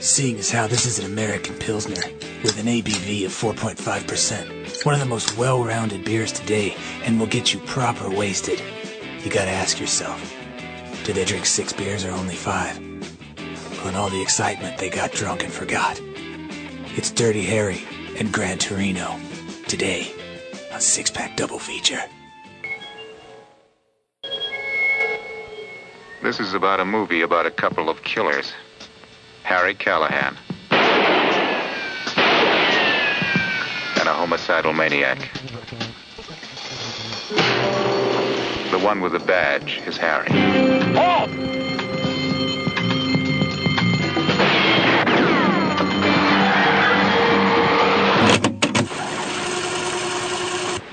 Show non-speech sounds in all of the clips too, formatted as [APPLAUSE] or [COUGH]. Seeing as how this is an American Pilsner with an ABV of 4.5%, one of the most well rounded beers today and will get you proper wasted, you gotta ask yourself do they drink six beers or only five? Well, in all the excitement, they got drunk and forgot. It's Dirty Harry and Gran Torino today on Six Pack Double Feature. This is about a movie about a couple of killers. Harry Callahan. And a homicidal maniac. The one with the badge is Harry.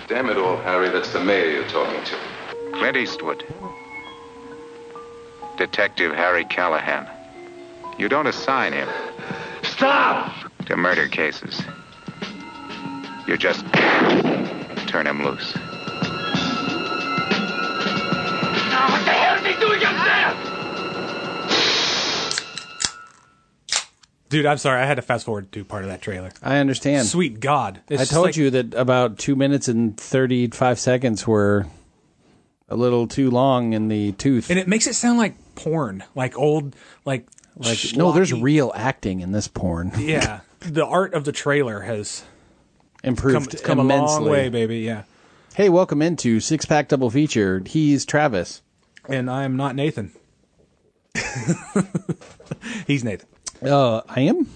Damn it all, Harry, that's the mayor you're talking to. Clint Eastwood. Detective Harry Callahan. You don't assign him Stop! to murder cases. You just turn him loose. what the hell is he doing up there? Dude, I'm sorry. I had to fast forward to part of that trailer. I understand. Sweet God. It's I just told like- you that about two minutes and 35 seconds were a little too long in the tooth. And it makes it sound like porn, like old, like. like, no, there's schlocky- real acting in this porn. Yeah. The art of the trailer has come, [LAUGHS] Improved it's come a immensely. long way, baby. Yeah. Hey, welcome into Six Pack Double Feature. He's Travis. And I am not Nathan. [LAUGHS] He's Nathan, Uh, I am?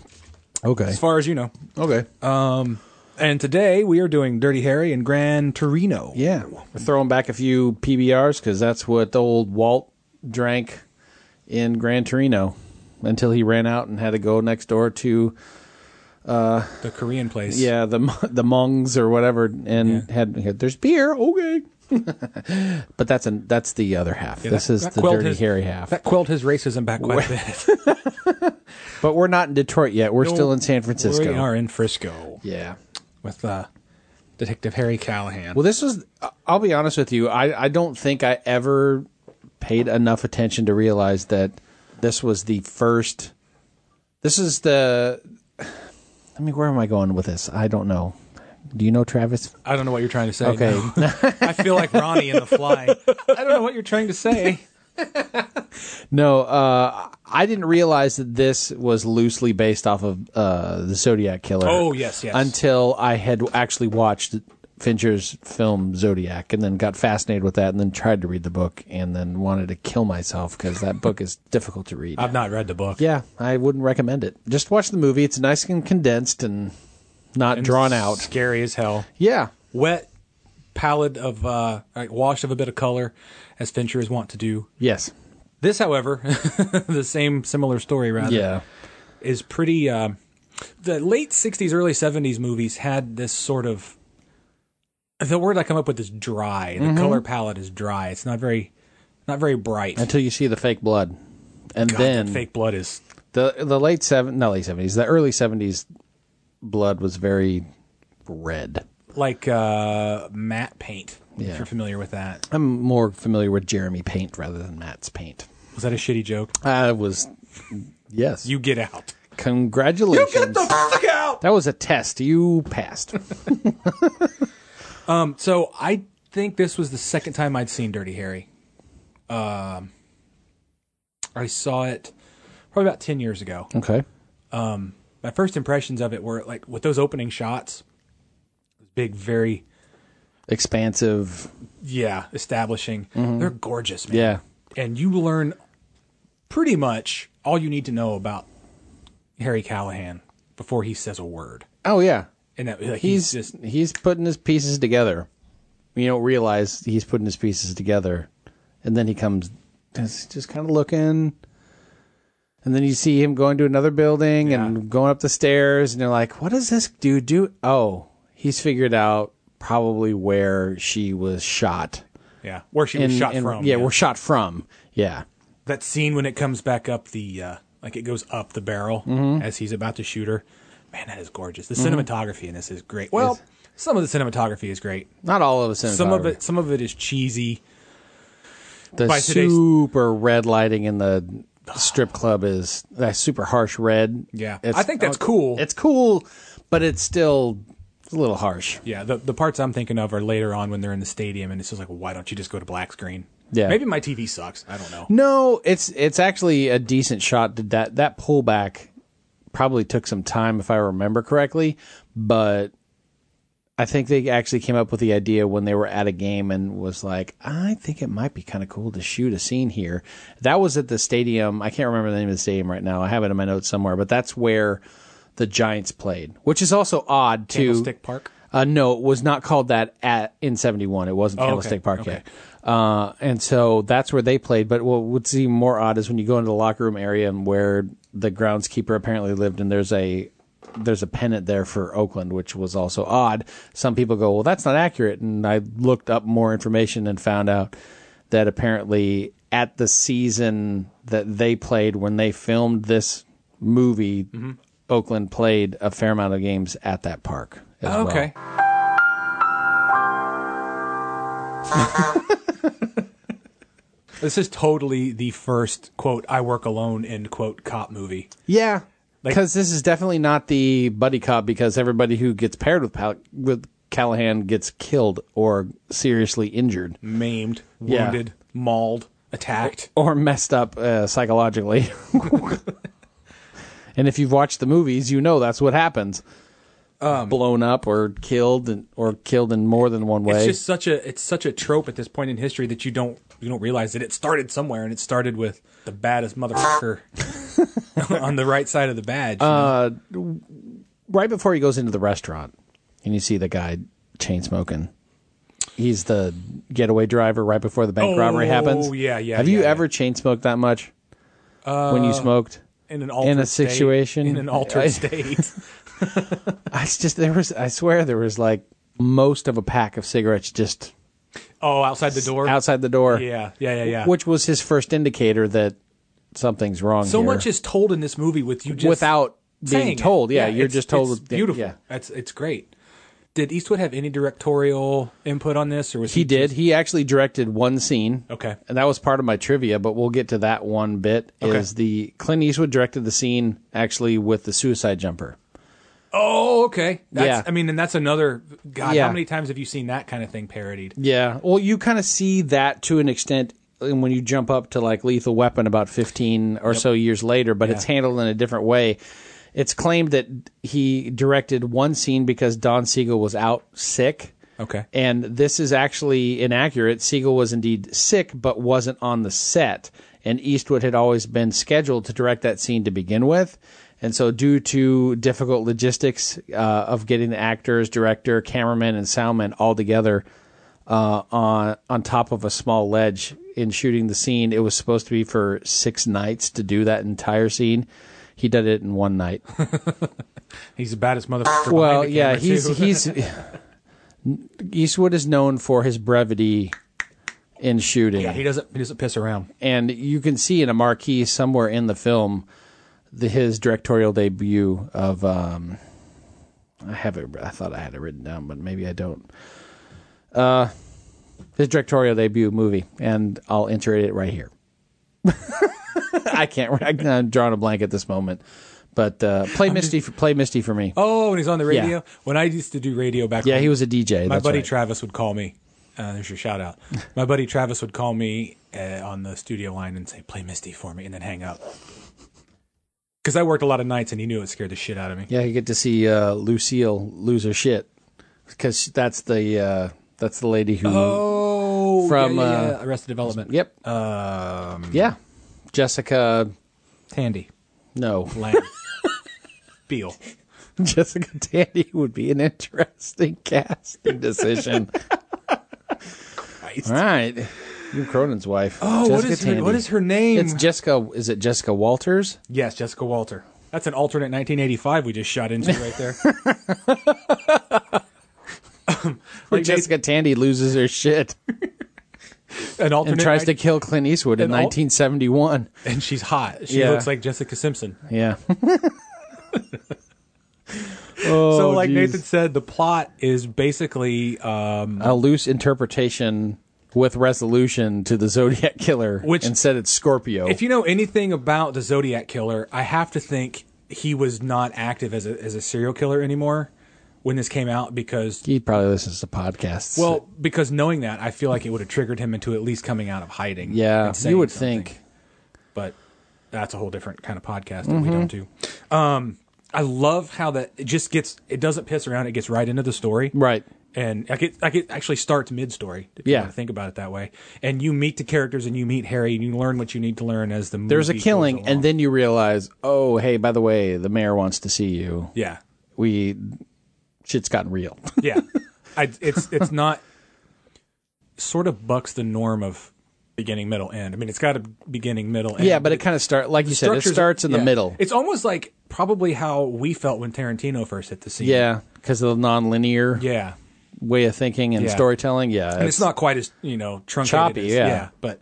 Okay. as far as uh, you know. Okay. And today we are doing Dirty Harry and Gran Torino. yeah. We're throwing back a few PBRs because that's what the old Walt drank in Gran Torino until he ran out and had to go next door to The Korean place. Yeah, the mo- the mongs or whatever, and Yeah. had, had- there's beer. Okay, [LAUGHS] but that's an that's the other half. Yeah, this that- is that the quelled dirty his- hairy half. That quelled his racism back [LAUGHS] quite a bit. but we're not in Detroit yet. We're still in San Francisco. We are in Frisco Yeah. with uh, Detective Harry Callahan. Well, this was. I'll be honest with you. I I don't think I ever paid enough attention to realize that this was the first. This is the. [SIGHS] I mean, where am I going with this? I don't know. Do you know Travis? I don't know what you're trying to say. Okay. no. [LAUGHS] I feel like Ronnie in The Fly. I don't know what you're trying to say. No, uh, I didn't realize that this was loosely based off of uh, the Zodiac Killer. Oh, yes, yes. Until I had actually watched Fincher's film Zodiac, and then got fascinated with that, and then tried to read the book, and then wanted to kill myself because that book is difficult to read. I've not read the book. yeah, I wouldn't recommend it. Just watch the movie; it's nice and condensed and not drawn out. Scary as hell. Yeah, Wet, pallid of, uh, like wash of a bit of color, as Fincher is wont to do. yes, This, however, [LAUGHS] the same similar story, rather. yeah. is pretty. Um, the late '60s, early '70s movies had this sort of. The word I come up with is dry. The Mm-hmm. color palette is dry. It's not very, not very bright. Until you see the fake blood, and God, then that fake blood is the the late seven not late seventies the early seventies blood was very red. like uh, matte paint. If Yeah. you're familiar with that, I'm more familiar with Jeremy Paint rather than Matt's Paint. was that a shitty joke? I was yes. You get out. congratulations. fuck out. that was a test. You passed. So I think this was the second time I'd seen Dirty Harry. Um, I saw it probably about ten years ago. okay. my first impressions of it were like with those opening shots big very Expansive. yeah establishing they're gorgeous man Mm-hmm. Yeah. and you learn pretty much all you need to know about harry callahan before he says a word Oh yeah. and that like, He's he's, just he's putting his pieces together. You don't realize he's putting his pieces together, and then he comes, just just kind of looking, and then you see him going to another building and going up the stairs, and you're like, "What does this dude do?" Oh, he's figured out probably where she was shot. yeah where she was And- shot and- from Yeah, where shot from. Yeah, that scene when it comes back up the uh like it goes up the barrel as he's about to shoot her man that is gorgeous the cinematography in this is great well Yes. some of the cinematography is great not all of us. some of it some of it is cheesy the by today's- super red lighting in the strip club is that super harsh red. Yeah. It's- I think that's cool. It's cool, but it's still a little harsh. Yeah, the the parts I'm thinking of are later on when they're in the stadium, and it's just like, why don't you just go to black screen? Yeah. maybe my TV sucks. I don't know. No, it's it's actually a decent shot. Did that that pullback probably took some time if I remember correctly, but I think they actually came up with the idea when they were at a game and was like, I think it might be kind of cool to shoot a scene here. That was at the stadium. I can't remember the name of the stadium right now. I have it in my notes somewhere, but that's where the Giants played, which is also odd too. Candlestick Park. Uh, no, it was not called that at in '71. It wasn't Oh, okay. Candlestick Park Okay. yet. Uh, and so that's where they played. But what, what's even more odd is when you go into the locker room area and where the groundskeeper apparently lived, and there's a there's a pennant there for Oakland, which was also odd. Some people go, "Well, that's not accurate," and I looked up more information and found out that apparently at the season that they played when they filmed this movie, Oakland played a fair amount of games at that park. As well. Okay. [LAUGHS] this is totally the first quote "I work alone" end quote cop movie. Yeah, Like- because this is definitely not the buddy cop. Because everybody who gets paired with Pal- with Callahan gets killed or seriously injured Maimed, Yeah. wounded, mauled, attacked. or messed up uh, psychologically. [LAUGHS] and if you've watched the movies, you know that's what happens. Um, Blown up or killed, and, or killed in more than one way. It's just such a it's such a trope at this point in history that you don't you don't realize that it started somewhere and it started with the baddest [LAUGHS] motherfucker on the right side of the badge. you know? Uh, right before he goes into the restaurant, and you see the guy chain smoking. He's the getaway driver right before the bank Oh, robbery happens. yeah, yeah, Have you yeah, Uh, yeah. ever chain smoked that much when you smoked? in an altered in a state- situation- in an [LAUGHS] altered I- state. I just there was I swear there was like most of a pack of cigarettes just Oh, outside the door. outside the door. Yeah, yeah, yeah, yeah. Which was his first indicator that something's wrong. so here. much is told in this movie with you just without saying being it. told. Yeah, you're it's- just told. It's yeah, beautiful. Yeah. That's it's great. Did Eastwood have any directorial input on this, or was he, He did. just- He actually directed one scene. Okay. And that was part of my trivia, but we'll get to that one bit. Is the Clint Eastwood directed the scene actually with the suicide jumper? oh, okay. That's, Yeah. I mean, and that's another. God, Yeah. how many times have you seen that kind of thing parodied? Yeah. Well, you kind of see that to an extent and when you jump up to like Lethal Weapon about 15 or so years later, but it's handled in a different way. It's claimed that he directed one scene because Don Siegel was out sick. Okay. And this is actually inaccurate. Siegel was indeed sick, but wasn't on the set. And Eastwood had always been scheduled to direct that scene to begin with. And so, due to difficult logistics uh, of getting the actors, director, cameraman, and soundman all together uh, on on top of a small ledge in shooting the scene, it was supposed to be for six nights to do that entire scene. He did it in one night. He's the baddest motherfucker. Well, behind the yeah, camera, he's too. he's Eastwood is known for his brevity in [LAUGHS] shooting, yeah, he doesn't he doesn't piss around. and you can see in a marquee somewhere in the film the, his directorial debut of. Um, I have it. I thought I had it written down, but maybe I don't. Uh, his directorial debut movie, and I'll enter it right here. [LAUGHS] I can't. I'm drawing a blank at this moment, but uh, play Misty. For, play Misty for me. Oh, and he's on the radio. When I used to do radio back, Yeah, when he was a DJ. my that's buddy right. Travis would call me. Uh, there's your shout out. My buddy Travis would call me uh, on the studio line and say, "Play Misty for me," and then hang up. Because I worked a lot of nights, and he knew it scared the shit out of me. Yeah, you get to see uh, Lucille lose her shit because that's the uh, that's the lady who. Oh, From, yeah, yeah, uh, yeah, Arrested Development. Yep. Um, yeah, Jessica. Tandy No, [LAUGHS] Lang Beal. Jessica Tandy would be an interesting [LAUGHS] casting decision. All right, you Cronin's wife. Oh, what Jessica is her, what Tandy. is her name? It's Jessica. Is it Jessica Walters? yes, Jessica Walter. That's an alternate 1985 we just shot into right [LAUGHS] there. Where Like they- Jessica Tandy loses [LAUGHS] her shit An alternate and tries to 19 kill Clint Eastwood in And all- 1971. and she's hot. She Yeah. looks like Jessica Simpson. Yeah. Oh, so like geez. Nathan said, the plot is basically um, a loose interpretation with resolution to the Zodiac Killer, Which- and said it's Scorpio. If you know anything about the Zodiac killer, I have to think he was not active as a as a serial killer anymore when this came out because he probably listens to podcasts. well, because knowing that, I feel like it would have triggered him into at least coming out of hiding. yeah, and saying you would something. think. but that's a whole different kind of podcast that Mm-hmm. we don't do. Um, I love how that it just gets it doesn't piss around; it gets right into the story, Right. And like it, like it actually starts mid story. If you Yeah. want to think about it that way, and you meet the characters and you meet Harry and you learn what you need to learn as the There's a movie goes killing, along. and then you realize, oh, hey, by the way, the mayor wants to see you. yeah, We shit's gotten [LAUGHS] real. yeah, I, it's it's not sort of bucks the norm of beginning, middle, end. I mean, it's got a beginning, middle, end. yeah, but it kind of start like you said, it structures- starts in the yeah. middle. It's almost like probably how we felt when Tarantino first hit the scene. yeah, because of the non-linear yeah. way of thinking and Yeah. storytelling. Yeah, and it's not quite as you know truncated. Choppy, as- yeah. But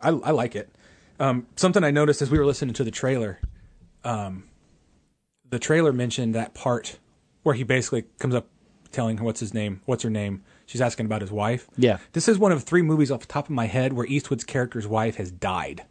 I, I like it. Um, something I noticed as we were listening to the trailer, um, the trailer mentioned that part where he basically comes up telling her what's his name, what's her name. She's asking about his wife. Yeah. This is one of three movies off the top of my head where Eastwood's character's wife has died.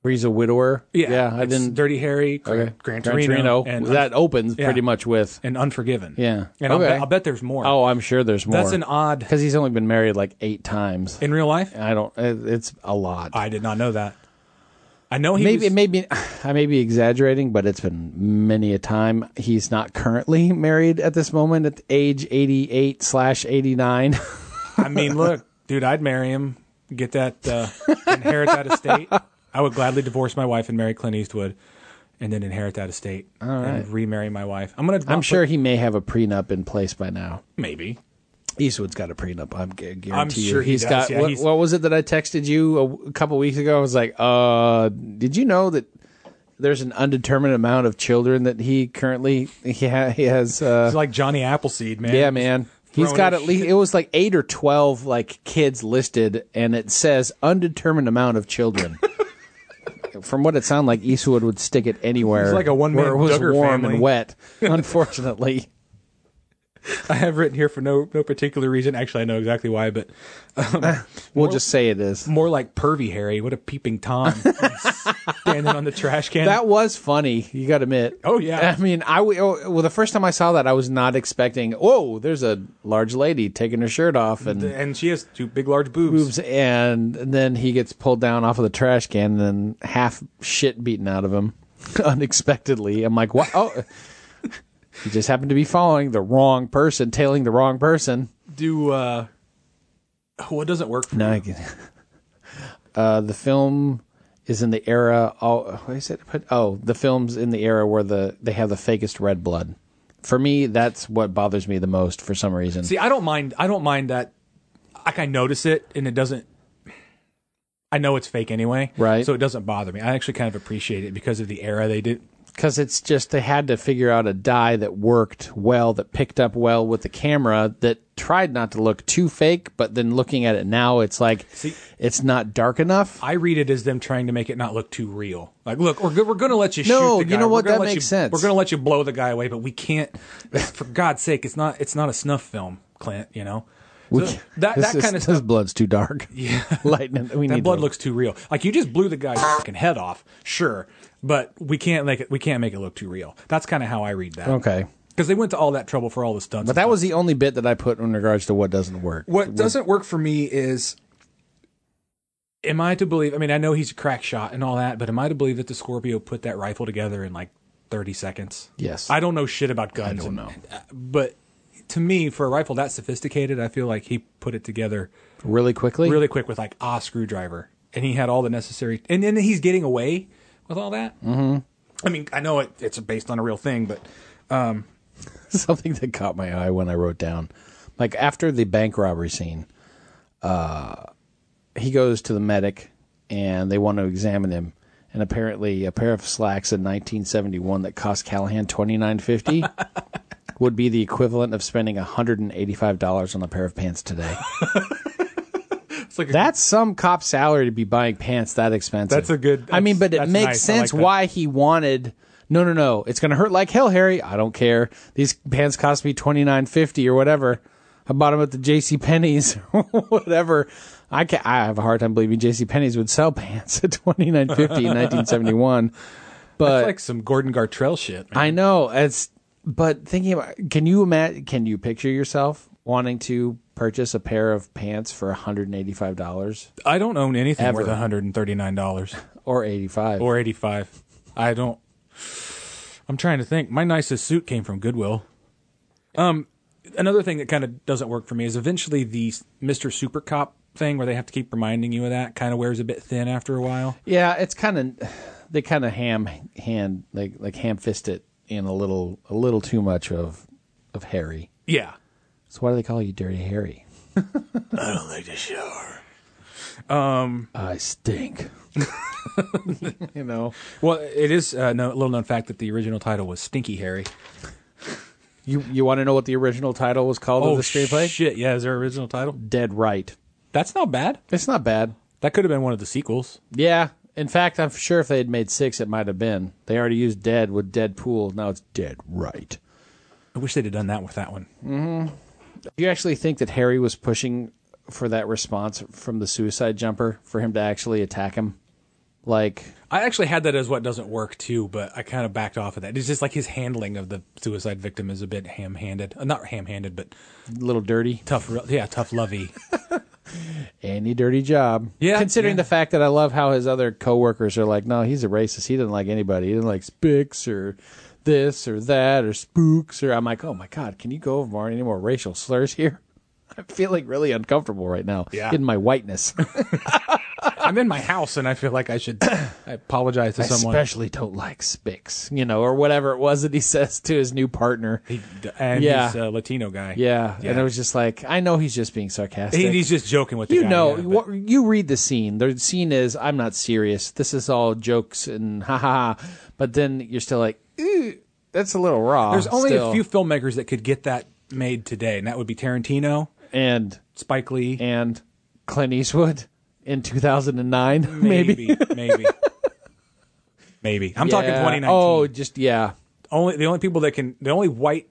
where he's a widower. I it's didn't. Dirty Harry, Gran, okay. Gran Gran Torino, Torino. and that opens yeah. pretty much with. and Unforgiven. Yeah. And Okay. I'll, bet, I'll bet there's more. Oh, I'm sure there's more. that's an odd because he's only been married like eight times. in real life. I don't. It, it's a lot. I did not know that. I know he maybe was- maybe [LAUGHS] I may be exaggerating, but it's been many a time. He's not currently [LAUGHS] married at this moment at age eighty eight slash eighty nine. I mean, look, dude, I'd marry him, get that, uh, inherit that estate. I would gladly divorce my wife and marry Clint Eastwood, and then inherit that estate and remarry my wife. I'm gonna. [LAUGHS] I'm sure he may have a prenup in place by now. maybe. Eastwood's got a prenup. I'm gu- guarantee sure you. he has does, got. yeah, what, he's- what was it that I texted you a w- couple weeks ago? I was like, uh, did you know that? There's an undetermined amount of children that he currently he, ha- he has. Uh, It's like Johnny Appleseed, man. Yeah, man. He's throwing got his at least it was like eight or twelve like kids listed, and it says undetermined amount of children. [LAUGHS] From what it sounded like, Eastwood would stick it anywhere. He's like a one-man where it was Duggar warm family. and wet. [LAUGHS] Unfortunately, [LAUGHS] I have written here for no no particular reason. Actually, I know exactly why, but we'll just say it is. more like pervy Harry. What a peeping tom [LAUGHS] standing on the trash can. That was funny. You got to admit. Oh, yeah. I mean, I w- oh, well the first time I saw that, I was not expecting. Whoa, there's a large lady taking her shirt off and and she has two big, large boobs. moves, and then he gets pulled down off of the trash can, and then half shit beaten out of him [LAUGHS] unexpectedly. I'm like, what? Oh, [LAUGHS] he just happened to be following the wrong person, tailing the wrong person. Do uh, what doesn't work for No, you? I get [LAUGHS] uh, the film is in the era. Oh, what is it? Put- Oh, the film's in the era where the they have the fakest red blood. For me, that's what bothers me the most. For some reason, See, I don't mind. I don't mind that. Like I notice it, and it doesn't. I know it's fake anyway, Right. So it doesn't bother me. I actually kind of appreciate it because of the era they did. because it's just they had to figure out a dye that worked well, that picked up well with the camera, that tried not to look too fake, but then looking at it now, it's like it's not dark enough. I read it as them trying to make it not look too real. Like, look, we're go- we're gonna let you No, shoot. The you guy. know We're what? gonna That let you- makes sense. We're gonna let you blow the guy away, but we can't. For God's sake, it's not. It's not a snuff film, Clint. You know. So that This that is- kind of this stuff. blood's [LAUGHS] too dark. Yeah, [LAUGHS] lightning. We That need blood to- looks too real. Like you just blew the guy's fucking head off, sure, but we can't make it. We can't make it look too real. That's kind of how I read that. okay. because they went to all that trouble for all the stunts. But that was the only bit that I put in regards to what doesn't work. what doesn't work for me is. Am I to believe? I mean, I know he's a crack shot and all that, but am I to believe that the Scorpio put that rifle together in like thirty seconds? Yes, I don't know shit about guns. don't and- uh, know. but to me, for a rifle that sophisticated, I feel like he put it together really quickly. really quick with like ah screwdriver, and he had all the necessary. And then he's getting away with all that. Mm-hmm. I mean, I know it, it's based on a real thing, but [LAUGHS] something that caught my eye when I wrote down. Like after the bank robbery scene, uh, he goes to the medic and they want to examine him. And apparently, a pair of slacks in 1971 that cost Callahan 29.50 would be the equivalent of spending 185 dollars on a pair of pants today. [LAUGHS] it's like a That's some cop salary to be buying pants that expensive. That's a good- I mean, but it that's makes nice. I like sense that. why he wanted. No, no, no. It's gonna hurt like hell, Harry. I don't care. These pants [LAUGHS] cost me twenty nine fifty or whatever. I bought them at the J C Penney's or whatever. I can I have a hard time believing J.C. Penney's would sell pants at twenty nine fifty in nineteen seventy one. But It's like some Gordon Gartrell shit. man. I know it's, but thinking about, can you imagine? Can you picture yourself wanting to purchase a pair of pants for one hundred and eighty five dollars I don't own anything Ever. worth one hundred and thirty nine dollars or eighty five? or eighty five. I don't. I'm trying to think. My nicest suit came from Goodwill. Um, another thing that kind of doesn't work for me is eventually the Mister Super Cop thing, where they have to keep reminding you of that, kind of wears a bit thin after a while. Yeah, it's kind of they kind of ham hand like like ham fist it in a little a little too much of of Harry. Yeah. So why do they call you Dirty Harry? I don't Oh, like to shower. I stink. [LAUGHS] you know, Well, it is uh, no, a little known fact that the original title was Stinky Harry. you you want to know what the original title was called Oh, of the screenplay? shit! Yeah, is there an original title? Dead Right. That's not bad. It's not bad. That could have been one of the sequels. Yeah. In fact, I'm sure if they had made six, it might have been. They already used Dead with Deadpool. Now it's Dead Right. I wish they'd have done that with that one. Do you actually think that Harry was pushing for that response from the suicide jumper for him to actually attack him? Like, I actually had that as what doesn't work too, but I kind of backed off of that. It's just like his handling of the suicide victim is a bit ham-handed. Uh, not ham-handed, but a little dirty? tough. ro- Yeah, tough lovey. Any dirty job. Yeah, Considering yeah. the fact that I love how his other coworkers are like, no, he's a racist. He doesn't like anybody. He doesn't like Spicks or this or that or spooks or I'm like, oh my God, can you go over more- any more racial slurs here? [LAUGHS] I'm feeling really uncomfortable right now Yeah. in my whiteness. [LAUGHS] I'm in my house and I feel like I should [COUGHS] I apologize to [LAUGHS] someone. especially don't like Spicks, you know, or whatever it was that he [LAUGHS] says to his new partner. He- and Yeah. he's a Latino guy. Yeah, and Yeah. it was just like, I know he's just being sarcastic. He- he's just joking with the you guy, know, yeah, but- what, you read the scene. The scene is, I'm not serious. This is all jokes and ha ha. ha." But then you're still like, "Ew, that's a little raw. There's only still." a few filmmakers that could get that made today, and that would be Tarantino, and Spike Lee, and Clint Eastwood in 2009, [LAUGHS] maybe. maybe, [LAUGHS] maybe. Maybe. I'm talking Yeah. 2019. Oh, just yeah. only the only people that can the only white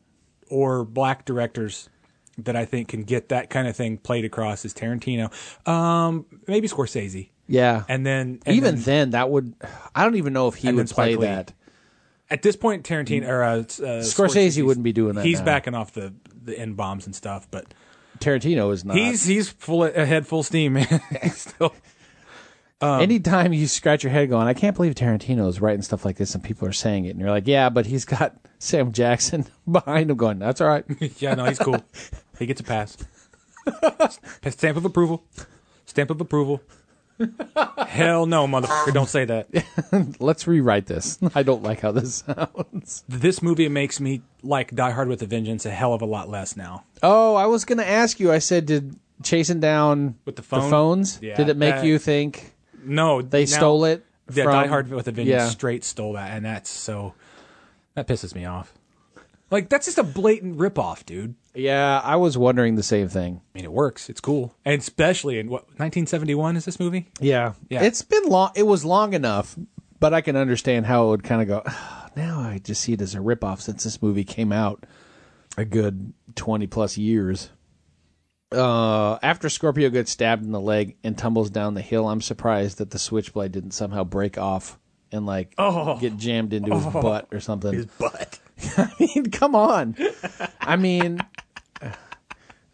or black directors that I think can get that kind of thing played across is Tarantino, um, maybe Scorsese, Yeah. and then and even then then, that would I don't even know if he And then would play Spike Lee. that. at this point Tarantino or uh, uh, Scorsese wouldn't be doing that He's now. Uh, backing off the the n bombs and stuff, but Tarantino is not. he's he's full ahead full steam, [LAUGHS] man. [LAUGHS] He's Still, um, Anytime you scratch your head going, I can't believe Tarantino is writing stuff like this and people are saying it. And you're like, yeah, but he's got [LAUGHS] Sam Jackson [LAUGHS] behind him going, that's all right. yeah, no, he's cool. he gets a pass. Stamp of approval. Stamp of [LAUGHS] approval. Hell no, motherfucker! Don't say that. Let's rewrite this. [LAUGHS] I don't like how this sounds. this movie makes me like Die Hard with a Vengeance a hell of a lot less now. [LAUGHS] Oh, I was going to ask you. I said, did chasing down With the phone? phones, Yeah, did it make that- you think No, they stole it? Yeah, from- Die Hard with a Vengeance Yeah. straight stole that, and that's so that pisses me off. Like that's just a blatant ripoff, dude. Yeah, I was wondering the same thing. I mean, it works. It's cool, and especially in what 1971 is this movie? Yeah. Yeah. It's been long. It was long enough, but I can understand how it would kind of go, "Ah, now I just see it as a ripoff since this movie came out a good 20 plus years. Uh, after Scorpio gets stabbed in the leg and tumbles down the hill, I'm surprised that the switchblade didn't somehow break off and like get jammed into his butt or something. His butt. [LAUGHS] I mean, come on. I mean,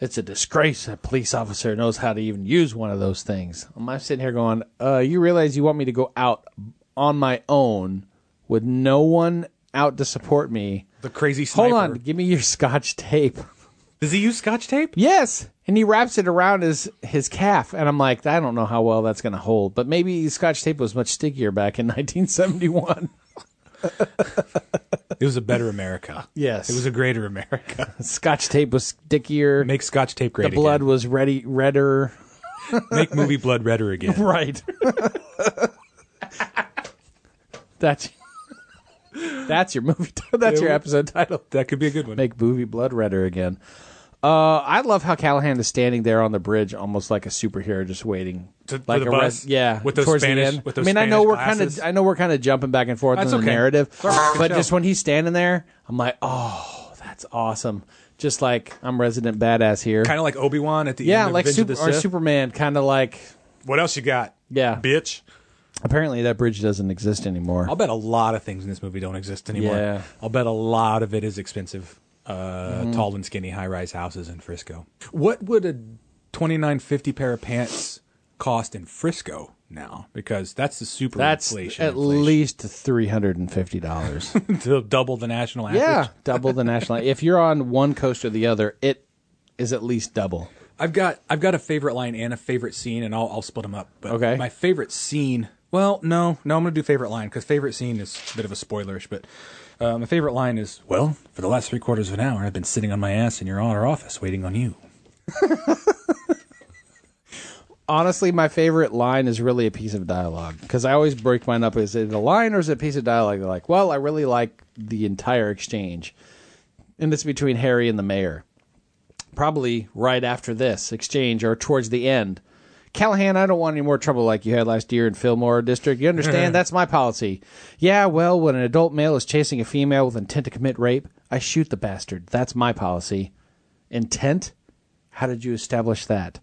it's a disgrace a police officer knows how to even use one of those things. I'm I'm sitting here going, uh, you realize you want me to go out on my own with no one out to support me. The crazy Hold sniper. on, give me your scotch tape. [LAUGHS] Does he use Scotch tape? Yes. And he wraps it around his, his calf. And I'm like, I don't know how well that's going to hold, but maybe scotch tape was much stickier back in [LAUGHS] 1971. It was a better America. [LAUGHS] Yes. It was a greater [LAUGHS] America. scotch tape was stickier. Make Scotch tape great the blood again. was ready, redder. Make movie blood redder [LAUGHS] again. Right. that's that's your movie. ti- That's your episode title. That could be a good one. Make movie blood redder again. Uh, I love how Callahan is standing there on the bridge, almost like a superhero, just waiting. To- to like the res- bus? yeah. With those towards Spanish- the end. with those I mean, I know Spanish we're glasses? kind of, I know we're kind of jumping back and forth That's in the okay. narrative, It's our fucking but show. just when he's standing there, I'm like, oh, that's awesome. Just like I'm resident badass here. Kind of like Obi Wan at the yeah, end. of like Revenge of super, the or Sith. Superman, kind of like What else you got? Yeah. bitch. apparently that bridge doesn't exist anymore. I'll bet a lot of things in this movie don't exist anymore. Yeah. I'll bet a lot of it is expensive, uh, tall and skinny high-rise houses in Frisco. What would a twenty-nine fifty pair of pants cost in Frisco now? Because that's the super That's inflation. at inflation. least three hundred and fifty dollars. [LAUGHS] to double the national average. yeah, double the national. If you're on one coast or the other, it is at least double. I've got I've got a favorite line and a favorite scene, and I'll I'll split them up. But Okay. my favorite scene. Well, no, no, I'm gonna do favorite line because favorite scene is a bit of a spoilerish. But uh, my favorite line is well, for the last three quarters of an hour, I've been sitting on my ass in your honor office waiting on you. honestly, my favorite line is really a piece of dialogue because I always break mine up. Is it a line or is it a piece of dialogue? They're like, well, I really like the entire exchange. And it's between Harry and the mayor. Probably right after this exchange or towards the end. Callahan, I don't want any more trouble like you had last year in Fillmore District. You understand? That's my policy. Yeah, well, when an adult male is chasing a female with intent to commit rape, I shoot the bastard. That's my policy. Intent? How did you establish that?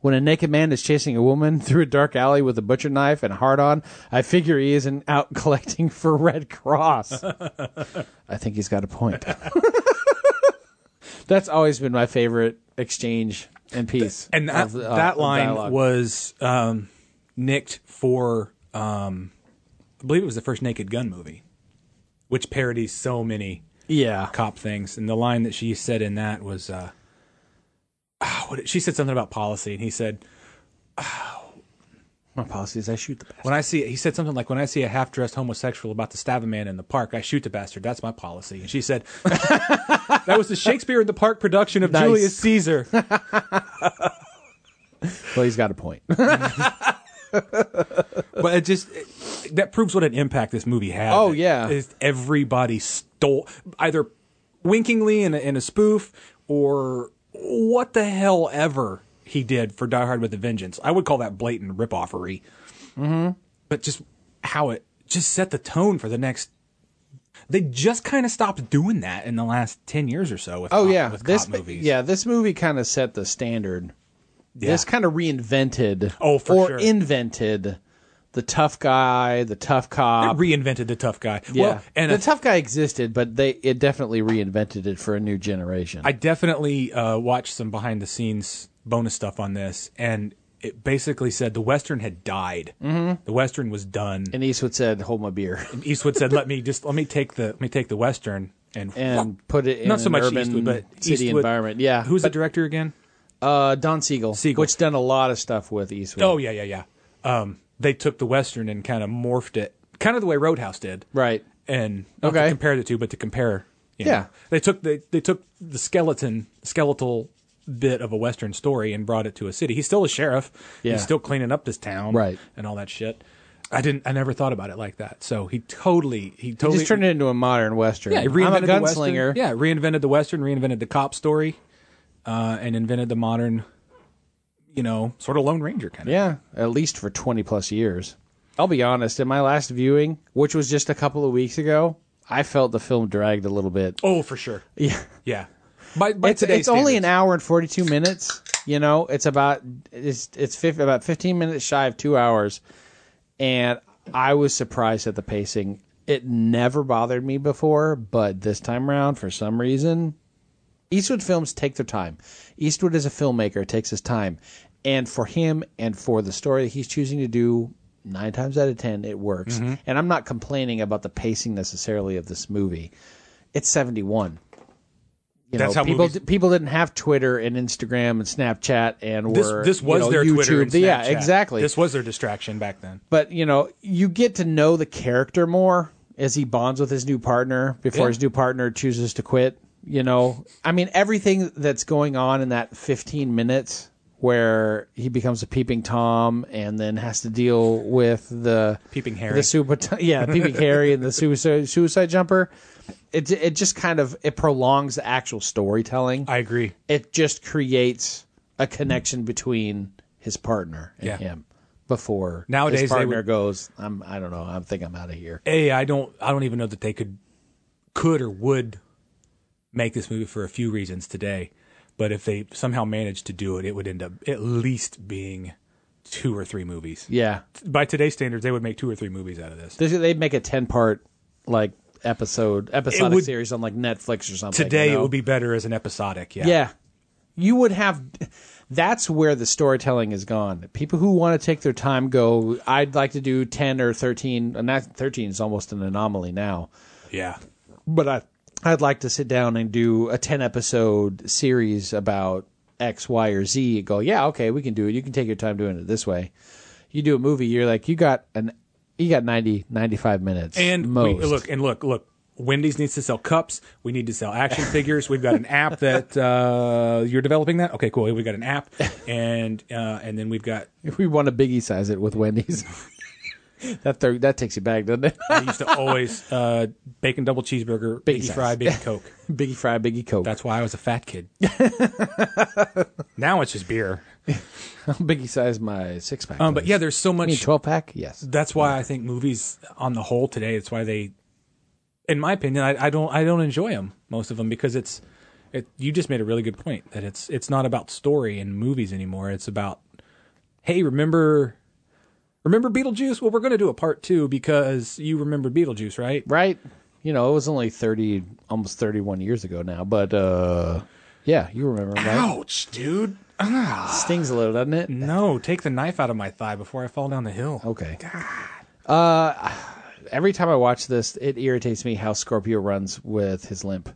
When a naked man is chasing a woman [LAUGHS] through a dark alley with a butcher knife and hard on, I figure he isn't out [LAUGHS] collecting for Red Cross. I think he's got [LAUGHS] a point. That's always been my favorite exchange and piece. And that of, uh, that of line dialogue. was um, nicked for um, I believe it was the first Naked Gun movie, which parodies so many yeah. cop things. And the line that she said in that was, uh, ah, what, she said something about policy, and he said, My policy is I shoot the best. when I see, he said something like, when I see a half dressed homosexual about to stab a man in the park, I shoot the bastard. That's my policy. And she said, [LAUGHS] that was the Shakespeare in the Park production of Nice. Julius Caesar. Well, he's got a point. but it just it- that proves what an impact this movie had. Oh, yeah. Is everybody stole either winkingly in a, in a spoof or what the hell ever he did for Die Hard with a Vengeance. I would call that blatant ripoffery. Mm-hmm. But just how it just set the tone for the next. They just kind of stopped doing that in the last ten years or so. With [LAUGHS] Oh cop- yeah, with this cop movies. yeah this movie kind of set the standard. Yeah. This kind of reinvented Oh, for or sure. invented the tough guy, the tough They cop. reinvented the tough guy. yeah, well, and the a- tough guy existed, but they it definitely reinvented it for a new generation. I definitely uh, watched some behind the scenes bonus stuff on this, and it basically said the Western had died. Mm-hmm. The Western was done. and Eastwood said, "Hold my beer," And Eastwood said, "Let me just let me take the let me take the Western and, and put it in not so an much urban Eastwood, but city Eastwood- environment. Yeah, Who's but, the director again? uh, Don Siegel, Siegel. which done a lot of stuff with Eastwood. Oh yeah, yeah, yeah. Um, they took the Western and kind of morphed it, kind of the way Roadhouse did, right. and not to Okay. compare the two, but to compare. you Yeah. know. they took they they took the skeleton skeletal bit of a western story and brought it to a city. He's still a sheriff. Yeah. He's still cleaning up this town, Right. and all that shit. I didn't. I never thought about it like that. So he totally Oh, he totally Just turned it into a modern western. Yeah, he I'm a reinvented the Western. gunslinger. Yeah, reinvented the western, reinvented the cop story, uh, and invented the modern, you know, sort of Lone Ranger kind of. Yeah, at least for 20 plus years. I'll be honest, in my last viewing, which was just a couple of weeks ago, I felt the film dragged a little bit. Oh, for sure. Yeah. Yeah. By, by It's, today's it's only an standards. hour and 42 minutes, you know, it's about it's it's fif- about 15 minutes shy of 2 hours and I was surprised at the pacing. It never bothered me before, but this time around for some reason Eastwood films take their time. Eastwood as a filmmaker takes his time. And for him and for the story that he's choosing to do, nine times out of ten, it works. Mm-hmm. And I'm not complaining about the pacing necessarily of this movie. It's 71. You That's know, how people movies- people didn't have Twitter and Instagram and Snapchat and were This this you was know, their YouTube. Twitter and Yeah, Snapchat. exactly This was their distraction back then. but you know you get to know the character more as he bonds with his new partner before Yeah. his new partner chooses to quit you know i mean everything that's going on in that 15 minutes where he becomes a peeping tom and then has to deal with the Peeping Harry. the super [LAUGHS] yeah peeping harry and the suicide suicide jumper it it just kind of it prolongs the actual storytelling I agree. it just creates a connection between his partner and Yeah. him before Nowadays, his they partner would- goes i'm i don't know i think i'm out of here A, I don't I don't even know that they could could or would make this movie for a few reasons today, but if they somehow managed to do it, it would end up at least being two or three movies. Yeah, By today's standards, they would make two or three movies out of this. they they'd make a ten part like episode episodic would- series on like Netflix or something. Today, you know? it would be better as an episodic. Yeah. Yeah. You would have that's where the storytelling is gone. People who want to take their time go, I'd like to do 10 or 13, and that 13 is almost an anomaly now. Yeah. But I I'd like to sit down and do a 10 episode series about X, Y, or Z. and Go, yeah, okay, we can do it. You can take your time doing it this way. You do a movie, you're like, you got an you got 90 95 minutes And we, most. look, and look, look. Wendy's needs to sell cups. We need to sell [LAUGHS] action figures. We've got an app that uh, you're developing. That okay, cool. We've got an [LAUGHS] app, and uh, and then we've got. if [LAUGHS] we want to biggie size it with Wendy's. [LAUGHS] that thir- that takes you back, doesn't it? [LAUGHS] I used to always uh, bacon double cheeseburger, Big biggie size. fry, [LAUGHS] big coke. Biggie Fry, Biggie Coke. [LAUGHS] That's why I was a fat kid. now it's just beer. Biggie size my six pack. Um, but yeah, there's so much. twelve pack. Yes, that's why I think movies on the whole today. It's why they, in my opinion, I, I don't I don't enjoy them most of them because it's, it. You just made a really good point that it's it's not about story in movies anymore. It's about, hey, remember, remember Beetlejuice? Well, we're going to do a part two because you remember Beetlejuice, right? right. You know, it was only thirty, almost thirty-one years ago now. But uh, yeah, you remember, right? Ouch, dude. Stings a little, doesn't it? No, take the knife out of my thigh before I fall down the hill. Okay. Uh, every time I watch this, it irritates me how Scorpio runs with his limp.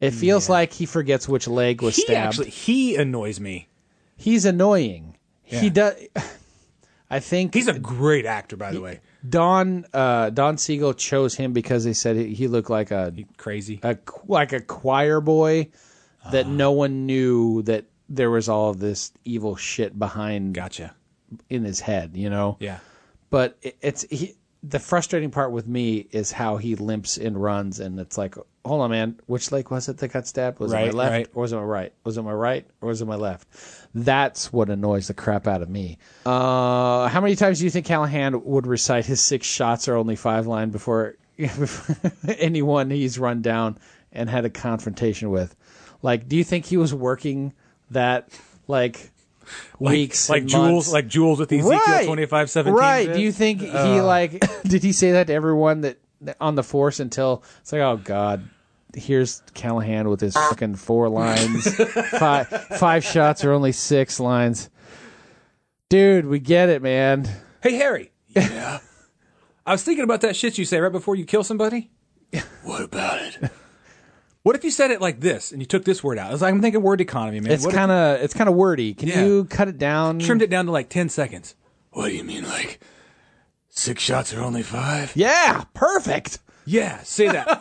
It feels like he forgets which leg was he stabbed. actually he annoys me. He's annoying. Yeah. He does. I think He's a great actor, by the way. Don uh, Don Siegel chose him because they said he he looked like a Crazy. a like a choir boy that Ah. no one knew that there was all of this evil shit behind Gotcha. in his head, you know. Yeah. But it, it's he, the frustrating part with me is how he limps and runs, and it's like, hold on, man, which leg was it that got stabbed? Was it Right, my left right. or was it my right? Was it my right or was it my left? That's what annoys the crap out of me. Uh, how many times do you think Callahan would recite his six shots or only five line before [LAUGHS] anyone he's run down and had a confrontation with? Like, do you think he was working that like? Weeks like and Jules, months? like Jules with the Ezekiel Right. twenty five seventeen. Uh. Right. Do you think he like [COUGHS] did he say that to everyone that that on the force until it's like, oh God, here's Callahan with his fucking four lines. [LAUGHS] five five shots or only six lines. Dude, we get it, man. Hey Harry. Yeah. [LAUGHS] I was thinking about that shit you say right before you kill somebody. [LAUGHS] What about it? [LAUGHS] What if you said it like this and you took this word out? I was like, I'm thinking word economy, man. It's What if kind of it's kind of wordy. Can Yeah. you cut it down? you trimmed it down to like ten seconds. What do you mean, like six shots are only five? Yeah, perfect. Yeah, say that.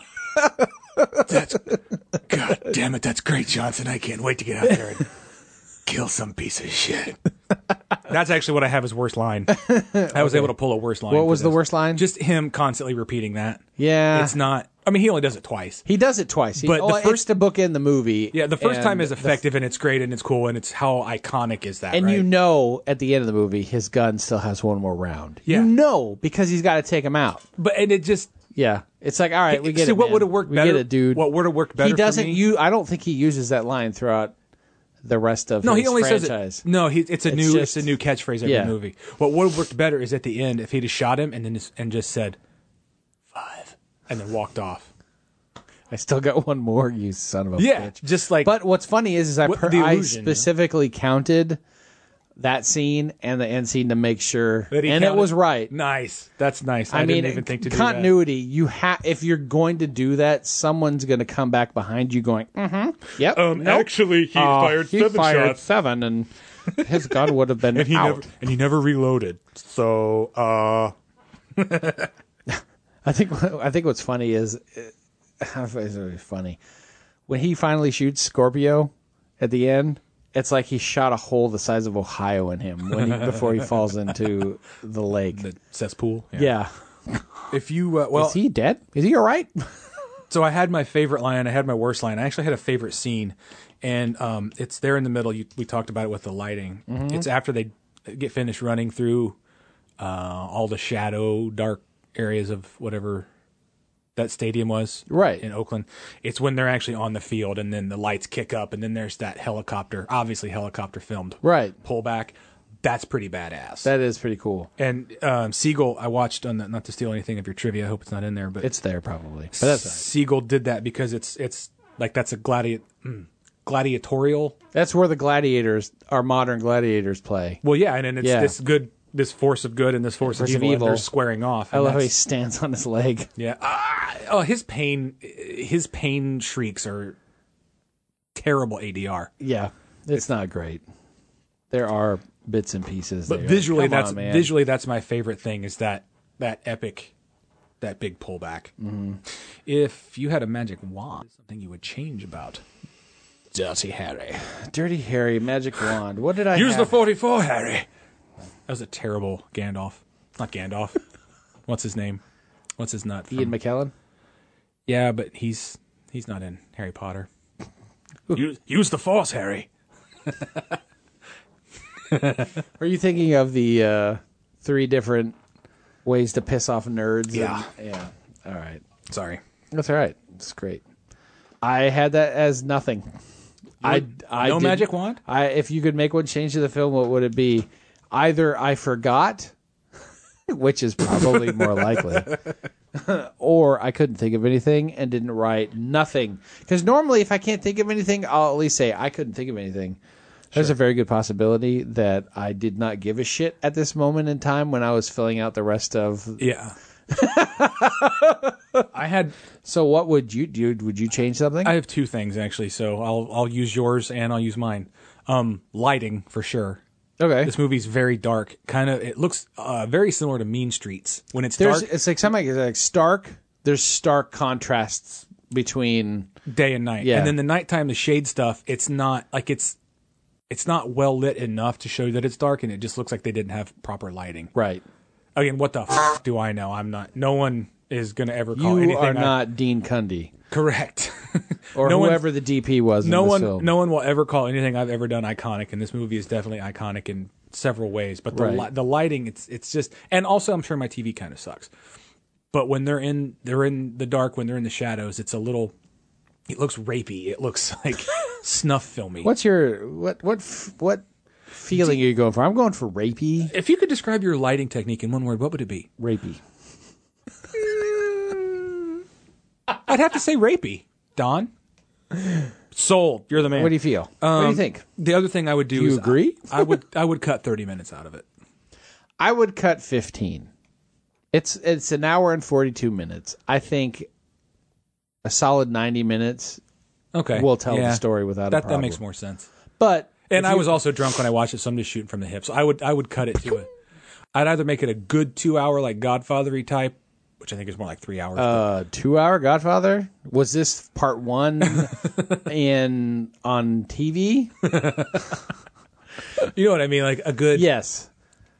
That's God damn it, that's great, Johnson. I can't wait to get out there and kill some piece of shit. That's actually what I have as worst line. I was able to pull a worst line. What for was the this. worst line? Just him constantly repeating that. yeah. It's not. I mean, he only does it twice. he does it twice. He, But oh, the it's first- to book in the movie. Yeah, the first time and is the effective and it's great and it's cool and it's how iconic is that? And right? you know at the end of the movie his gun still has one more round. Yeah. You know because he's got to take him out. but and it just Yeah. It's like all right, we get see it. what man. would have worked we better, Get it, dude. What would have worked better? He doesn't For me? you I don't think he uses that line throughout the rest of No, his he only franchise. says it. No, he, it's a new just- it's a new catchphrase every Yeah. movie. What would have worked better is at the end if he'd have shot him and then just, and just said five and then walked off. I still got one more, you son of a Yeah, bitch. just like But what's funny is, is I, What- per- the I illusion. specifically counted that scene and the end scene to make sure that he and counted- it was right. Nice, that's nice. I, I, mean, didn't even think to do continuity. You have if you're going to do that, someone's going to come back behind you, going, "Mm-hmm, yep." Um, actually, he Uh, fired he seven fired shots. seven, and his gun would have been that. [LAUGHS] and he out. never and he never reloaded. So uh, I think I think what's funny is, uh, [LAUGHS] it's really funny when he finally shoots Scorpio at the end. It's like he shot a hole the size of Ohio in him when he, before he falls into the lake. the cesspool. yeah. If you uh, well, Is he dead? Is he all right? So I had my favorite line. I had my worst line. I actually had a favorite scene, and um, it's there in the middle. You, we talked about it with the lighting. Mm-hmm. It's after they get finished running through uh, all the shadow, dark areas of whatever that stadium was Right. in Oakland. It's when they're actually on the field and then the lights kick up and then there's that helicopter, obviously helicopter filmed Right. pullback. That's pretty badass. That is pretty cool. and um, Siegel, I watched on the, not to steal anything of your trivia. I hope it's not in there, but It's there probably. But that's all right. Siegel did that because it's it's like that's a gladi- mm, gladiatorial. that's where the gladiators, our modern gladiators, play. Well, yeah, and then it's Yeah. this good, this force of good and this force, Force of of evil, and evil. they're squaring off. I and love how he that's- stands on his leg. Yeah. Ah, oh, his pain, his pain shrieks are terrible ADR. Yeah, it's not great. There are bits and pieces, But there. visually, Come that's on, man. visually that's my favorite thing is that that epic, that big pullback. Mm-hmm. If you had a magic wand, something you would change about Dirty Harry. Dirty Harry, magic wand. What did I Use the have? forty-four, Harry. That was a terrible Gandalf. Not [LAUGHS] Gandalf. What's his name? What's his nut? from- Ian McKellen. Yeah, but he's he's not in Harry Potter. [LAUGHS] use, use the Force, Harry. Are you thinking of the uh, three different ways to piss off nerds? and- Yeah. yeah. All right. Sorry. That's all right. It's great. I had that as nothing. I, I no didn't- magic wand? I if you could make one change to the film, what would it be? Either I forgot, [LAUGHS] which is probably more likely, [LAUGHS] or I couldn't think of anything and didn't write nothing. Because normally, if I can't think of anything, I'll at least say I couldn't think of anything. There's a very good possibility that I did not give a shit at this moment in time when I was filling out the rest of Yeah. [LAUGHS] I had So what would you do? Would you change something? I have two things actually, so I'll I'll use yours and I'll use mine. Um, lighting for sure. okay. This movie's very dark. Kind of, it looks uh, very similar to Mean Streets when it's There's dark it's like something like, like stark. There's stark contrasts between day and night, Yeah. and then the nighttime, the shade stuff. It's not like it's it's not well lit enough to show that it's dark, and it just looks like they didn't have proper lighting. right. Again, what the f- do I know? I'm not. No one is going to ever call You anything are I- not Dean Cundy correct. [LAUGHS] or No one's- whoever the DP was. no in this one Film. no one will ever call anything I've ever done iconic and this movie is definitely iconic in several ways but the Right. li- the lighting it's it's just and also I'm sure my TV kind of sucks but when they're in they're in the dark when they're in the shadows it's a little it looks rapey it looks [LAUGHS] like snuff filmy What's your what what f- what feeling are you going for? I'm going for rapey. if you could describe your lighting technique in one word what would it be Rapey. I'd have to say rapey Don sold you're the man What do you feel? what Um, do you think? the other thing I would do you is agree? I, I would I would cut 30 minutes out of it I would cut 15. It's it's an hour and 42 minutes. I think a solid 90 minutes okay will tell Yeah. the story without that a that problem. makes more sense But And I was also drunk when I watched it, so I'm just shooting from the hip. So I would I would cut it to a. I'd either make it a good two hour like Godfathery type, which I think is more like three hours. uh, two hour Godfather was this part [LAUGHS] one in on TV? but you know what I mean? Like a good Yes,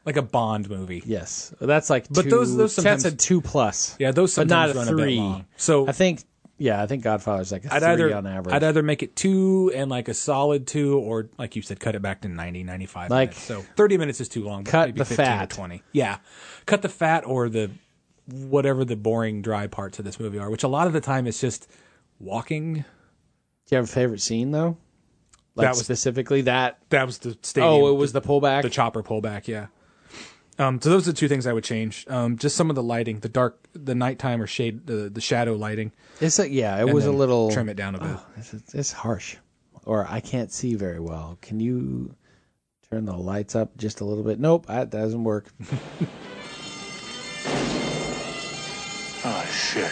like a Bond movie. yes. That's like But two, those- those that's a sometimes- two plus. Yeah, those but not sometimes a run a bit three. long. So- I think yeah, I think Godfather's like a I'd three either on average. I'd either make it two and like a solid two, or like you said, cut it back to 90, 95 Like- minutes. So thirty minutes is too long. but Cut maybe the 15 fat. or twenty. Yeah, cut the fat or the whatever the boring dry parts of this movie are, which a lot of the time it's just walking. Do you have a favorite scene though? Like That was- specifically that. That was the stadium. Oh, it was the pullback. the chopper pullback. Yeah. Um, so those are the two things I would change. Um, just some of the lighting, the dark, the nighttime or shade, the the shadow lighting. it's like yeah, it and was a then little. trim it down a bit. It's, it's harsh, or I can't see very well. Can you turn the lights up just a little bit? Nope, that doesn't work. Oh, shit.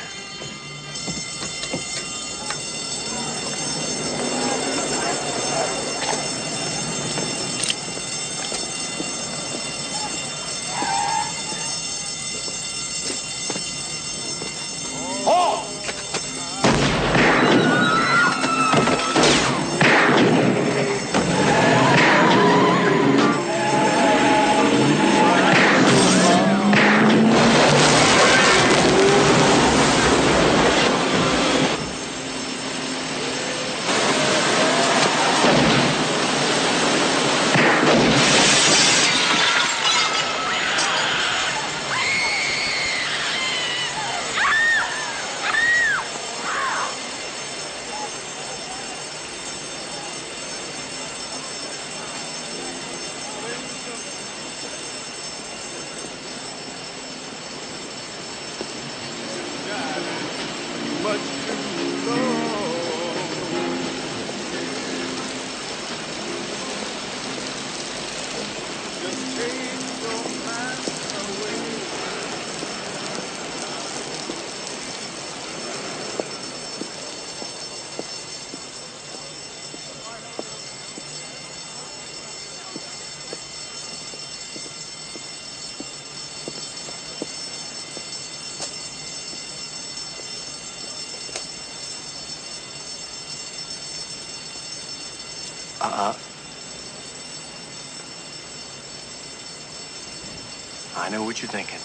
I know what you're thinking.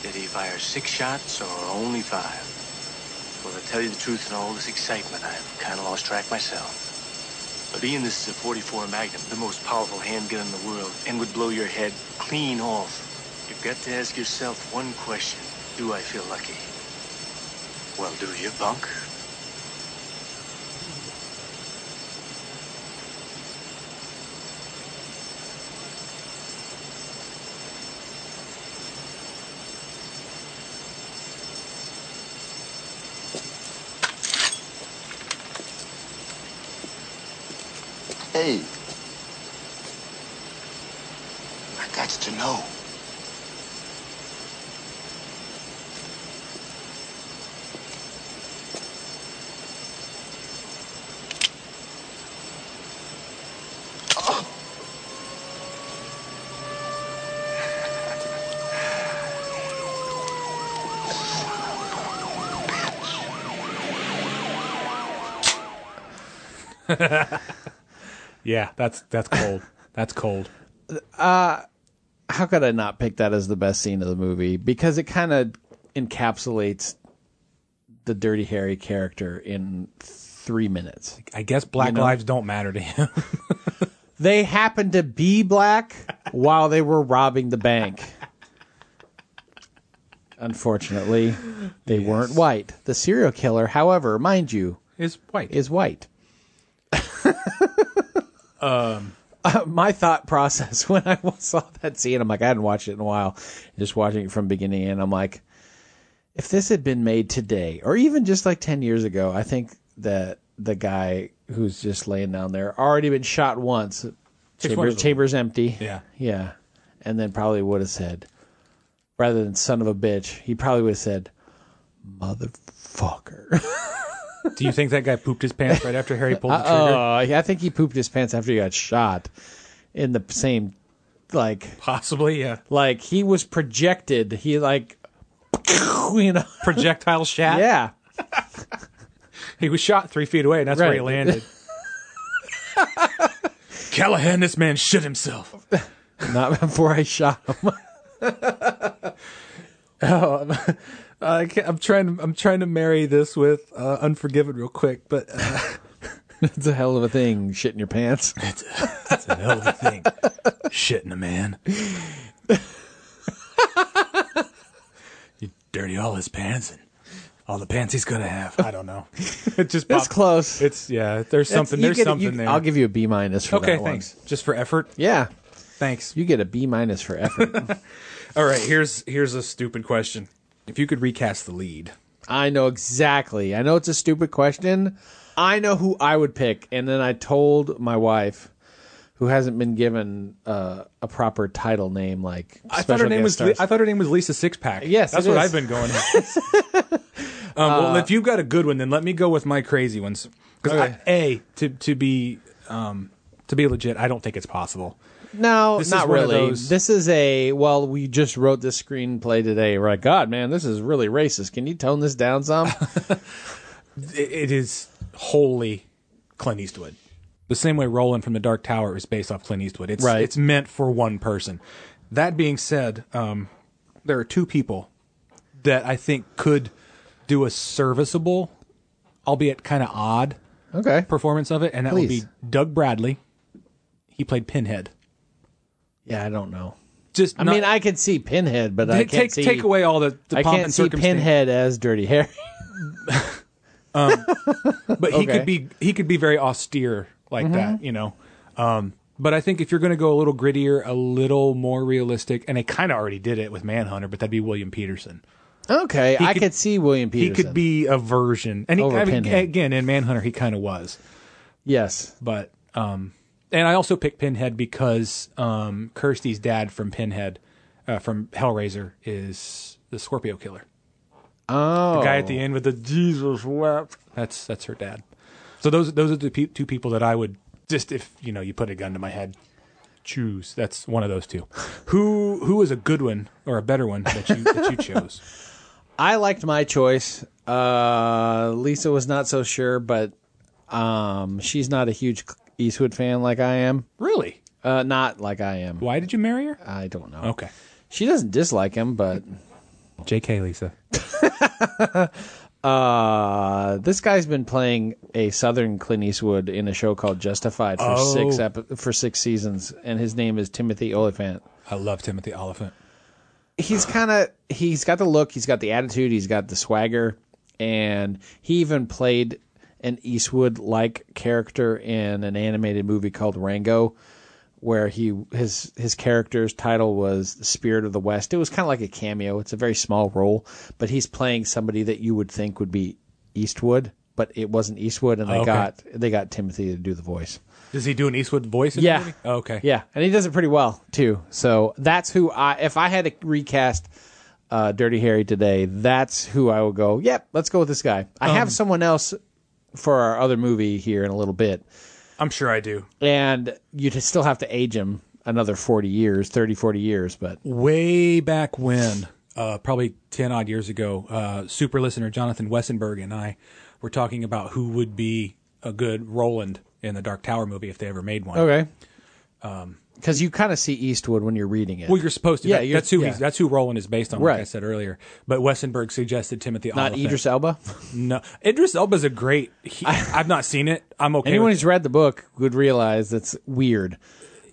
Did he fire six shots or only five? Well, to tell you the truth, in all this excitement, I've kind of lost track myself. But being this is a 44 Magnum, the most powerful handgun in the world, and would blow your head clean off, you've got to ask yourself one question. Do I feel lucky? Well, do you, punk? Hey. I got to know. Yeah, that's that's cold. that's cold. How could I not pick that as the best scene of the movie? Because it kind of encapsulates the Dirty Harry character in three minutes. I guess black lives don't matter to [LAUGHS] him. They happened to be black while they were robbing the bank. Unfortunately, they weren't white. The serial killer, however, mind you, Is white. is white. um, my thought process [LAUGHS] when I saw that scene, I'm like, I hadn't watched it in a while. Just watching it from beginning, and I'm like, if this had been made today, or even just like ten years ago, I think that the guy who's just laying down there already been shot once. Chambers, wonderful. chambers empty. Yeah. yeah, and then probably would have said, rather than "son of a bitch," he probably would have said, "motherfucker." [LAUGHS] Do you think that guy pooped his pants right after Harry pulled the trigger? Oh, yeah, I think he pooped his pants after he got shot in the same like Possibly, yeah. like he was projected. He like [LAUGHS] you know. Projectile shat. Yeah. He was shot three feet away, and that's where he [LAUGHS] Right. landed. Callahan, this man shit himself. [LAUGHS] Not before I shot him. I can't, I'm trying. I'm trying to marry this with uh, Unforgiven real quick, but uh, [LAUGHS] it's a hell of a thing, shit in your pants. That's a hell of a thing. Shitting a man. you dirty all his pants and all the pants he's gonna have. I don't know. it [LAUGHS] just It's popped. close. It's yeah. There's something. You There's get- something you- there. I'll give you a B minus for okay, that one. thanks. Just for effort. Yeah. Thanks. You get a B minus for effort. All right. Here's here's a stupid question. If you could recast the lead, I know exactly. I know it's a stupid question. I know who I would pick, and then I told my wife, who hasn't been given uh, a proper title name, like I thought her name was. Li- stars. I thought her name was Lisa Sixpack. Yes, that's it what is. Uh, I've been going. with. [LAUGHS] um, well, if you've got a good one, then let me go with my crazy ones. Because Okay. a to to be um, to be legit, I don't think it's possible. no, This is not one of really. those- This is a well. We just wrote this screenplay today. We're like, God, man, this is really racist. Can you tone this [LAUGHS] down some? It, it is wholly Clint Eastwood. The same way Roland from the Dark Tower is based off Clint Eastwood. It's Right. it's meant for one person. That being said, um, there are two people that I think could do a serviceable, albeit kind of odd, okay. performance of it, and that Please. would be Doug Bradley. He played Pinhead. Yeah, I don't know. Just I mean, I can see Pinhead, but I take can't see. take, take away all the, the I pomp can't and see circumstance. Pinhead as Dirty Harry. [LAUGHS] but he Okay. could be he could be very austere like that, you know. Um, but I think if you're going to go a little grittier, a little more realistic, and they kind of already did it with Manhunter, but that'd be William Peterson. Okay, I could- could see William Peterson. He could be a version, and he, Over I mean, Pinhead. again in Manhunter he kind of was. yes. but um and I also picked Pinhead because um Kirsty's dad from Pinhead uh, from Hellraiser is the Scorpio killer. Oh, Guy at the end with the Jesus wept. That's that's her dad. So those those are the pe- two people that I would just if you know you put a gun to my head choose. That's one of those two. Who who is a good one or a better one that you that you chose? [LAUGHS] I liked my choice. Uh, Lisa was not so sure, but Um, she's not a huge Eastwood fan like I am. Really? Uh, not like I am. Why did you marry her? I don't know. Okay. She doesn't dislike him, but JK, Lisa. uh, this guy's been playing a Southern Clint Eastwood in a show called Justified for Oh. six epi- for six seasons, and his name is Timothy Oliphant. I love Timothy Oliphant. he's kind of he's got the look, he's got the attitude, he's got the swagger, and he even played an Eastwood like character in an animated movie called Rango, where he his his character's title was the Spirit of the West. It was kind of like a cameo. It's a very small role, but he's playing somebody that you would think would be Eastwood, but it wasn't Eastwood, and they Okay. got they got Timothy to do the voice. Does he do an Eastwood voice? In Yeah. The movie? Oh, Okay. Yeah, and he does it pretty well too. So that's who I. If I had to recast uh, Dirty Harry today, that's who I would go. Yep, let's go with this guy. I Um, have someone else for our other movie here in a little bit, I'm sure I do. and you'd still have to age him another 40 years 30 40 years but way back when, uh, probably 10 odd years ago, uh, super listener Jonathan Wessenberg and I were talking about who would be a good Roland in the Dark Tower movie if they ever made one. okay because you kind of see eastwood when you're reading it Um, Well, you're supposed to. Yeah, That- you're- that's who yeah. he's, that's who Roland is based on, like I Right. said earlier. But Wessenberg suggested Timothy. not Oliphant. idris elba No, Idris Elba's a great. He, I've not seen it. I'm okay. [LAUGHS] anyone with- who's read the book would realize that's weird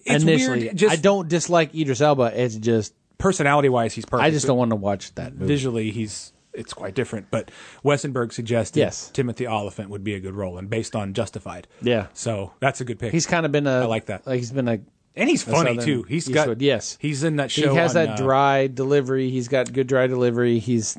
It's initially weird, just- i don't dislike idris elba it's just personality wise, he's perfect. i just don't want to watch that movie visually he's it's quite different. But Wessenberg suggested Yes. Timothy Oliphant would be a good Roland based on Justified. Yeah. So that's a good pick. He's kind of been a. I like that. Like he's been a. and he's a funny Southern too. He's Eastwood, got yes. He's in that He show. has on, that uh, dry delivery. He's got good dry delivery. He's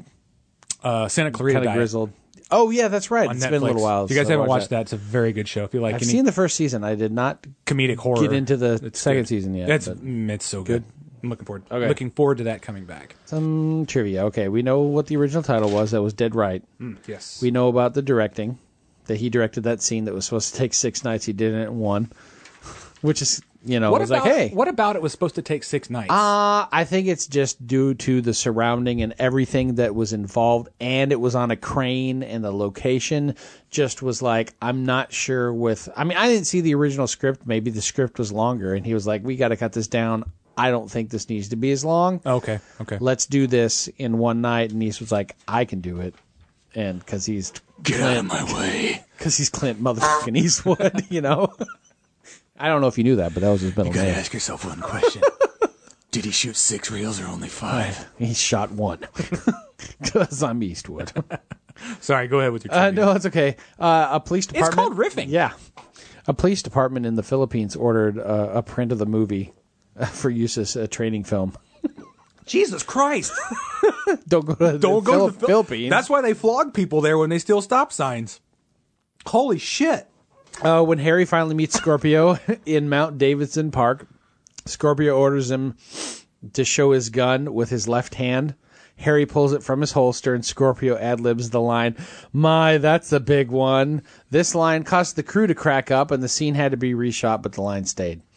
uh, Santa Clarita kind of Diet grizzled. Oh yeah, that's right. on It's Netflix. been a little while. If you guys since I haven't watched that. It's a very good show. If you like I've any seen the first season. I did not. comedic horror, get into the it's second good. season yet, That's but- mm, it's so good. I'm looking forward. Okay. Looking forward to that coming back. Some trivia. Okay, we know what the original title was. That was Dead Right. Hmm, Yes. We know about the directing. That he directed that scene that was supposed to take six nights. He did it in one, [LAUGHS] which is you know what it was about like hey. what about it was supposed to take six nights? Uh, I think it's just due to the surrounding and everything that was involved, and it was on a crane, and the location just was like, I'm not sure with. I mean, I didn't see the original script. Maybe the script was longer, and he was like, We got to cut this down. I don't think this needs to be as long. okay. Okay. Let's do this in one night. And East was like, I can do it. And because he's Get out of my way. because he's Clint motherfucking Eastwood, [LAUGHS] you know. I don't know if you knew that, but that was his middle You gotta name. ask yourself one [LAUGHS] question. Did he shoot six reels or only five? He shot one [LAUGHS] because I'm Eastwood. Sorry. Go ahead with your. Uh, trivia. no, it's okay. Uh, a police department. called riffing. Yeah. A police department in the Philippines ordered uh, a print of the movie [LAUGHS] uh, for use as a training film. Jesus Christ. Don't go [LAUGHS] to Don't go the Phil- to the Phil- Philippines. That's why they flog people there when they steal stop signs. Holy shit! uh, when Harry finally meets Scorpio [LAUGHS] in Mount Davidson Park. Scorpio orders him to show his gun with his left hand. Harry pulls it from his holster, and Scorpio ad libs the line, My, that's a big one. This line caused the crew to crack up, and the scene had to be reshot, but the line stayed. [LAUGHS]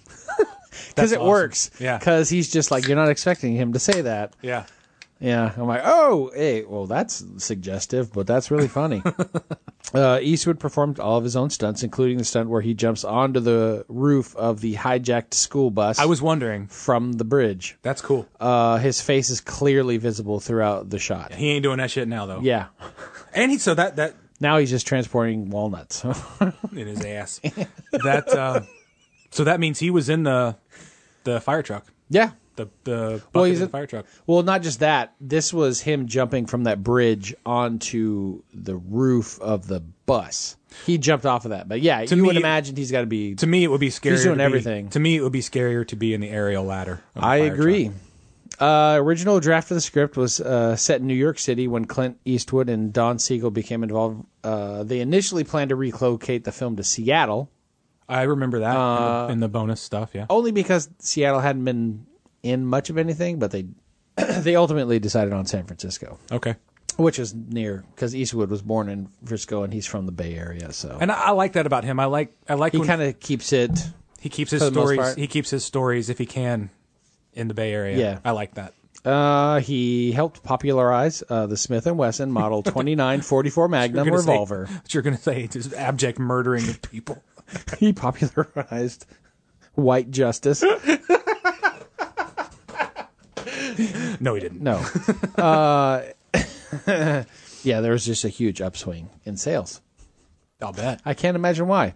Because it awesome. works. Yeah. Because he's just like, You're not expecting him to say that. Yeah. Yeah, I'm like, oh, hey, well, that's suggestive, but that's [LAUGHS] really funny. uh, Eastwood performed all of his own stunts, including the stunt where he jumps onto the roof of the hijacked school bus I was wondering. from the bridge. That's cool. Uh, his face is clearly visible throughout the shot. He ain't doing that shit now though. Yeah, And he so that that now he's just transporting walnuts. [LAUGHS] in his ass. that uh, so that means he was in the the fire truck. yeah. The the bucket Well, in he's the in- fire truck. Well, not just that. This was him jumping from that bridge onto the roof of the bus. He jumped off of that, but yeah, you would me- imagine he's got to be To me, it would be scarier. to doing be- everything. To me, it would be scarier to be in the aerial ladder. of the I fire agree. truck. Uh, original draft of the script was uh, set in New York City when Clint Eastwood and Don Siegel became involved. Uh, they initially planned to relocate the film to Seattle, I remember that Uh, in, the, in the bonus stuff. Yeah. only because Seattle hadn't been in much of anything. But they [CLEARS THROAT] they ultimately decided on San Francisco, Okay. which is near because Eastwood was born in Frisco and he's from the Bay Area, so And I, I like that about him. I like I like he when kind of keeps it. he keeps his for the most stories. part. He keeps his stories if he can in the Bay Area. Yeah. I like that. Uh, he helped popularize uh, the Smith and Wesson [LAUGHS] Model 2944 Magnum You're gonna say- revolver. [LAUGHS] what you're going to say just abject [LAUGHS] murdering of people. he popularized white justice. No, he didn't. No. Uh, [LAUGHS] yeah, there was just a huge upswing in sales. I'll bet. I can't imagine why.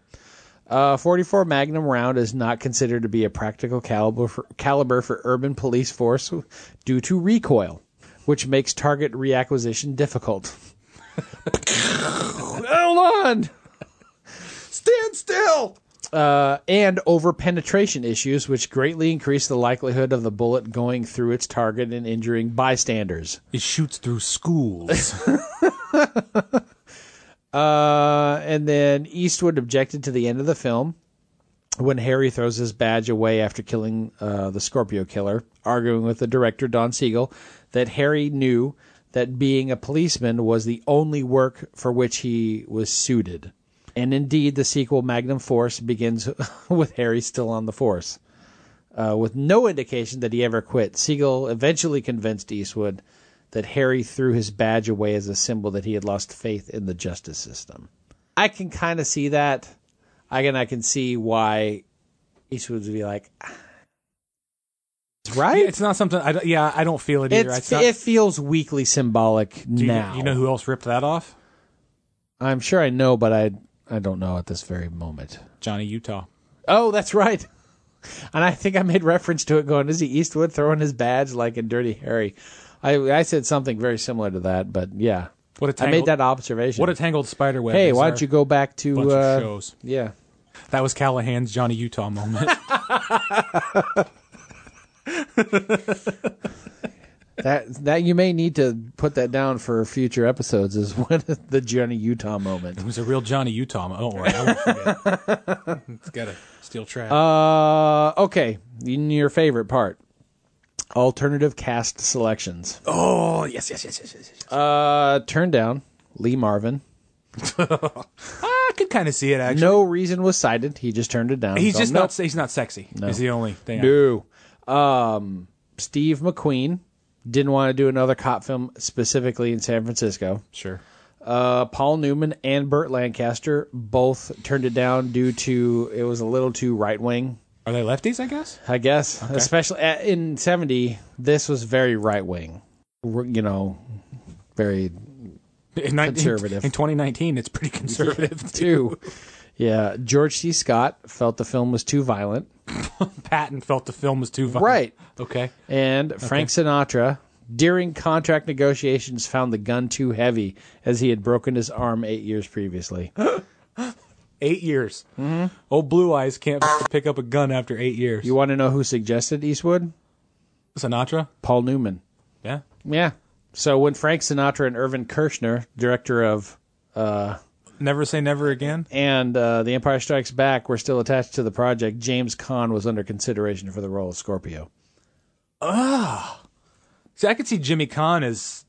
Uh, 44 Magnum round is not considered to be a practical caliber for, caliber for urban police force due to recoil, which makes target reacquisition difficult. [LAUGHS] Hold on. Stand still. and over penetration issues, which greatly increase the likelihood of the bullet going through its target and injuring bystanders. It shoots through schools. [LAUGHS] Uh, and then Eastwood objected to the end of the film when Harry throws his badge away after killing uh, the Scorpio killer, arguing with the director, Don Siegel, that Harry knew that being a policeman was the only work for which he was suited. And indeed, the sequel, Magnum Force, begins [LAUGHS] with Harry still on the force. Uh, with no indication that he ever quit, Siegel eventually convinced Eastwood that Harry threw his badge away as a symbol that he had lost faith in the justice system. I can kind of see that. I can I can see why Eastwood would be like, [LAUGHS] "Ah, it's right. it's not something. I don't, yeah, I don't feel it either. It's- It's not, it feels weakly symbolic do you, now. you know who else ripped that off? I'm sure I know, but I I don't know at this very moment. Johnny Utah. Oh, that's right. [LAUGHS] And I think I made reference to it going, is he Eastwood throwing his badge like in Dirty Harry? I I said something very similar to that, but yeah. What a I tangled, made that observation. What a tangled spider web. hey, is why our don't you go back to bunch uh, of shows? Yeah. That was Callahan's Johnny Utah moment. That that you may need to put that down for future episodes is [LAUGHS] when the Johnny Utah moment. It was a real Johnny Utah. mo- Don't worry, I won't forget. [LAUGHS] it's got a steel trap. Uh okay. In your favorite part. Alternative cast selections. oh yes, yes, yes, yes, yes. yes. Uh turn down Lee Marvin. I could kind of see it actually. No reason was cited. He just turned it down. he's Going, just "Nope." not. He's not sexy. Is the only thing. I- No. Um, Steve McQueen didn't want to do another cop film specifically in San Francisco. sure. Uh, Paul Newman and Burt Lancaster both turned it down due to it was a little too right wing. Are they lefties? I guess. I guess, especially uh, in '70, this was very right wing. You know, very In nine- Conservative. In 2019, it's pretty conservative [LAUGHS] too. too. Yeah, George C. Scott felt the film was too violent. Patton felt the film was too violent. Right. Okay. And Frank Sinatra, during contract negotiations, found the gun too heavy as he had broken his arm eight years [GASPS] previously. Eight years. Mm-hmm. Old Blue Eyes can't f- pick up a gun after eight years. You want to know who suggested Eastwood? Sinatra. Paul Newman. Yeah. Yeah. So when Frank Sinatra and Irvin Kershner, director of Never say never again. and uh, The Empire Strikes Back, were still attached to the project, James Caan was under consideration for the role of Scorpio. See, I could see Jimmy Kahn as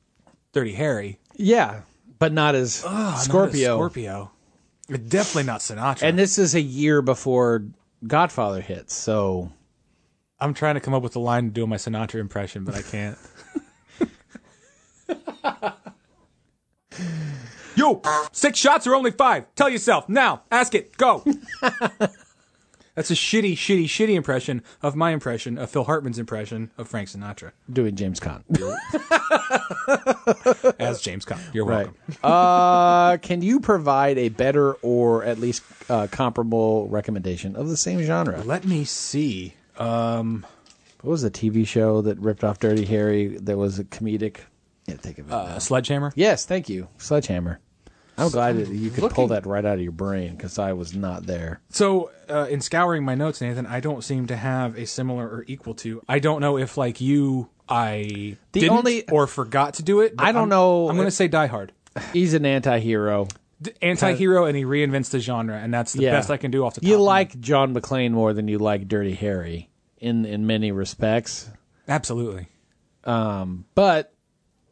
Dirty Harry. Yeah, but not as Ah, Not as Scorpio. Scorpio. Definitely not Sinatra. And this is a year before Godfather hits, so I'm trying to come up with a line to do my Sinatra impression, but I can't. Yo, six shots or only five? Tell yourself now. Ask it. Go. [LAUGHS] That's a shitty, shitty, shitty impression of my impression of Phil Hartman's impression of Frank Sinatra doing James Caan. as James Caan. You're Right. welcome. uh, [LAUGHS] can you provide a better or at least uh, comparable recommendation of the same genre? Let me see. What was the TV show that ripped off Dirty Harry that was a comedic? Can't think of it. Uh, Sledgehammer. yes, thank you, Sledgehammer. I'm glad that you could pull looking- that right out of your brain because I was not there. So, uh, in scouring my notes, Nathan, I don't seem to have a similar or equal to. I don't know if, like you, I The didn't only- or forgot to do it. but I don't I'm- know I'm going to if- say Die Hard, He's an anti-hero. D- anti-hero, and he reinvents the genre, and that's the Yeah. best I can do off the top. You of my- like John McClane more than you like Dirty Harry in in many respects, absolutely. but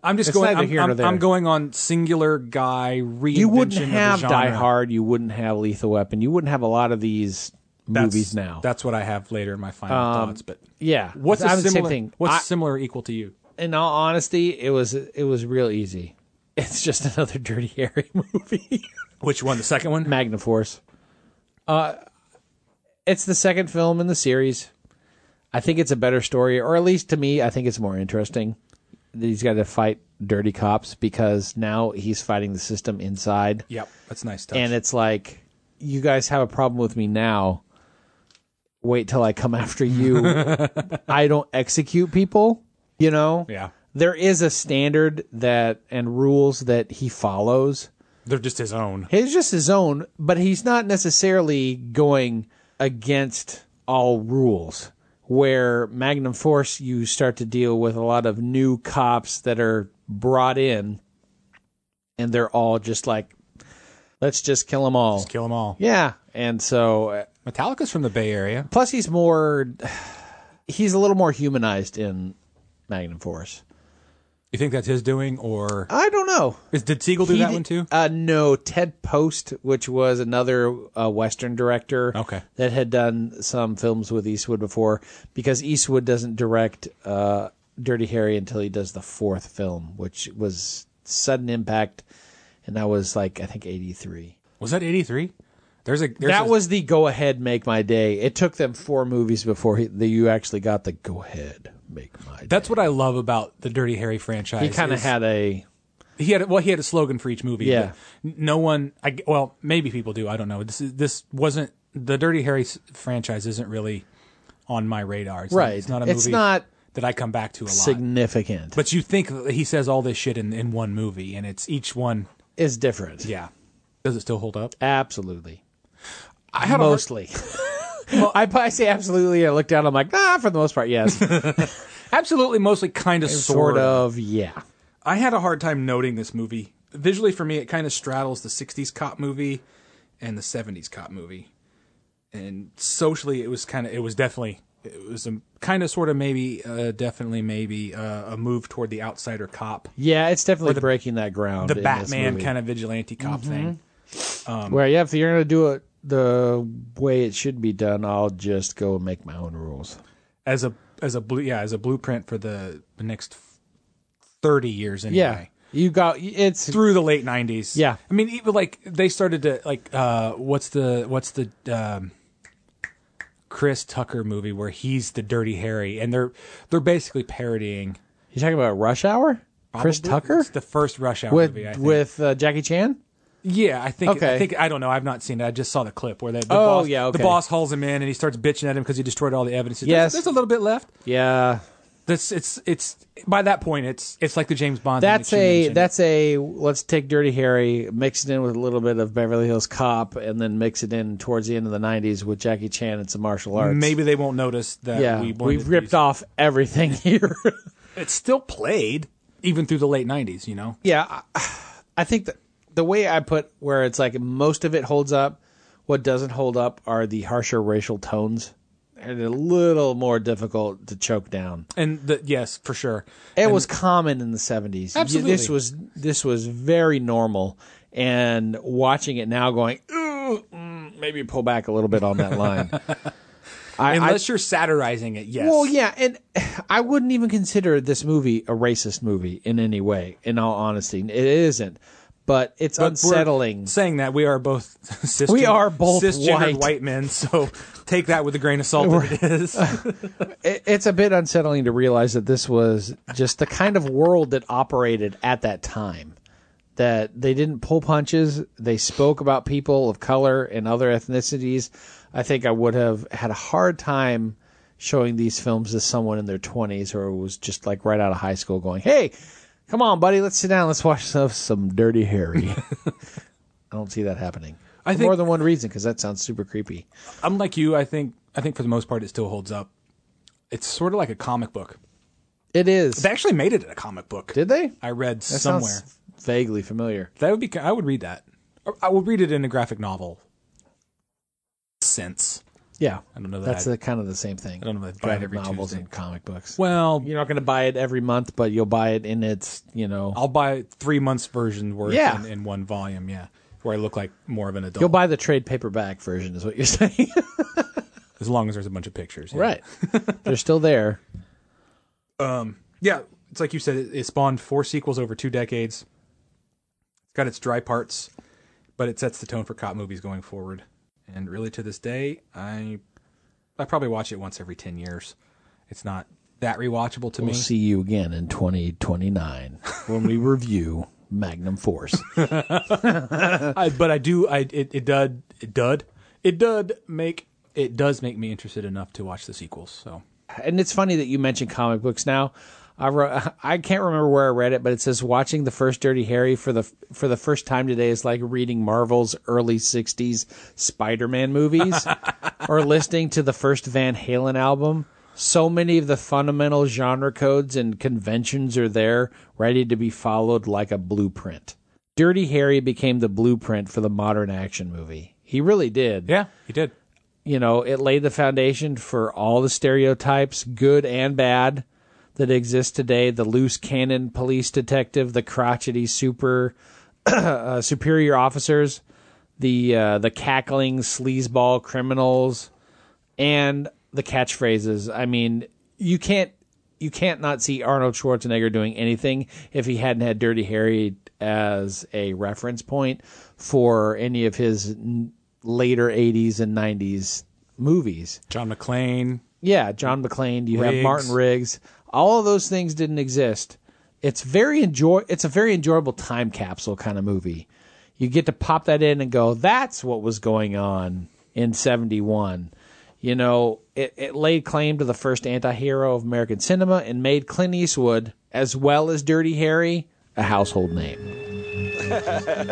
I'm just It's going. neither I'm, here nor I'm, I'm there. going on singular guy reinvention. you wouldn't of the have genre. Die Hard, you wouldn't have Lethal Weapon, you wouldn't have a lot of these That's- movies now. Um, That's what I have later in my final thoughts. But Yeah. what's a I'm the same similar? thing. What's I- similar or equal to you? in all honesty, it was it was real easy. [LAUGHS] It's just another Dirty Harry [LAUGHS] movie. Which one? The second one? Magnaforce. Uh, it's the second film in the series. I think it's a better story, or at least to me, I think it's more interesting that he's got to fight dirty cops because now he's fighting the system inside. Yep, that's a nice touch. And it's like, you guys have a problem with me now. Wait till I come [LAUGHS] after you. I don't execute people, you know? yeah, There is a standard that and rules that he follows. they're just his own. He's just his own, but he's not necessarily going against all rules. Where Magnum Force, you start to deal with a lot of new cops that are brought in, and they're all just like, let's just kill them all. Kill them all. yeah. And so, uh, Metallica's from the Bay Area. plus, he's more, [SIGHS] he's a little more humanized in Magnum Force. You think that's his doing, or I don't know. is, did Siegel do He that did- one too? Uh, no, Ted Post, which was another uh, Western director. Okay. That had done some films with Eastwood before, because Eastwood doesn't direct uh, Dirty Harry until he does the fourth film, which was Sudden Impact, and that was like I think eighty three. Was that '83? There's a there's That a- was the go ahead make my day. It took them four movies before he, that you actually got the go ahead make my day. That's what I love about the Dirty Harry franchise. he kind of is- had a he had well he had a slogan for each movie. Yeah. but n- no one. I well maybe people do. I don't know. This is, this wasn't the Dirty Harry s- franchise isn't really on my radar. It's not- Right. it's not a It's movie not that I come back to a lot. significant. but you think that he says all this shit in, in one movie, and it's each one. it's different. Yeah. Does it still hold up? Absolutely. I had a hard- [LAUGHS] mostly. I, I say absolutely. I look down. I'm like, ah, for the most [LAUGHS] part, yes, absolutely mostly kind of sort of. Yeah, I had a hard time noting this movie. Visually, for me, it kind of straddles the 60s cop movie and the 70s cop movie. And socially, it was kind of, it was definitely, it was a kind of sort of maybe, uh, definitely maybe uh, a move toward the outsider cop, yeah. It's definitely breaking that ground. the Batman kind of vigilante cop thing. of where, yeah, if you're gonna do it the way it should be done, I'll just go and make my own rules. As a, as a blue, yeah, as a blueprint for the, the next 30 years anyway. Yeah, you got it's through the late nineties. Yeah. I mean, even like they started to like uh, what's the what's the um, Chris Tucker movie where he's the Dirty Harry, and they're they're basically parodying you talking about Rush Hour, Chris Probably- Tucker It's the first Rush Hour with movie. I think. with uh, Jackie Chan. yeah, I think I Okay. think I don't know. I've not seen it. I just saw the clip where they, the Oh, boss, yeah, okay. the boss hauls him in and he starts bitching at him because he destroyed all the evidence. He says, Yes. there's, a little bit left. Yeah, That's it's it's by that point it's it's like the James Bond. thing that's that you a mentioned. that's a let's take Dirty Harry, mix it in with a little bit of Beverly Hills Cop, and then mix it in towards the end of the '90s with Jackie Chan and some martial arts. maybe they won't notice that yeah, we we blended have ripped these. off everything [LAUGHS] here. It's still played even through the late nineties. You know. yeah, I, I think that the way I put where it's like most of it holds up. What doesn't hold up are the harsher racial tones, and a little more difficult to choke down. And the, yes, for sure. It was common in the seventies. Absolutely. this was this was very normal. And watching it now, going, "Ooh, mm, maybe pull back a little bit on that [LAUGHS] line. I, I, Unless you're satirizing it, yes. well, yeah, and I wouldn't even consider this movie a racist movie in any way. In all honesty, it isn't. But it's But we're unsettling. Saying that we are both [LAUGHS] cisgender, We are both cisgendered white. men, so take that with a grain of salt. that it is. [LAUGHS] It- It's a bit unsettling to realize that this was just the kind of world that operated at that time. That they didn't pull punches. They spoke about people of color and other ethnicities. I think I would have had a hard time showing these films to someone in their 20s or was just like right out of high school going, hey, come on, buddy, let's sit down. Let's watch some, some Dirty Harry. [LAUGHS] I don't see that happening. I For think- more than one reason because that sounds super creepy. I'm like you. I think. I think for the most part, it still holds up. It's sort of like a comic book. It is. They actually made it a comic book. Did they? I read That somewhere. sounds vaguely familiar. That would be. I would read that. Or I would read it in a graphic novel. Sense. Yeah, I don't know that That's I'd- the, kind of the same thing. I don't know that I'd buy it graphic every novels Tuesday. and comic books. Well, You're not going to buy it every month, but you'll buy it in its, you know, I'll buy three months version worth Yeah. in, in one volume. Yeah, where I look like more of an adult. you'll buy the trade paperback version, is what you're [LAUGHS] saying, [LAUGHS] as long as there's a bunch of pictures. yeah. right? They're still there. Yeah. it's like you said, it, it spawned four sequels over two decades. It's got its dry parts, but it sets the tone for cop movies going forward. And really, to this day, I I probably watch it once every ten years. It's not that rewatchable to We'll me. see you again in 2029 when we review Magnum Force. I, but I do. I it, it dud it dud it dud make it does make me interested enough to watch the sequels. So and it's funny that you mentioned comic books now. I wrote, [LAUGHS] I can't remember where I read it, but it says watching the first Dirty Harry for the for the first time today is like reading Marvel's early '60s Spider-Man movies or listening to the first Van Halen album. So many of the fundamental genre codes and conventions are there, ready to be followed like a blueprint. Dirty Harry became the blueprint for the modern action movie. He really did yeah, he did. you know, it laid the foundation for all the stereotypes, good and bad, that exist today. The loose cannon police detective, the crotchety super [CLEARS THROAT] uh, superior officers, the uh, the cackling sleazeball criminals, and the catchphrases. I mean, you can't you can't not see Arnold Schwarzenegger doing anything if he hadn't had Dirty Harry as a reference point for any of his n- later 80s and 90s movies. John McClane. Yeah, John McClane, you have Riggs. Martin Riggs. All of those things didn't exist. It's very enjoy it's a very enjoyable time capsule kind of movie. You get to pop that in and go, that's what was going on in 71. You know, it, it laid claim to the first anti-hero of American cinema and made Clint Eastwood, as well as Dirty Harry, a household name.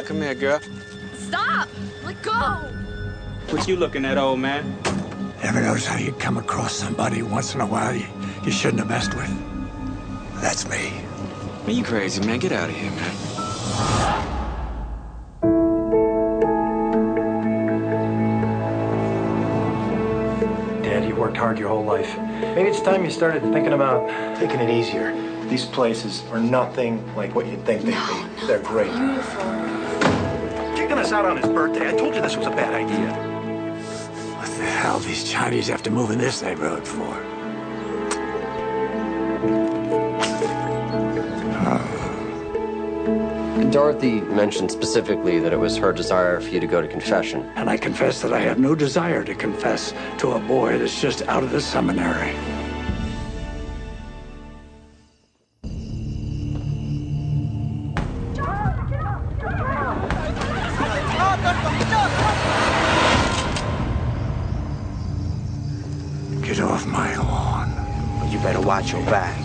Come here, girl. Stop! Let go! What you looking at, old man? Never knows how you come across somebody once in a while you, you shouldn't have messed with. That's me. Man, you crazy, man. Get out of here, man. Dad, you worked hard your whole life. Maybe it's time you started thinking about taking it easier. These places are nothing like what you think they'd be. They're great. Kicking us out on his birthday. I told you this was a bad idea. What the hell these Chinese have to move in this neighborhood for? Dorothy mentioned specifically that it was her desire for you to go to confession. And I confess that I have no desire to confess to a boy that's just out of the seminary. Get off my lawn. You better watch your back.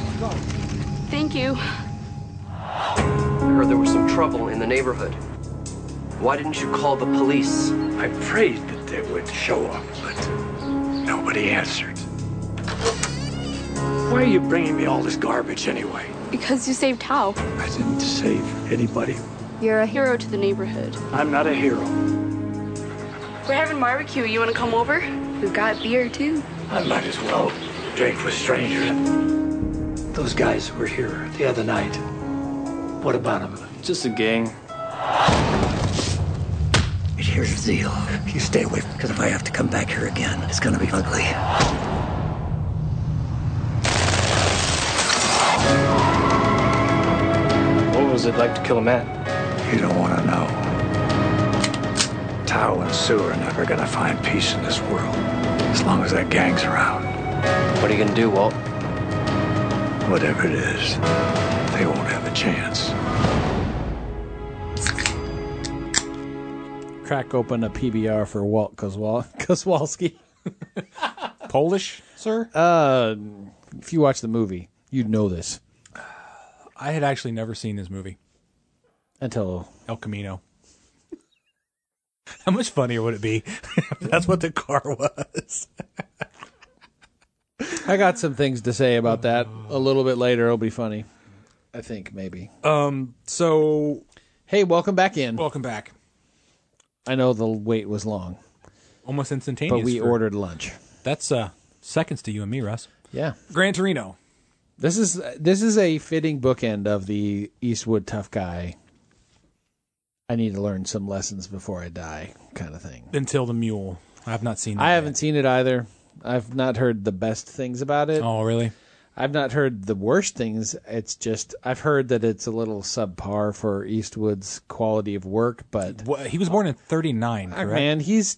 Thank you. I heard there was some trouble in the neighborhood. Why didn't you call the police? I prayed that they would show up, but nobody answered. Why are you bringing me all this garbage anyway? Because you saved Tao. I didn't save anybody. You're a hero to the neighborhood. I'm not a hero. We're having barbecue. You want to come over? We've got beer too. I might as well drink with strangers. Those guys were here the other night. What about them? Just a gang. Here's the deal. You stay away, because if I have to come back here again, it's gonna be ugly. What was it like to kill a man? You don't want to know. Tao and Sue are never going to find peace in this world as long as that gang's around. What are you gonna do, Walt? Whatever it is, they won't have a chance. Crack open a PBR for Walt Kozwal- [LAUGHS] Kozlowski. Polish, sir? Uh, if you watch the movie, you'd know this I had actually never seen this movie, until El Camino. [LAUGHS] How much funnier would it be [LAUGHS] if that's what the car was? I got some things to say about that a little bit later. It'll be funny. I think maybe. Um, So, Hey, welcome back in. welcome back. I know the wait was long, Almost instantaneous. but we for- ordered lunch. That's uh, seconds to you and me, Russ. Yeah. Gran Torino. This is this is a fitting bookend of the Eastwood tough guy. I need to learn some lessons before I die kind of thing. Until the Mule. I've not seen that. I yet. haven't seen it either. I've not heard the best things about it. Oh, really? I've not heard the worst things. It's just I've heard that it's a little subpar for Eastwood's quality of work. But he was born in '39, correct? Man, he's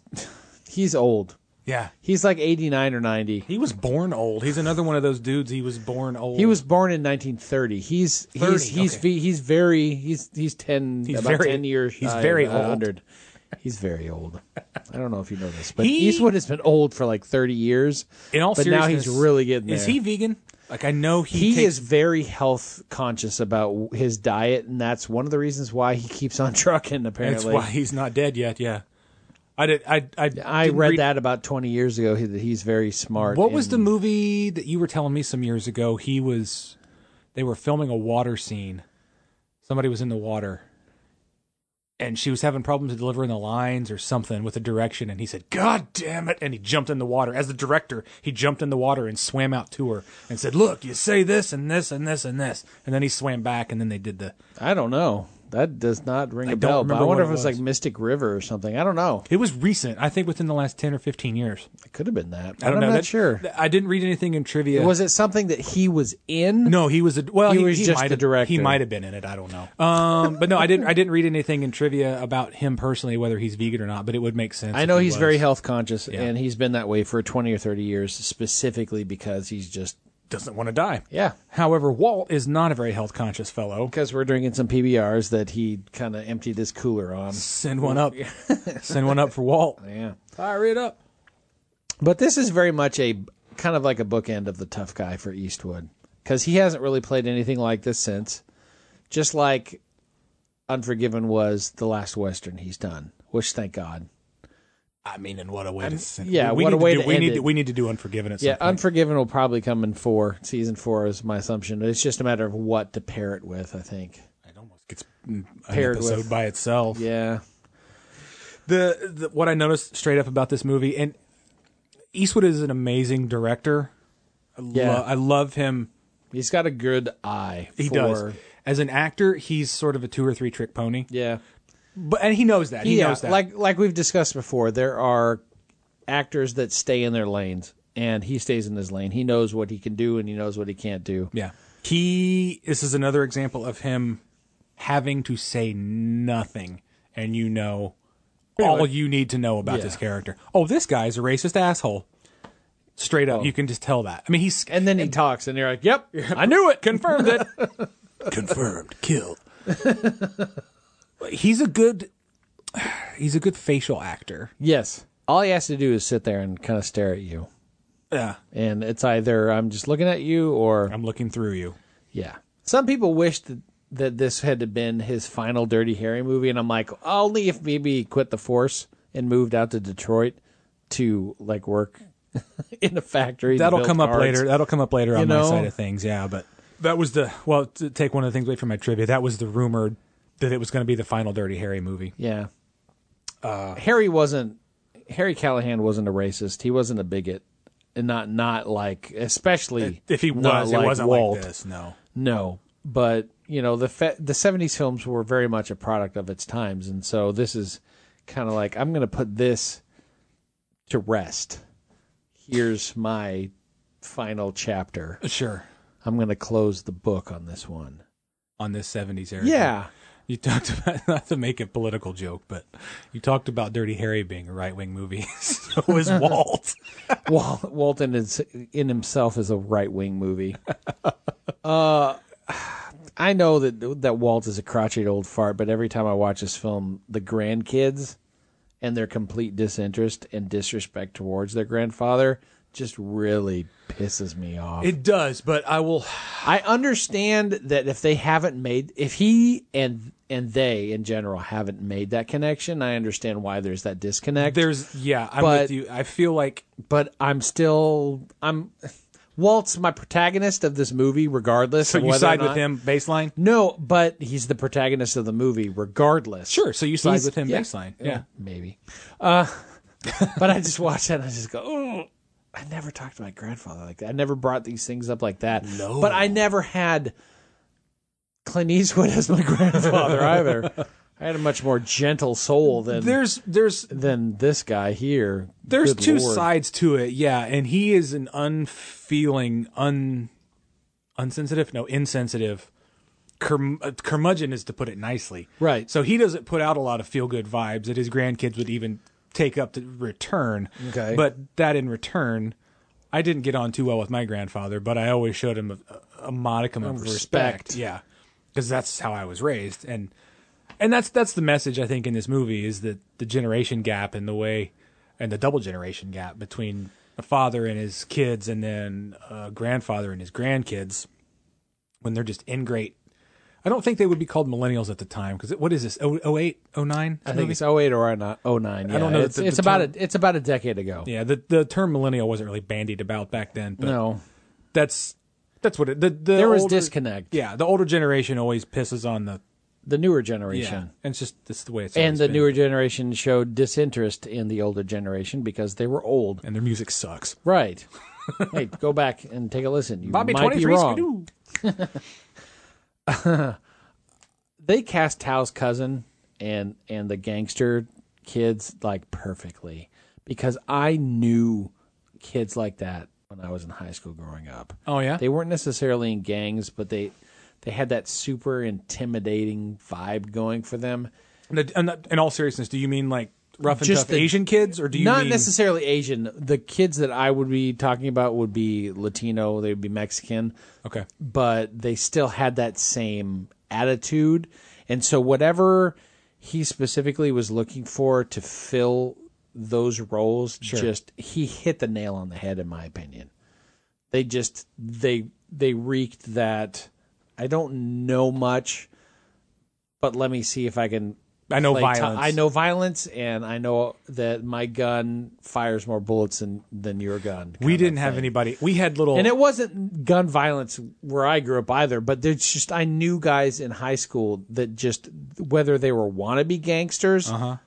he's old. Yeah. he's like '89 or '90. He was born old. He's another one of those dudes. He was born old. He was born in 1930. He's 30, he's he's okay. ve- he's very he's he's ten He's about very- ten years. he's shy very of old. 100. He's very old. I don't know if you know this, but He- Eastwood has been old for like 30 years. In all but now seriousness, he's really getting there. Is he vegan? Like I know he. he takes- is very health conscious about w- his diet, and that's one of the reasons why he keeps on [LAUGHS] trucking. [LAUGHS] That's Apparently, why he's not dead yet. Yeah. I did. I I, I didn't read that about 20 years ago. he- that He's very smart. What was and- the movie that you were telling me some years ago? He was, they were filming a water scene. Somebody was in the water, and she was having problems delivering the lines or something with the direction. And he said, "God damn it!" And he jumped in the water. As the director, he jumped in the water and swam out to her and said, "Look, you say this and this and this and this." And then he swam back, and then they did the. I don't know. That does not ring I a don't bell. But I remember wonder what it if it was, was. like Mystic River or something. I don't know. It was recent. I think within the last ten or fifteen years. It could have been that. I don't am know. not That- sure. I didn't read anything in trivia. Was it something that he was in? No, he was a well. He He, was he just might the have- director. He might have been in it. I don't know. Um, but no, I didn't. I didn't read anything in trivia about him personally, whether he's vegan or not. But it would make sense. I if know he he's was. very health conscious, Yeah. and he's been that way for 20 or 30 years, specifically because he's just doesn't want to die. Yeah. However, Walt is not a very health conscious fellow. because we're drinking some PBRs that he kind of emptied his cooler on. Send one up. [LAUGHS] Send one up for Walt. Yeah. Fire it up. But this is very much a kind of like a bookend of the tough guy for Eastwood because he hasn't really played anything like this since. Just like Unforgiven was the last Western he's done, which thank God. I mean, and what a way to send. yeah, we what need a way do, to we end need it. To, we need to do Unforgiven at some Yeah, point. Unforgiven will probably come in four. Season four is my assumption. It's just a matter of what to pair it with, I think. It's mm, an paired episode with- by itself. Yeah. the, the what I noticed straight up about this movie, and Eastwood is an amazing director. I Yeah. lo- I love him. He's got a good eye. He for, does. As an actor, he's sort of a two or three trick pony. Yeah. But and he knows that. He yeah, knows that. Like like we've discussed before, there are actors that stay in their lanes and he stays in his lane. He knows what he can do and he knows what he can't do. yeah. He this is another example of him having to say nothing and you know all you need to know about Yeah. this character. Oh, this guy's a racist asshole. Straight Oh. up, you can just tell that. I mean, he's And then he talks and you're like, Yep, [LAUGHS] I knew it. confirmed [LAUGHS] it. Confirmed. Killed. [LAUGHS] He's a good [SIGHS] he's a good facial actor. yes. All he has to do is sit there and kind of stare at you. Yeah. And it's either I'm just looking at you or I'm looking through you. Yeah. Some people wish that, that this had been his final Dirty Harry movie, and I'm like, only if maybe he quit the force and moved out to Detroit to like work [LAUGHS] in a factory. to That'll build come up cars. later. That'll come up later on know? my side of things. Yeah, but that was the well. To take one of the things away from my trivia, that was the rumor that it was going to be the final Dirty Harry movie. Yeah. Uh, Harry wasn't Harry Callahan wasn't a racist. He wasn't a bigot, and not not like especially If he not was, like it wasn't Walt. like this. No, No, but you know the fe- the seventies films were very much a product of its times, and so this is kind of like I'm going to put this to rest. Here's my final chapter. Uh, sure. I'm going to close the book on this one. On this '70s era, Yeah, You talked [LAUGHS] about not to make a political joke, but you talked about Dirty Harry being a right wing movie. [LAUGHS] so was Walt. Wal- Walton is in himself is a right [LAUGHS] wing movie. Uh, I know that that Walt is a crotchety old fart, but every time I watch this film, the grandkids and their complete disinterest and disrespect towards their grandfather just really pisses me off. It does, but I will. I understand that if they haven't made if he and and they in general haven't made that connection, I understand why there's that disconnect There's yeah, I'm But- with you. I feel like but I'm still I'm Walt's my protagonist of this movie, regardless. so of you whether or side with not- him baseline. No, but he's the protagonist of the movie, regardless. Sure, so you side He's- with him yeah, baseline. yeah, Yeah. maybe. Uh, [LAUGHS] but I just watch that and I just go, oh, I never talked to my grandfather like that. I never brought these things up like that. No, but I never had Clint Eastwood as my [LAUGHS] grandfather either. I had a much more gentle soul than There's there's than this guy here. There's Good two Lord. sides to it, yeah, and he is an unfeeling, un unsensitive, no, insensitive. Curm- uh, curmudgeon is to put it nicely. Right. So he doesn't put out a lot of feel good vibes that his grandkids would even take up to return. Okay. But that in return, I didn't get on too well with my grandfather, but I always showed him a, a modicum of respect. Respect. Yeah. Because that's how I was raised. And and that's that's the message I think in this movie is that the generation gap and the way and the double generation gap between a father and his kids and then a grandfather and his grandkids when they're just ingrate. I don't think they would be called millennials at the time because what is this? oh, O- 08, 09? I think it's 08 or 09. I don't know that It's, the- it's the about term- a, it's about a decade ago. Yeah, the the term millennial wasn't really bandied about back then. But No. that's that's what it. The, the There was older- disconnect. Yeah, the older generation always pisses on the the newer generation. Yeah, and it's just it's the way it's. and always the been. newer generation showed disinterest in the older generation because they were old and their music sucks. Right. [LAUGHS] hey, go back and take a listen. You Bobby might twenty be three wrong. Skidoo. they cast Tao's cousin and and the gangster kids like perfectly because I knew kids like that when I was in high school growing up. Oh, yeah? they weren't necessarily in gangs, but they they had that super intimidating vibe going for them. And the- and the- in all seriousness, do you mean like rough and Just tough the- Asian kids, or do you not mean- necessarily Asian? The kids that I would be talking about would be Latino. They would be Mexican. Okay. but they still had that same attitude, and so whatever he specifically was looking for to fill those roles, Sure. just he hit the nail on the head, in my opinion. They just they they reeked that I don't know much, but let me see if I can. I know play ti- violence. I know violence, and I know that my gun fires more bullets than than your gun. We didn't have anybody. We had little. And it wasn't gun violence where I grew up either, but there's just I knew guys in high school that just whether they were wannabe gangsters, Uh-huh.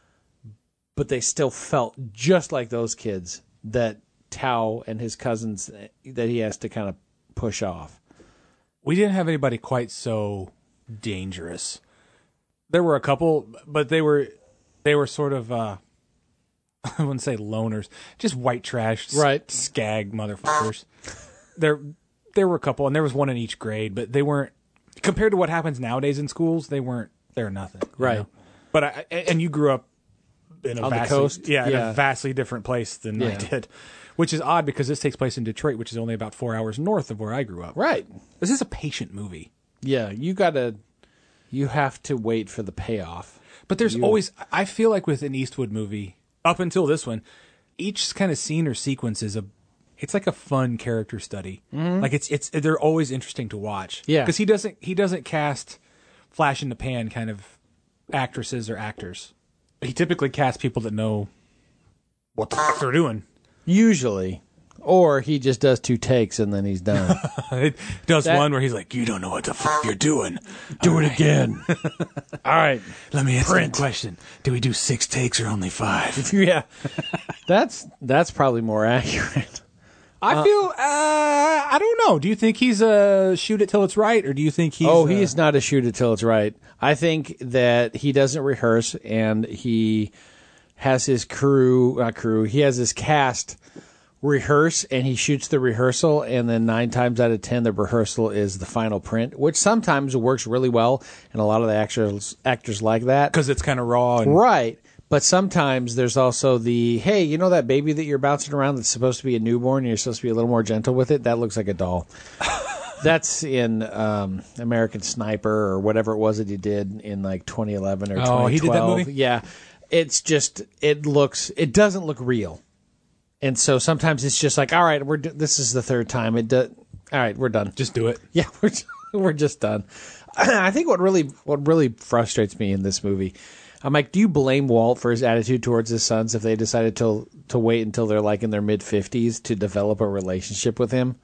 but they still felt just like those kids that Tao and his cousins that he has to kind of push off. we didn't have anybody quite so dangerous. There were a couple, but they were they were sort of uh [LAUGHS] I wouldn't say loners, just white trash, s- Right. Skag motherfuckers. there there were a couple, and there was one in each grade, but they weren't compared to what happens nowadays in schools. They weren't they're nothing, you Right. know? But I I- and you grew up in a On the vastly- coast? yeah, in Yeah. a vastly different place than I Yeah. did, which is odd because this takes place in Detroit, which is only about four hours north of where I grew up. Right. This is a patient movie. Yeah, you gotta you have to wait for the payoff. But there's You- always I feel like with an Eastwood movie up until this one, each kind of scene or sequence is a it's like a fun character study. Like it's it's they're always interesting to watch. Mm-hmm. Yeah. because he doesn't he doesn't cast flash in the pan kind of actresses or actors. He typically casts people that know what the fuck they're doing. Usually. Or he just does two takes and then he's done. it does That- one where he's like, "You don't know what the fuck you're doing. Do it [LAUGHS] again. All right. Let me answer Print. that question. Do we do six takes or only five? [LAUGHS] yeah. [LAUGHS] That's that's probably more [LAUGHS] accurate. I feel uh, I don't know. Do you think he's a shoot it till it's right, or do you think he's oh, uh, he is not a shoot it till it's right. I think that he doesn't rehearse and he has his crew, not crew, he has his cast rehearse and he shoots the rehearsal. And then nine times out of 10, the rehearsal is the final print, which sometimes works really well. And a lot of the actors, actors like that. because it's kind of raw and Right. But sometimes there's also the hey, you know that baby that you're bouncing around that's supposed to be a newborn, and you're supposed to be a little more gentle with it. That looks like [LAUGHS] a doll. that's in um, American Sniper or whatever it was that he did in like 2011 or Oh, 2012. he did that movie? Yeah, it's just it looks it doesn't look real, and so sometimes it's just like all right, we're do- this is the third time it. Do- all right, we're done. Just do it. [LAUGHS] Yeah, we're just, we're just done. [CLEARS THROAT] I think what really what really frustrates me in this movie, I'm like, do you blame Walt for his attitude towards his sons if they decided to to wait until they're like in their mid 50s to develop a relationship with him?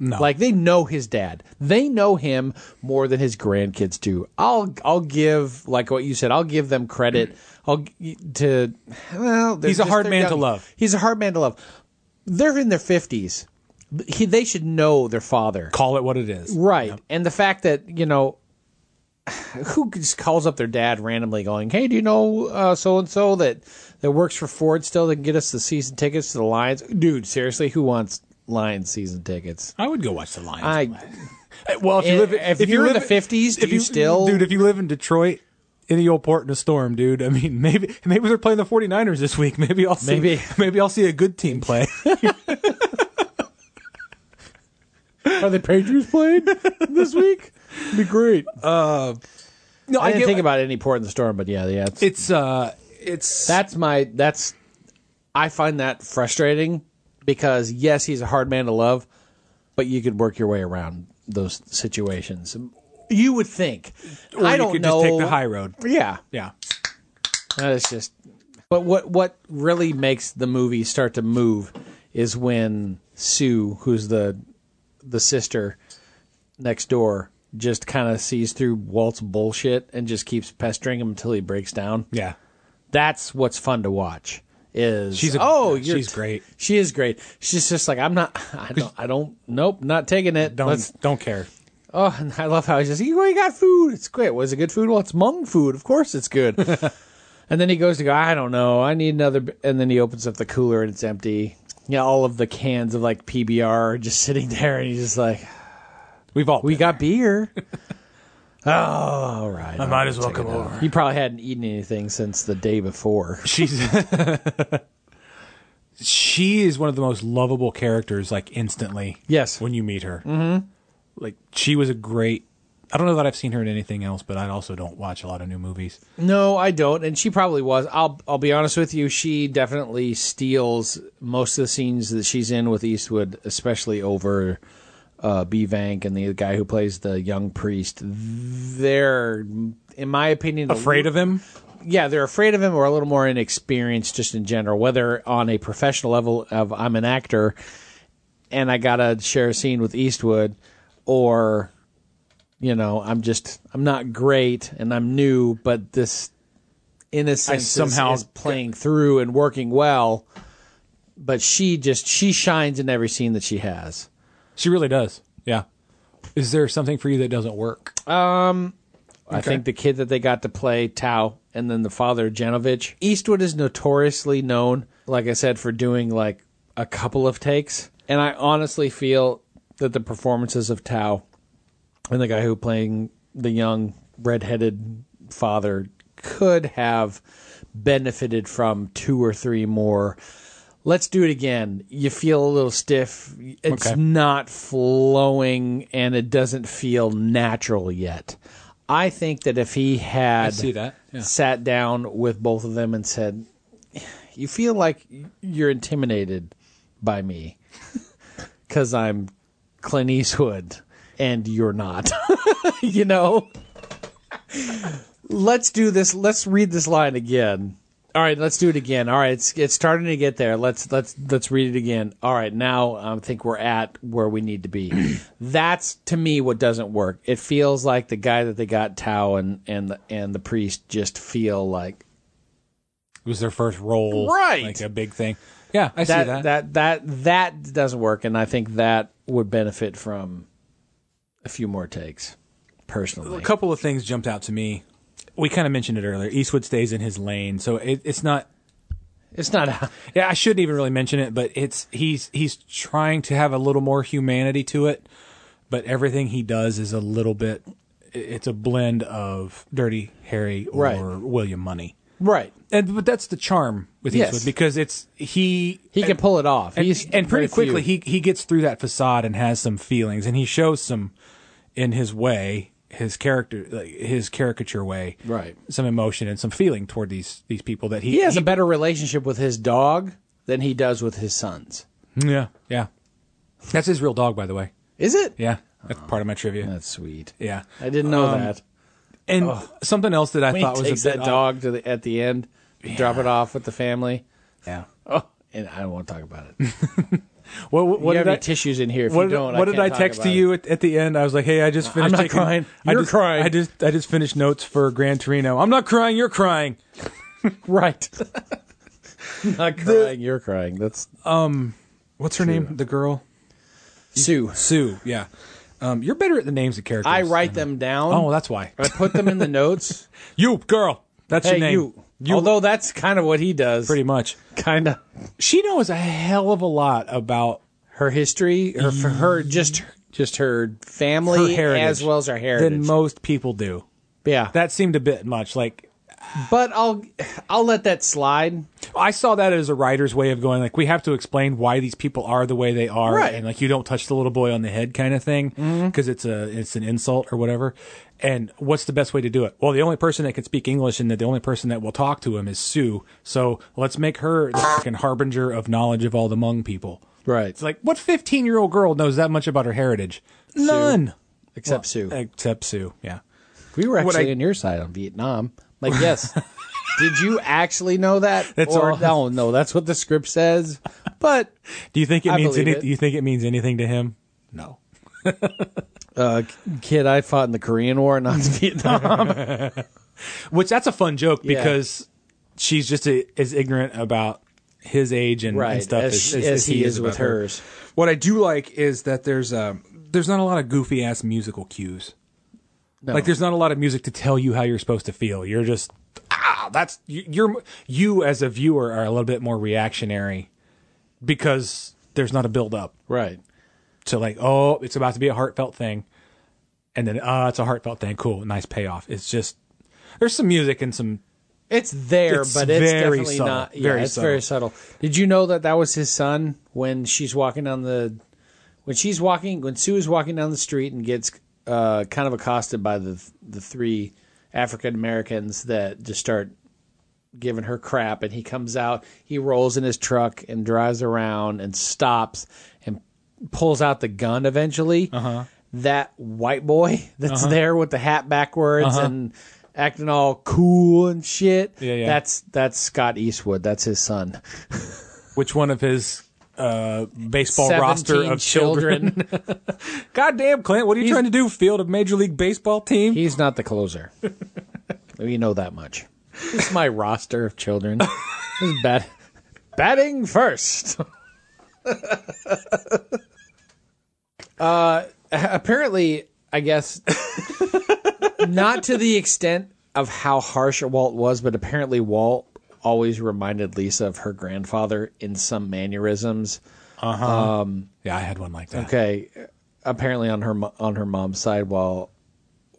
No. Like they know his dad. They know him more than his grandkids do. I'll I'll give like what you said. I'll give them credit. I'll g- to well. they're He's a just- hard they're man to young. love. He's a hard man to love. They're in their fifties. He, they should know their father. call it what it is. Right. And the fact that, you know, [SIGHS] who just calls up their dad randomly going, hey, do you know so and so that that works for Ford still that can get us the season tickets to the Lions? Dude, seriously, who wants Lions season tickets? I would go watch the Lions. I Uh, Well, if you live, if, you're live in the fifties, do if you, still dude, if you live in Detroit, any old port in a storm, dude. I mean, [LAUGHS] maybe maybe they're playing the 49ers this week. [LAUGHS] Maybe I'll see, Maybe. maybe I'll see a good team play. [LAUGHS] are the Patriots playing this week? It'd be great. Uh, no, I, I didn't get- think about any port in the storm, but yeah, yeah, it's, it's uh, it's that's my that's I find that frustrating because yes, he's a hard man to love, but you could work your way around those situations. You would think. Or I you don't could know. just take the high road. Yeah, yeah. That is just. But what what really makes the movie start to move is when Sue, who's the the sister next door, just kind of sees through Walt's bullshit and just keeps pestering him until he breaks down. Yeah, that's what's fun to watch. Is She's a- oh yeah, you're- she's great. She is great. She's just like I'm not. [LAUGHS] I don't. I don't. Nope. Not taking it. Don't Let's- don't care. Oh, and I love how he's just, you ain't got food. It's great. Was it good food? Well, it's Hmong food. Of course it's good. [LAUGHS] and then he goes to go, I don't know. I need another. b-" And then he opens up the cooler and it's empty. Yeah, all of the cans of like PBR are just [LAUGHS] sitting there. And he's just like, We've all we got beer. [LAUGHS] oh, all right. I I'm might gonna as well take it come out. over. You probably hadn't eaten anything since the day before. She's [LAUGHS] she is one of the most lovable characters. Like instantly, yes, when you meet her, Mhm. like she was a great. I don't know that I've seen her in anything else, but I also don't watch a lot of new movies. No, I don't, and she probably was. I'll I'll be honest with you. She definitely steals most of the scenes that she's in with Eastwood, especially over uh, Bevank and the guy who plays the young priest. They're, in my opinion, a Afraid of him? Yeah, they're afraid of him, or a little more inexperienced just in general. Whether on a professional level of I'm an actor and I gotta share a scene with Eastwood, or you know, I'm just I'm not great and I'm new, but this innocence is- somehow- is playing through and working well. But she just she shines in every scene that she has. She really does. Yeah. Is there something for you that doesn't work? Um, I Okay. think the kid that they got to play Tao, and then the father Janovich. Eastwood is notoriously known, like I said, for doing like a couple of takes, and I honestly feel that the performances of Tao and the guy who playing the young redheaded father could have benefited from two or three more. Let's do it again. You feel a little stiff. It's Okay. not flowing and it doesn't feel natural yet. I think that if he had I see that, yeah. sat down with both of them and said, "You feel like you're intimidated by me [LAUGHS] because I'm Clint Eastwood and you're not," [LAUGHS] you know. Let's do this. Let's read this line again. All right, let's do it again. All right, it's it's starting to get there. Let's let's let's read it again. All right, now I think we're at where we need to be. [CLEARS THROAT] That's to me what doesn't work. It feels like the guy that they got Tao and and the, and the priest just feel like It was their first role. Right. Like a big thing. Yeah, I that, see that. that that that doesn't work, and I think that would benefit from a few more takes. Personally, A couple of things jumped out to me. We kind of mentioned it earlier. Eastwood stays in his lane, so it, it's not. It's not. yeah, I shouldn't even really mention it, but it's he's he's trying to have a little more humanity to it, but everything he does is a little bit. it- It's a blend of Dirty Harry or Right. William Money. [LAUGHS] right? And but that's the charm with Yes. Eastwood because it's he He can pull it off. and, He's and pretty very few. quickly he he gets through that facade and has some feelings and he shows some in his way his character like his caricature way Right. some emotion and some feeling toward these these people that he, he, has a better relationship with his dog than he does with his sons. yeah yeah that's his real dog by the way Is it? yeah that's part of my trivia that's sweet yeah I didn't know Um, that. and something else that I When thought he was a takes bit that odd- dog to the, at the end, drop it off with the family. Yeah. Oh, and I won't talk about it. what, what, [LAUGHS] what did you have any I- tissues in here? If what you did- don't, what did can't I talk text to about you [LAUGHS] at, at the end? I was like, "Hey, I just I'm finished. not taking- crying. I You're just, crying. I just, I just finished notes for Gran Torino. I'm not crying. You're crying. it. Right. [LAUGHS] Not crying. You're crying. That's Um, what's her name? The girl, Sue. Sue. Yeah. Um, you're better at the names of characters. I write them down. Oh, that's why. I put [LAUGHS] them in the notes. You girl. That's hey, your name. you. Although that's kind of what he does. Pretty much. Kind of. She knows a hell of a lot about her history, her, for her just just her family Her heritage as well as her heritage. than most people do. Yeah, that seemed a bit much. Like, but I'll I'll let that slide. I saw that as a writer's way of going like we have to explain why these people are the way they are, Right. Mm-hmm. and like you don't touch the little boy on the head kind of thing because it's a it's an insult or whatever. And what's the best way to do it? Well, the only person that can speak English and that the only person that will talk to him is Sue. So let's make her the fucking harbinger of knowledge of all the Hmong people. Right. It's like what fifteen year old girl knows that much about her heritage? None. Except Sue. Except Sue. Yeah. We were What actually I- on your side on Vietnam. [LAUGHS] Like, yes. Did you actually know that? That's or, all- no, no. That's what the script says. But Do you think it I means believe any? it. Do you think it means anything to him? No. uh, kid, I fought in the Korean [LAUGHS] War, not Vietnam. Which that's a fun joke Yeah. because she's just a, as ignorant about his age and, and Right, stuff as- as he is about with her. hers. What I do like is that there's um, there's not a lot of goofy ass musical cues. No. Like there's not a lot of music to tell you how you're supposed to feel. You're just ah, that's you- you're you as a viewer are a little bit more reactionary because there's not a build up. Right. So like, oh, it's about to be a heartfelt thing. And then uh it's a heartfelt thing. Cool, nice payoff. It's just there's some music and some it's there, It's but it's very definitely subtle, not. Yeah, very it's very subtle. Did you know that that was his son when she's walking down the when she's walking when Sue is walking down the street and gets uh, kind of accosted by the the three African Americans that just start giving her crap, and he comes out, he rolls in his truck and drives around and stops and pulls out the gun eventually. Uh-huh. That white boy [LAUGHS] that's Uh-huh. there with the hat backwards Uh-huh. and acting all cool and shit. Yeah, yeah. That's that's Scott Eastwood. That's his son. which one of his uh, baseball 17 roster of children. [LAUGHS] Goddamn, Clint, what are you trying to do? Field a Major League Baseball team? He's not the closer. [LAUGHS] we know that much. It's my roster of children. [LAUGHS] This is bat- batting first. [LAUGHS] uh, apparently, I guess not to the extent of how harsh Walt was, but apparently Walt always reminded Lisa of her grandfather in some mannerisms. Uh-huh. Um, yeah, I had one like that. Okay, apparently on her mo- on her mom's side, while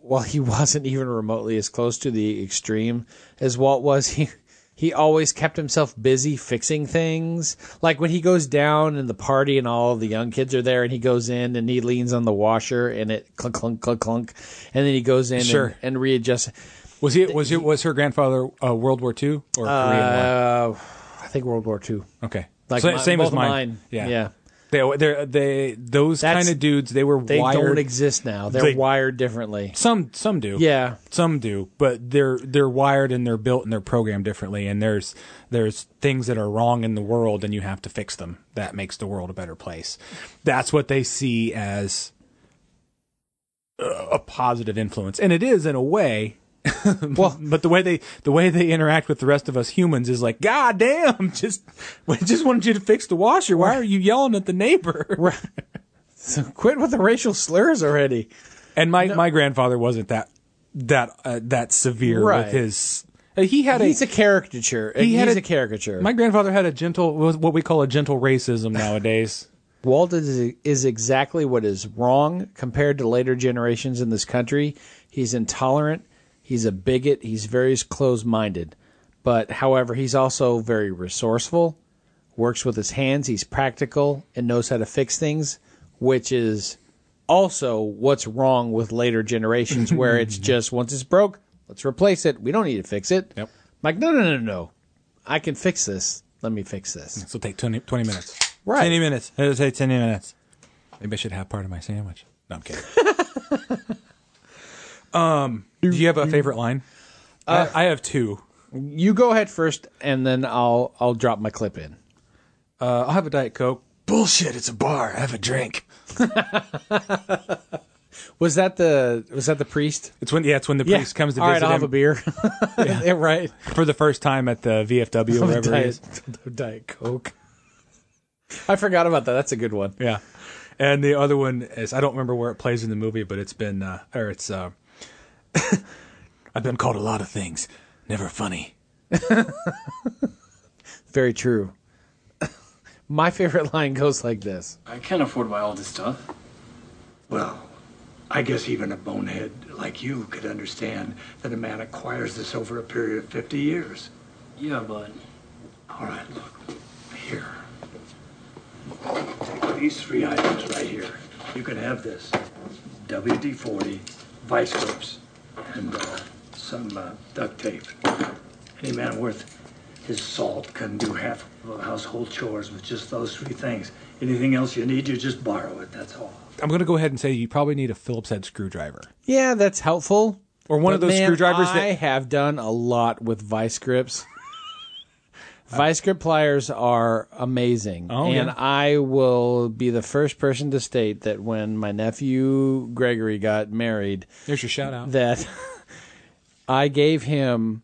while he [LAUGHS] wasn't even remotely as close to the extreme as Walt was, he he always kept himself busy fixing things. Like when he goes down and the party and all the young kids are there, and he goes in and he leans on the washer and it clunk clunk clunk clunk, and then he goes in Sure. and, and readjusts. Was he was it was her grandfather uh, World War II or Korean War? Uh, I think World War II. Okay, Like So- my- same as both of mine. mine. Yeah, Yeah. They they they those That's- kind of dudes. They were They wired. don't exist now. They're They- wired differently. Some some do. Yeah. Some do, but they're they're wired and they're built and they're programmed differently and there's there's things that are wrong in the world and you have to fix them. That makes the world a better place. That's what they see as a a positive influence. And it is in a way. [LAUGHS] well, but the way they the way they interact with the rest of us humans is like, God damn, [LAUGHS] just we just wanted you to fix the washer. Why are you yelling at the neighbor? [LAUGHS] So quit with the racial slurs already. And my, my grandfather wasn't that that uh, that severe Right. with his. uh, He had He's a a caricature. he had He's a- a caricature. my grandfather had a gentle was what we call a gentle racism nowadays. Walt is, is exactly what is wrong compared to later generations in this country. He's intolerant. He's a bigot. He's very close minded. But, however, he's also very resourceful, works with his hands, he's practical, and knows how to fix things, which is also what's wrong with later [LAUGHS] generations where it's just once it's broke, let's replace it. We don't need to fix it. Yep. Like, no, no, no, no. I can fix this. Let me fix this. This will take 20, 20 minutes. Right. 20 minutes. It'll take 10 minutes. Maybe I should have part of my sandwich. No, I'm kidding. [LAUGHS] um, do you have a favorite line? Uh, I, I have two. You go ahead first, and then I'll I'll drop my clip in. Uh, I'll have a Diet Coke. Bullshit, it's a bar. Have a drink. Was that the was that the priest? It's when yeah, it's when the priest comes to All right, visit I'll have him. a [LAUGHS] beer. Yeah, right. for the first time at the VFW or wherever it is. Diet, [LAUGHS] Diet Coke. I forgot about that. That's a good one. Yeah. And the other one is I don't remember where it plays in the movie, but it's been uh, or it's uh, [LAUGHS] I've been called a lot of things. Never funny. Very true. [COUGHS] my favorite line goes like this. I can't afford to buy all this stuff. Well, I guess even a bonehead like you could understand that a man acquires this over a period of 50 years. Yeah, but All right, look, here. Take these three items right here. You can have this WD 40, vice grips, and uh, some uh, duct tape. Any man worth his salt can do half of the household chores with just those three things. Anything else you need, you just borrow it, that's all. I'm going to go ahead and say you probably need a Phillips head screwdriver. Yeah, that's helpful. Or one of But those man, screwdrivers that- I have done a lot with [LAUGHS] vice grips. vice grip pliers are amazing, Oh, and yeah. I will be the first person to state that when my nephew Gregory got married, there's your shout out. that [LAUGHS] I gave him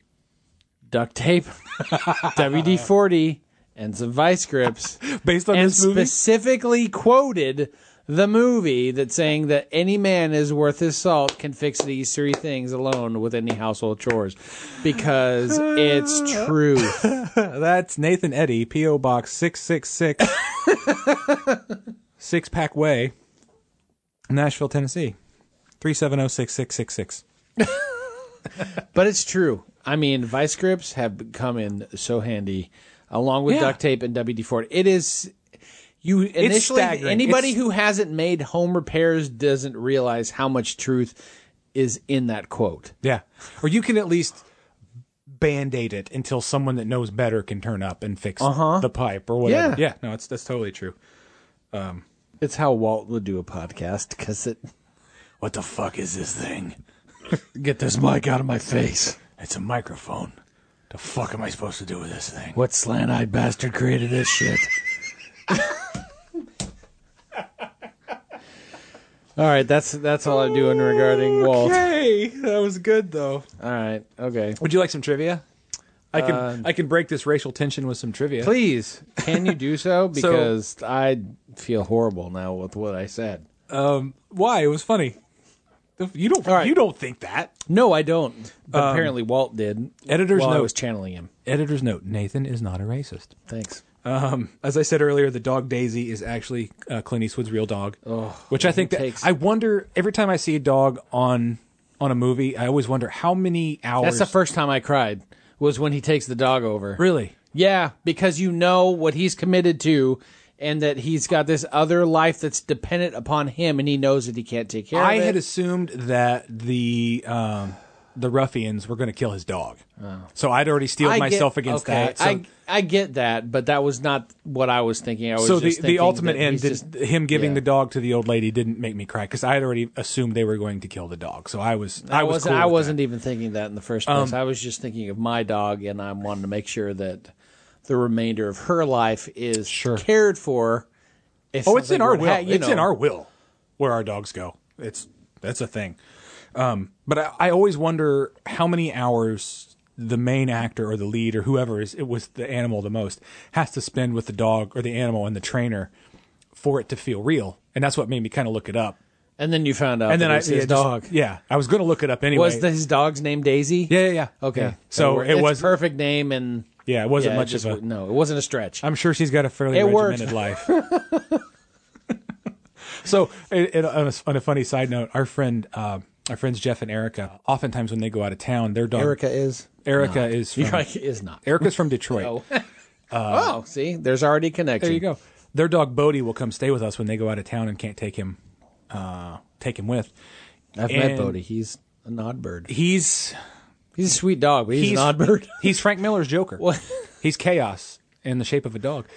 duct tape, [LAUGHS] WD forty, and some vice [LAUGHS] grips based on and this movie? specifically quoted the movie that saying that any man is worth his salt can fix these three things alone with any household chores because it's [LAUGHS] true. That's Nathan Eddy, P.O. [LAUGHS] Box 666, Six Pack Way, Nashville, Tennessee, 3706666. But it's true. I mean, vice grips have come in so handy, along with Yeah. duct tape and WD forty. It is you initially staggering. anybody It's- who hasn't made home repairs doesn't realize how much truth is in that quote. Yeah. Or you can at least band-aid it until someone that knows better can turn up and fix Uh-huh. the pipe or whatever. Yeah. Yeah, no, it's that's totally true. Um, it's how Walt would do a podcast because it. What the fuck is this thing? Get this mic out of my face. It's a microphone. The fuck am I supposed to do with this thing? What slant eyed bastard created this shit? [LAUGHS] All right, that's that's all I'm doing regarding Walt. Okay, that was good though. All right, okay. Would you like some trivia? I can Uh, I can break this racial tension with some trivia. Please, can you do so? So- [LAUGHS] Because I feel horrible now with what I said. Um, why? It was funny. You don't. You don't think that? No, I don't. But Um, apparently, Walt did. Editor's while I note. was channeling him. Editor's note: Nathan is not a racist. Thanks. Um, as I said earlier, the dog Daisy is actually uh, Clint Eastwood's real dog, which I think that I wonder every time I see a dog on on a movie, I always wonder how many hours. That's the first time I cried. Was when he takes the dog over. Really? Yeah, because you know what he's committed to, and that he's got this other life that's dependent upon him, and he knows that he can't take care I of it. had assumed that the um, the ruffians were going to kill his dog, so I'd already steeled I get- myself against okay, that. So, I I get that, but that was not what I was thinking. I was so just the, the thinking ultimate that end, he's did, just- him giving yeah. the dog to the old lady, didn't make me cry because I had already assumed they were going to kill the dog. So I was I, I was wasn't. cool with I that. wasn't even thinking that in the first place. Um, I was just thinking of my dog, and I wanted to make sure that the remainder of her life is cared for. If oh, it's in something our were to will. ha- you it's in know. our will where our dogs go. It's that's a thing. Um, but I, I always wonder how many hours the main actor or the lead or whoever is it was the animal the most has to spend with the dog or the animal and the trainer for it to feel real. And that's what made me kind of look it up. And then you found out. and then that I it was yeah, his just- dog. yeah, I was going to look it up anyway. Was the, his dog's name Daisy? Yeah, yeah, yeah. Okay, Yeah. So we're- it it's was- perfect name, and yeah, it wasn't yeah, much just of a w- no. It wasn't a stretch. I'm sure she's got a fairly It worked. regimented life. [LAUGHS] so, it, it, on, a, on a funny side note, our friend, uh, our friends Jeff and Erica, oftentimes when they go out of town, their dog Erica is Erica not. [LAUGHS] Oh. is from, Erica is not. Erica's from Detroit. Uh, oh, see, there's already a connection. there you go. Their dog Bodie will come stay with us when they go out of town and can't take him, uh, take him with. I've met And Bodie. He's an odd bird. He's he's a sweet dog, but he's, an odd [LAUGHS] bird. [LAUGHS] he's Frank Miller's Joker. He's chaos in the shape of a dog.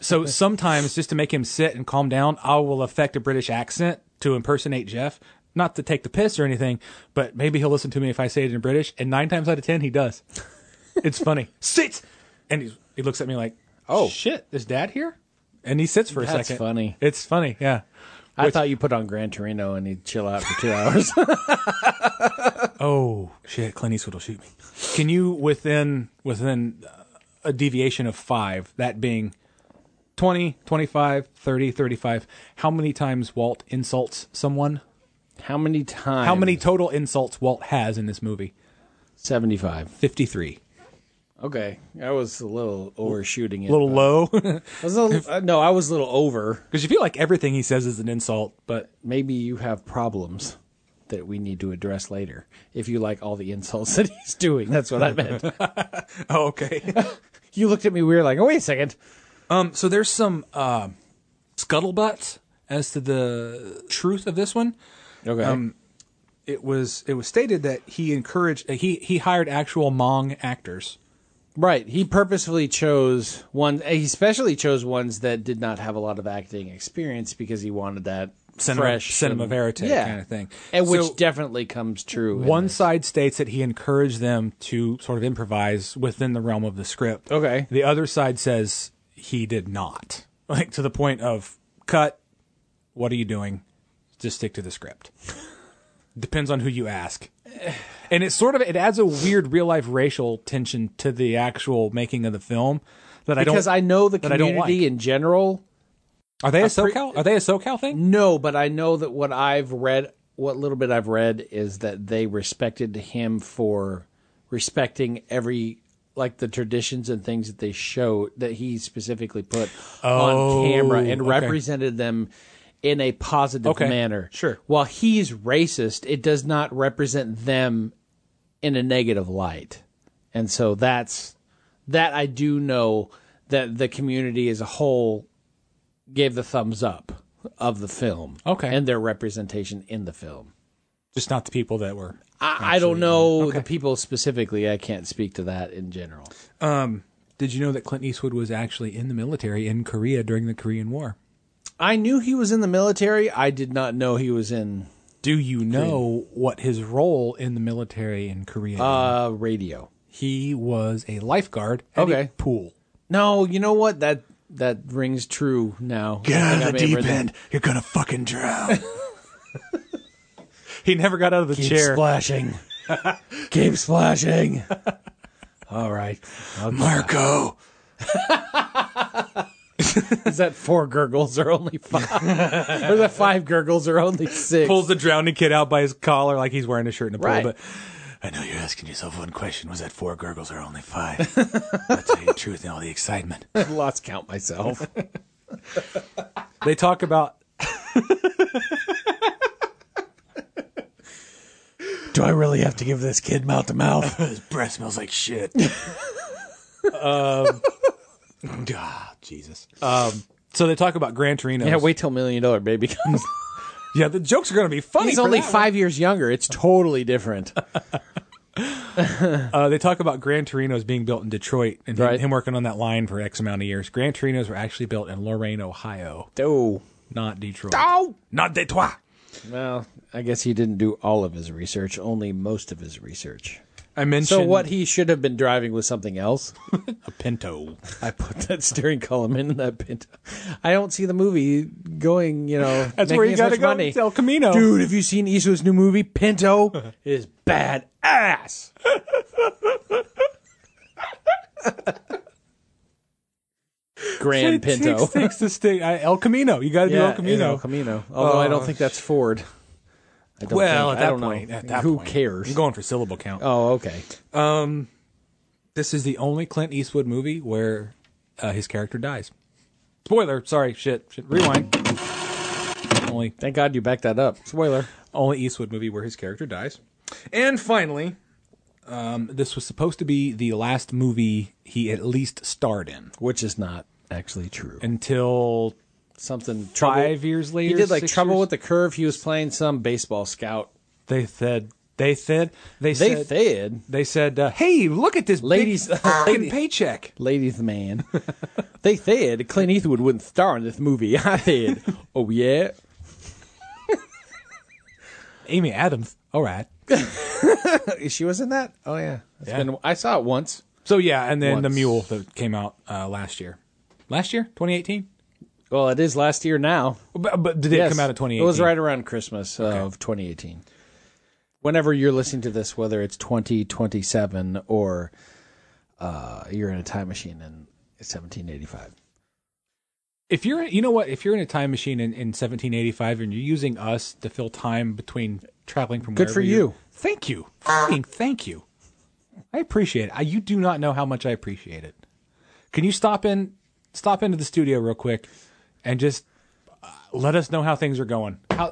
so [LAUGHS] sometimes, just to make him sit and calm down, I will affect a British accent to impersonate Jeff. Not to take the piss or anything, but maybe he'll listen to me if I say it in British. And nine times out of ten, he does. It's [LAUGHS] funny. Sit, and he's, he looks at me like, "Oh shit, is Dad here?" And he sits for a That's second. funny. It's funny. Yeah. I Which- thought you put on Gran Torino and he'd chill out for two hours. [LAUGHS] oh shit clint eastwood will shoot me can you within within uh, a deviation of five that being 20 25 30 35 how many times walt insults someone how many times how many total insults walt has in this movie 75 53 Okay, I was a little overshooting it. a little but- [LAUGHS] low. I was a little, uh, no, I was a little over because you feel like everything he says is an insult. But maybe you have problems that we need to address later. If you like all the insults [LAUGHS] that he's doing, that's what I meant. [LAUGHS] oh, okay. you looked at me weird, like, oh wait a second. Um, [LAUGHS] so there's some uh, scuttlebutt as to the truth of this one. Okay. it was it was stated that he encouraged uh, he he hired actual Hmong actors. Right. He purposefully chose one. He especially chose ones that did not have a lot of acting experience because he wanted that Cinema- fresh cinema and- verite kinda thing. and which So- definitely comes true. in One this. side states that he encouraged them to sort of improvise within the realm of the script. Okay. The other side says he did not. [LAUGHS] Like to the point of cut. What are you doing? Just stick to the script. [LAUGHS] Depends on who you ask. [SIGHS] And it sort of it adds a weird real life racial tension to the actual making of the film that I don't because I know the that I don't community like. in general. Are they a pre- SoCal? Are they a SoCal thing? No, but I know that what I've read, what little bit I've read, is that they respected him for respecting every like the traditions and things that they showed that he specifically put Oh, on camera and okay. represented them in a positive Okay, manner. sure. While he's racist, it does not represent them in a negative light. And so that's that I do know that the community as a whole gave the thumbs up of the film. Okay. And their representation in the film. Just not the people that were I, I don't know the people specifically. I can't speak to that in general. Um, did you know that Clint Eastwood was actually in the military in Korea during the Korean War? I knew he was in the military. I did not know he was in Do you know what his role in the military in Korea? uh radio. he was a lifeguard at okay. Okay. a pool. No, you know what? That that rings true now. Get out I think of I the may have deep read that. end. You're gonna fucking drown. [LAUGHS] He never got out of the Keep chair. splashing. [LAUGHS] Keep splashing. [LAUGHS] All right. I'll go back. Marco. Is that four gurgles or only five? [LAUGHS] or is that five gurgles or only six? Pulls the drowning kid out by his collar like he's wearing a shirt in a pool. Right. But I know you're asking yourself one question. Was that four gurgles or only [LAUGHS] five? I'll tell you the truth and all the excitement. I lost count myself. they talk about [LAUGHS] Do I really have to give this kid mouth to mouth? His breath smells like shit. [LAUGHS] Um, Ah, Jesus. so they talk about Gran Torino. [LAUGHS] Yeah, wait till Million Dollar Baby comes. Yeah, the jokes are going to be funny. [LAUGHS] He's for only that one. five years younger. It's totally [LAUGHS] different. Uh, they talk about Gran Torino's being built in Detroit and him- Right. him working on that line for X amount of years. Gran Torino's were actually built in Lorain, Ohio, Oh. not Detroit. Oh! Not Detroit. Well, I guess he didn't do all of his research, only most of his research. I mentioned So what he should have been driving was something else. a Pinto. I put that steering column in that Pinto. I don't see the movie going, you know, That's where making you as got to much go. money. It's El Camino. Dude, have you seen Eastwood's new [LAUGHS] movie? Pinto is badass. Grand [LAUGHS] It Pinto. Takes, [LAUGHS] takes to stay, I, El Camino. You got to do El Camino. Oh. El Camino. Although I don't think that's Ford. I don't well, think- at that I don't point, know. at that Who point, cares? I'm going for syllable count. oh, okay. Um, this is the only Clint Eastwood movie where uh, his character dies. Spoiler. Sorry. Shit. shit. Rewind. Only Thank God you backed that up. Spoiler. only Eastwood movie where his character dies. And finally, um, this was supposed to be the last movie he at least starred in Which is not actually true. until Something trouble- five years later. He did like six trouble years- with the curve. He was playing some baseball scout. They said. They said. They, They said. said, they said. Uh, hey, look at this Ladies- big fucking lady- paycheck. ladies [LAUGHS] man. they said Clint Eastwood wouldn't star in this movie. [LAUGHS] I said, oh yeah. Amy Adams. All right. She was in that. Oh yeah. It's Been, I saw it once. So yeah, and then the Once. mule that came out uh, last year. Last year, 2018. Well, it is last year now. But, but did it Yes. come out in 2018? It was right around Christmas of 2018. Whenever you're listening to this, whether it's 2027 or uh, you're in a time machine in 1785. If you're, you know what? If you're in a time machine in, in 1785 and you're using us to fill time between traveling from Good wherever for you're- you. Thank you. Fucking thank you. I appreciate it. I, you do not know how much I appreciate it. Can you stop in, stop into the studio real quick, and just uh, let us know how things are going? How?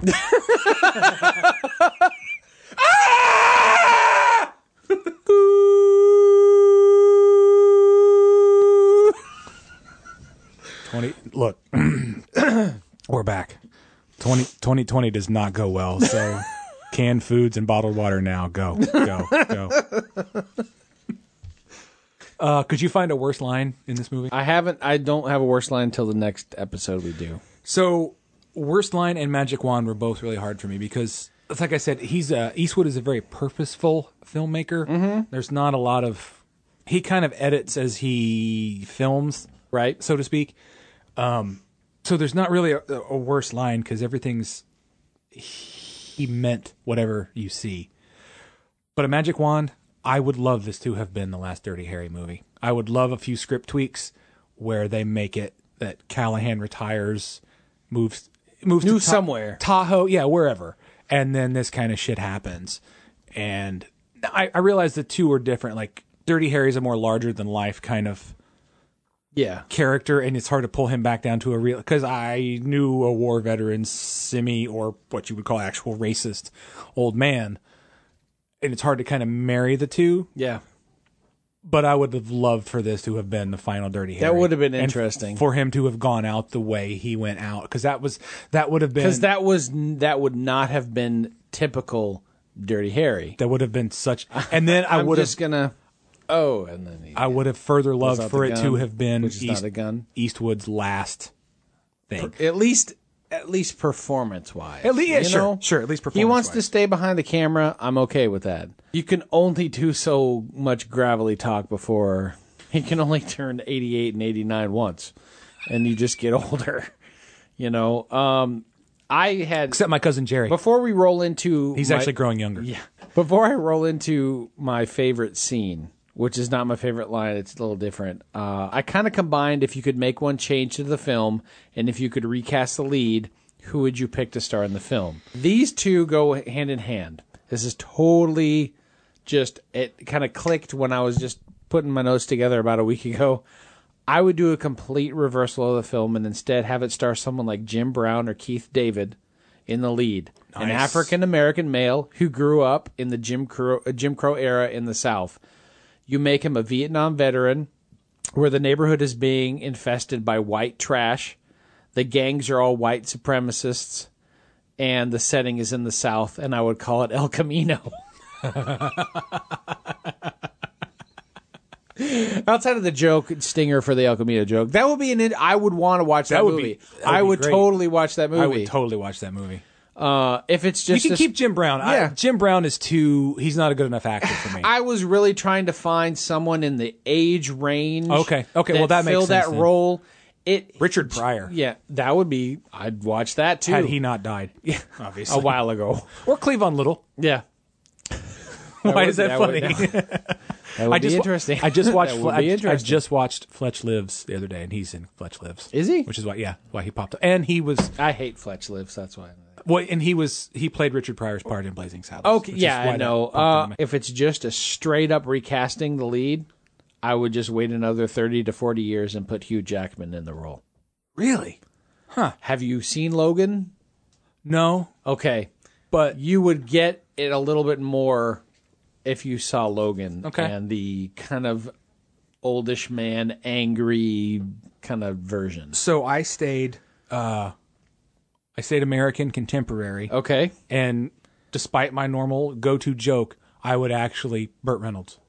[LAUGHS] Ah! [LAUGHS] Twenty. Look, [CLEARS THROAT] we're back. 20, 2020 does not go well. [LAUGHS] So, canned foods and bottled water now. Go, go, go. [LAUGHS] Uh, could you find a worse line in this movie? I haven't. I don't have a worse line until the next episode we do. So, worst line and magic wand were both really hard for me because it's like I said, he's a, Eastwood is a very purposeful filmmaker. There's not a lot of he kind of edits as he films, right, so to speak. Um, so there's not really a, a worse line because everything's he meant whatever you see. But a magic wand, I would love this to have been the last Dirty Harry movie. I would love a few script tweaks where they make it that Callahan retires, moves moves to Moves somewhere. Tahoe, yeah, wherever, and then this kind of shit happens. And I, I realize the two are different. Like Dirty Harry's a more larger than life kind of Yeah. character, and it's hard to pull him back down to a real. Because I knew a war veteran, semi, or what you would call actual racist old man, and it's hard to kind of marry the two. Yeah. But I would have loved for this to have been the final Dirty Harry. That would have been And f- interesting. for him to have gone out the way he went out, because that was that would have been Because that was that would not have been typical Dirty Harry. that would have been such. And then I [LAUGHS] I'm would have just gonna. Oh, and then he I would have further pulls loved out for the it to gun, have been which is East- not a gun. Eastwood's last thing. At least, at least performance wise. At least, yeah, sure, sure. At least He wants performance-wise. to stay behind the camera. I'm okay with that. You can only do so much gravelly talk before he can only turn 88 and 89 once, and you just get [LAUGHS] older. You know, um, I had Except my cousin Jerry. before we roll into He's my- actually growing younger. Yeah. Before I roll into my favorite scene, which is not my favorite line, it's a little different. Uh, I kind of combined if you could make one change to the film and if you could recast the lead, who would you pick to star in the film? These two go hand in hand. This is totally just, it kind of clicked when I was just putting my notes together about a week ago. I would do a complete reversal of the film and instead have it star someone like Jim Brown or Keith David in the lead. An Nice. African American male who grew up in the Jim Crow, uh, Jim Crow era in the South. You make him a Vietnam veteran where the neighborhood is being infested by white trash. The gangs are all white supremacists and the setting is in the South and I would call it El Camino. [LAUGHS] Outside of the joke stinger for the El Camino joke, that would be an. in- I would want to watch that, would be- movie. that would I be would great. totally watch that movie. I would totally watch that movie. Uh, if it's just you can this- keep Jim Brown. I- Yeah. Jim Brown is too. He's not a good enough actor for me. I was really trying to find someone in the age range. Okay, okay, well, that makes filled sense that then. role. It Richard Pryor. Yeah, that would be. I'd watch that too. Had he not died, [LAUGHS] yeah, obviously. a while [LAUGHS] ago. Or Cleavon Little. Yeah. Why would- is that, [LAUGHS] that funny? would- That would [LAUGHS] I just be wa- interesting. I just watched. [LAUGHS] that Fle- would be I- I, interesting. just watched Fletch Lives the other day, and he's in Fletch Lives. Is he? Which is why, yeah, why he popped up. And he was I hate Fletch Lives. That's why. well, and he was he played Richard Pryor's part in Blazing Saddles. Okay, which is yeah, why I that know. popped up Uh, in my- if it's just a straight up recasting the lead, I would just wait another thirty to forty years and put Hugh Jackman in the role. really? Have you seen Logan? No, Okay, but you would get it a little bit more if you saw Logan Okay. and the kind of oldish man, angry kind of version. so I stayed. Uh, I stayed American contemporary. Okay, and despite my normal go-to joke, I would actually Burt Reynolds.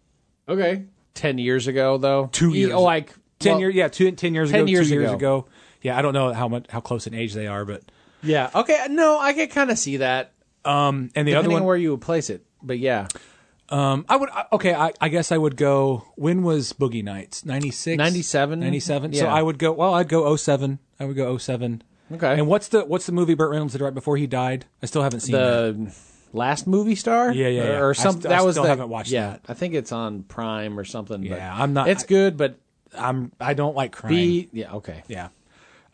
okay. Ten years ago, though, Two Ye- years- oh, like Ten well, years, yeah, two, ten years 10 ago, years two years ago. ago. Yeah, I don't know how much how close in age they are, but Yeah, okay. No, I could kind of see that. um, and the Depending other one, on where you would place it, but yeah. um, I would I- okay, I, I guess I would go. When was Boogie Nights? 96? 97? 97? So Yeah. I would go. Well, I'd go 07. I would go 07. Okay. And what's the what's the movie Burt Reynolds did right before he died? I still haven't seen that. the last movie star Yeah, yeah, yeah. or, I or something st- I that was still the, haven't watched yeah that. i think it's on prime or something but Yeah, I'm not- it's good but I'm I don't like crying. be yeah okay yeah.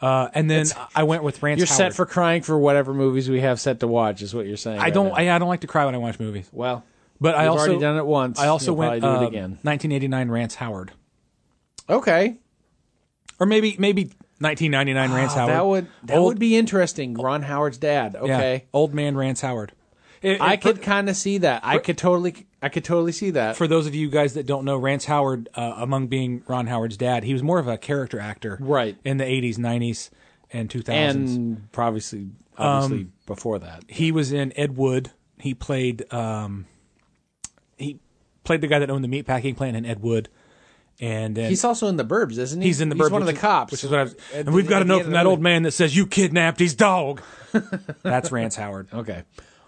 Uh, and then I went with Rance. you're Howard. set for crying for whatever movies we have set to watch is what you're saying I right don't. now. I, I don't like to cry when I watch movies. well But I We've also already done it once. I also You'll went probably do it uh, again. 1989 Rance Howard, Okay. or maybe maybe 1999 Rance Ah, Howard. That would that Old- would be interesting. Ron Howard's dad. yeah, Okay. old man Rance Howard. I could kind of see that. I could totally, I could totally see that. For those of you guys that don't know, Rance Howard, uh, among being Ron Howard's dad, he was more of a character actor, right, in the 80s, 90s, and 2000s, And obviously, obviously Um, before that. He was in Ed Wood. He played um, he played the guy that owned the meatpacking plant in Ed Wood. And then, He's also in the Burbs, isn't he? He's in the He's Burbs, one of the which is- cops, which is what I was. At And the- we've got at a the note end of from the that old movie. man that says you kidnapped his dog. [LAUGHS] That's Rance Howard. Okay,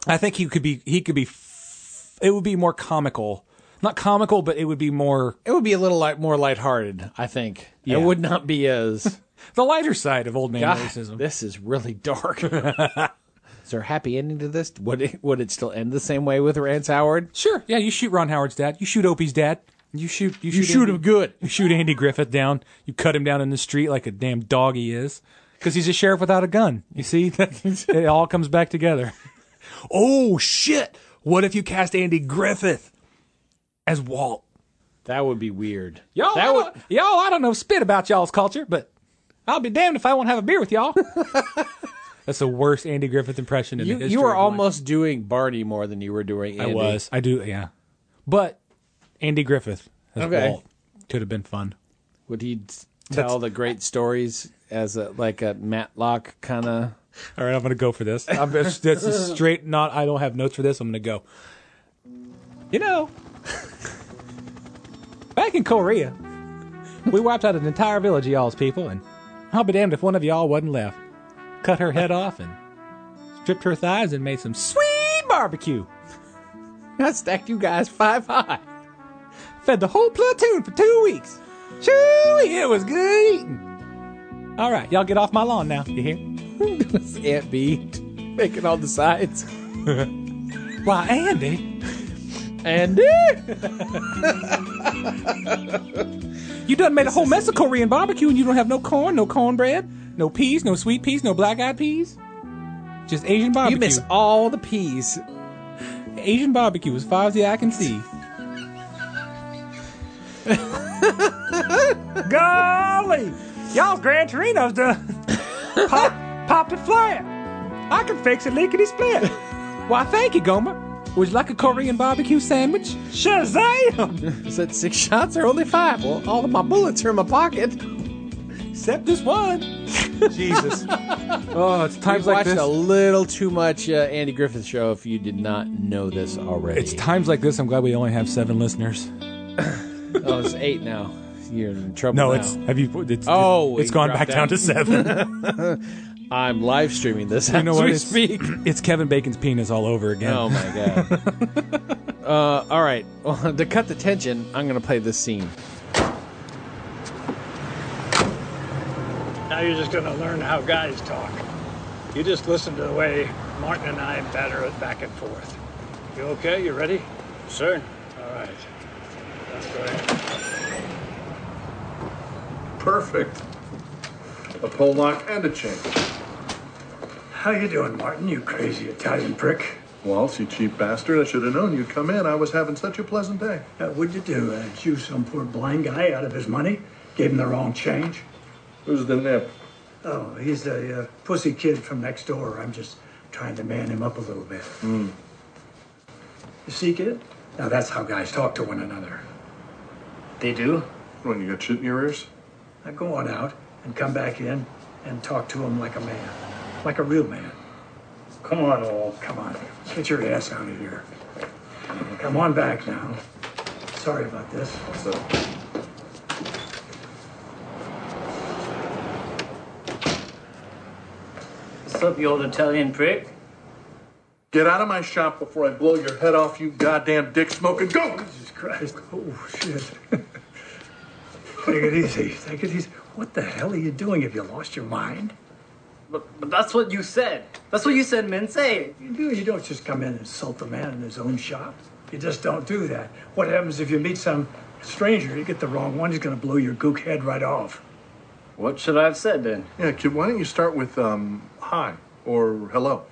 I think he could be. He could be. f- It would be more comical, not comical, but it would be more. It would be a little light, more lighthearted. I think Yeah. it would not be [LAUGHS] as the lighter side of old man God, racism. This is [LAUGHS] really dark. is there a happy ending to this? Would it, would it still end the same way with Rance Howard? Sure. Yeah, you shoot Ron Howard's dad. You shoot Opie's dad. You shoot. You shoot, shoot him [LAUGHS] good. You shoot Andy Griffith down. You cut him down in the street like a damn dog he is, because he's a sheriff without a gun. You [LAUGHS] see, it all comes back together. oh shit! What if you cast Andy Griffith as Walt? That would be weird. Y'all, I don't- [LAUGHS] y'all, I don't know spit about y'all's culture, but I'll be damned if I won't have a beer with [LAUGHS] y'all. That's the worst Andy Griffith impression in You the history. you were of mine. almost doing Barney more than you were doing. Andy. I was. I do. Yeah. But Andy Griffith as Okay. Walt could have been fun. Would he tell the great stories as a like a Matlock kind of? All right, I'm gonna go for this. I'm, this is straight. Not. I don't have notes for this. I'm gonna go. You know, back in Korea, we wiped out an entire village of y'all's people, and I'll be damned if one of y'all wasn't left. Cut her head off and stripped her thighs and made some sweet barbecue. I stacked you guys five high. Fed the whole platoon for two weeks. Chewy, it was good eating. All right, y'all get off my lawn now. You hear? It's Aunt B making all the sides. [LAUGHS] Why, Andy? Andy! You done made a whole mess of Korean barbecue and you don't have no corn, no cornbread, no peas, no sweet peas, no black eyed peas. Just Asian barbecue. You miss all the peas. Asian barbecue as far as the eye can see. Golly! Y'all's Gran Torino's done pop, popped it flat. I can fix it lickety split. Why, thank you, Gomer. Would you like a Korean barbecue sandwich? Shazam! Is that six [LAUGHS] shots or only five? Well, all of my bullets are in my pocket. Except this one. Jesus. Oh, it's times We've like watched this. a little too much uh, Andy Griffith show. If you did not know this already, It's times like this. I'm glad we only have seven listeners. oh, it's eight now. You're in trouble. No, now. it's have you? It's, Oh, it's it gone dropped back down out. to seven. I'm live streaming this. you know as what? we It's, [CLEARS THROAT] speak. it's Kevin Bacon's penis all over again. [LAUGHS] Oh my god. [LAUGHS] uh, all right. Well, to cut the tension, I'm going to play this scene. Now you're just going to learn how guys talk. You just listen to the way Martin and I batter it back and forth. You okay? You ready? Sir. All right. Let's go ahead. Perfect. A pole lock and a chain. How you doing, Martin? You Crazy Italian prick. Waltz, you cheap bastard. I should have known you'd come in. I was having such a pleasant day. Uh, what'd you do? Uh, choose some poor blind guy out of his money? Gave him the wrong change? Who's the nip? Oh, he's the uh, pussy kid from next door. I'm just trying to man him up a little bit. Hmm. You see, kid? Now that's how guys talk to one another. They do? When you got shit in your ears? I go on out and come back in and talk to him like a man, like a real man. Come on, all. Come on. Get your ass out of here. Come on back now. Sorry about this. What's up? What's up, you old Italian prick? Get out of my shop before I blow your head off, you goddamn dick smoking. Go! Jesus Christ. Oh, shit. [LAUGHS] Take it easy. Take it easy. What the hell are you doing? Have you lost your mind? But, but that's what you said. That's what you said, men say. You do. You don't just come in and insult the man in his own shop. You just don't do that. What happens if you meet some stranger? You get the wrong one, he's going to blow your gook head right off. What should I have said then? Yeah, kid, why don't you start with, um, hi or hello?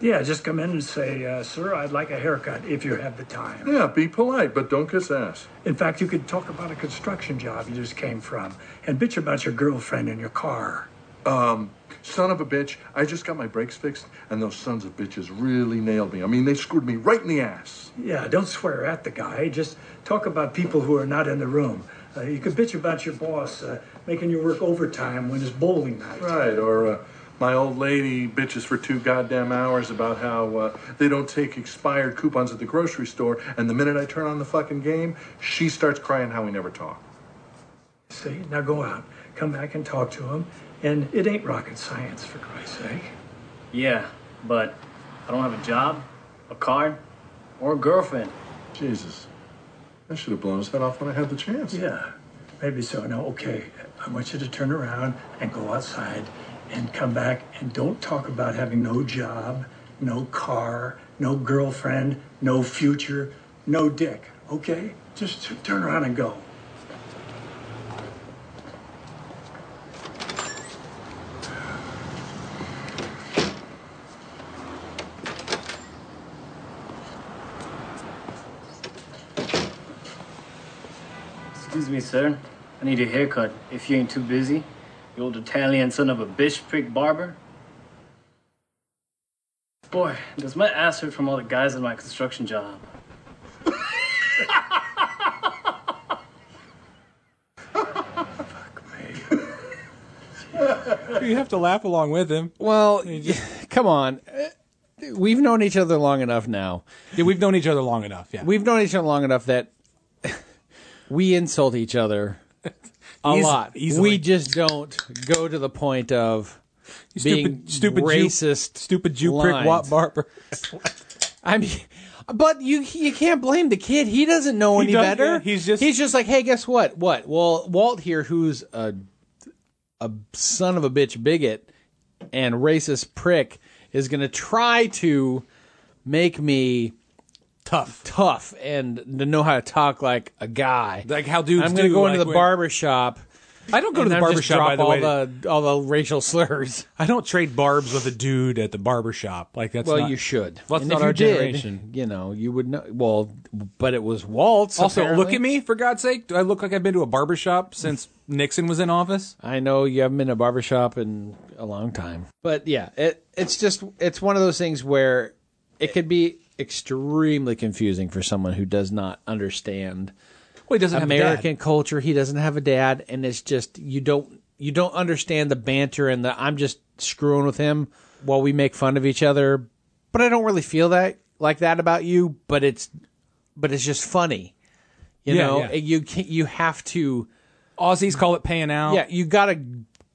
Yeah, just come in and say, uh, sir, I'd like a haircut if you have the time. Yeah, be polite, but don't kiss ass. In fact, you could talk about a construction job you just came from and bitch about your girlfriend and your car. Um, son of a bitch, I just got my brakes fixed, and those sons of bitches really nailed me. I mean, they screwed me right in the ass. Yeah, don't swear at the guy. Just talk about people who are not in the room. Uh, you could bitch about your boss uh, making you work overtime when it's bowling night. Right, or uh, my old lady bitches for two goddamn hours about how uh, they don't take expired coupons at the grocery store, and the minute I turn on the fucking game, she starts crying how we never talk. See, now go out, come back and talk to him, and it ain't rocket science, for Christ's sake. Yeah, but I don't have a job, a card, or a girlfriend. Jesus. I should have blown his head off when I had the chance. Yeah, maybe so. Now, okay, I want you to turn around and go outside and come back and don't talk about having no job, no car, no girlfriend, no future, no dick, okay? Just t- turn around and go. Excuse me, sir. I need a haircut. If you ain't too busy, you old Italian son of a bitch prick barber. Boy, does my ass hurt from all the guys in my construction job. you have to laugh along with him. Well, [LAUGHS] come on. Uh, We've known each other long enough now. Yeah, we've known each other long enough. Yeah, We've known each other long enough that [LAUGHS] we insult each other a Eas- lot. easily. We just don't go to the point of You being stupid, stupid racist, Jew, stupid Jew prick, Watt lines. Barber. I mean, but you you can't blame the kid. He doesn't know He any doesn't- better. yeah, he's just- he's just like, hey, guess what? What? Well, Walt here, who's a a son of a bitch bigot and racist prick, is going to try to make me [LAUGHS] tough, tough, and to know how to talk like a guy, like how dudes I'm gonna do, go like into the when- barber shop. I don't go to the barber shop, by the way. All the, all the racial slurs. I don't trade barbs with a dude at the barber shop. Like that's well, not- you should. Well, that's and not if you our did, generation. you know, you would know. Well, but it was Waltz. [LAUGHS] Also, look apparently. at me for God's sake. Do I look like I've been to a barber shop since Nixon was in office? I know you haven't been to a barber shop in a long time. But yeah, it it's just it's one of those things where it could be extremely confusing for someone who does not understand Well, he doesn't have a dad. American culture. He doesn't have a dad, and it's just you don't you don't understand the banter and the I'm just screwing with him while we make fun of each other. But I don't really feel that like that about you. But it's but it's just funny. You Yeah, know, yeah. you can, you have to. Aussies call it paying out. Yeah, you got to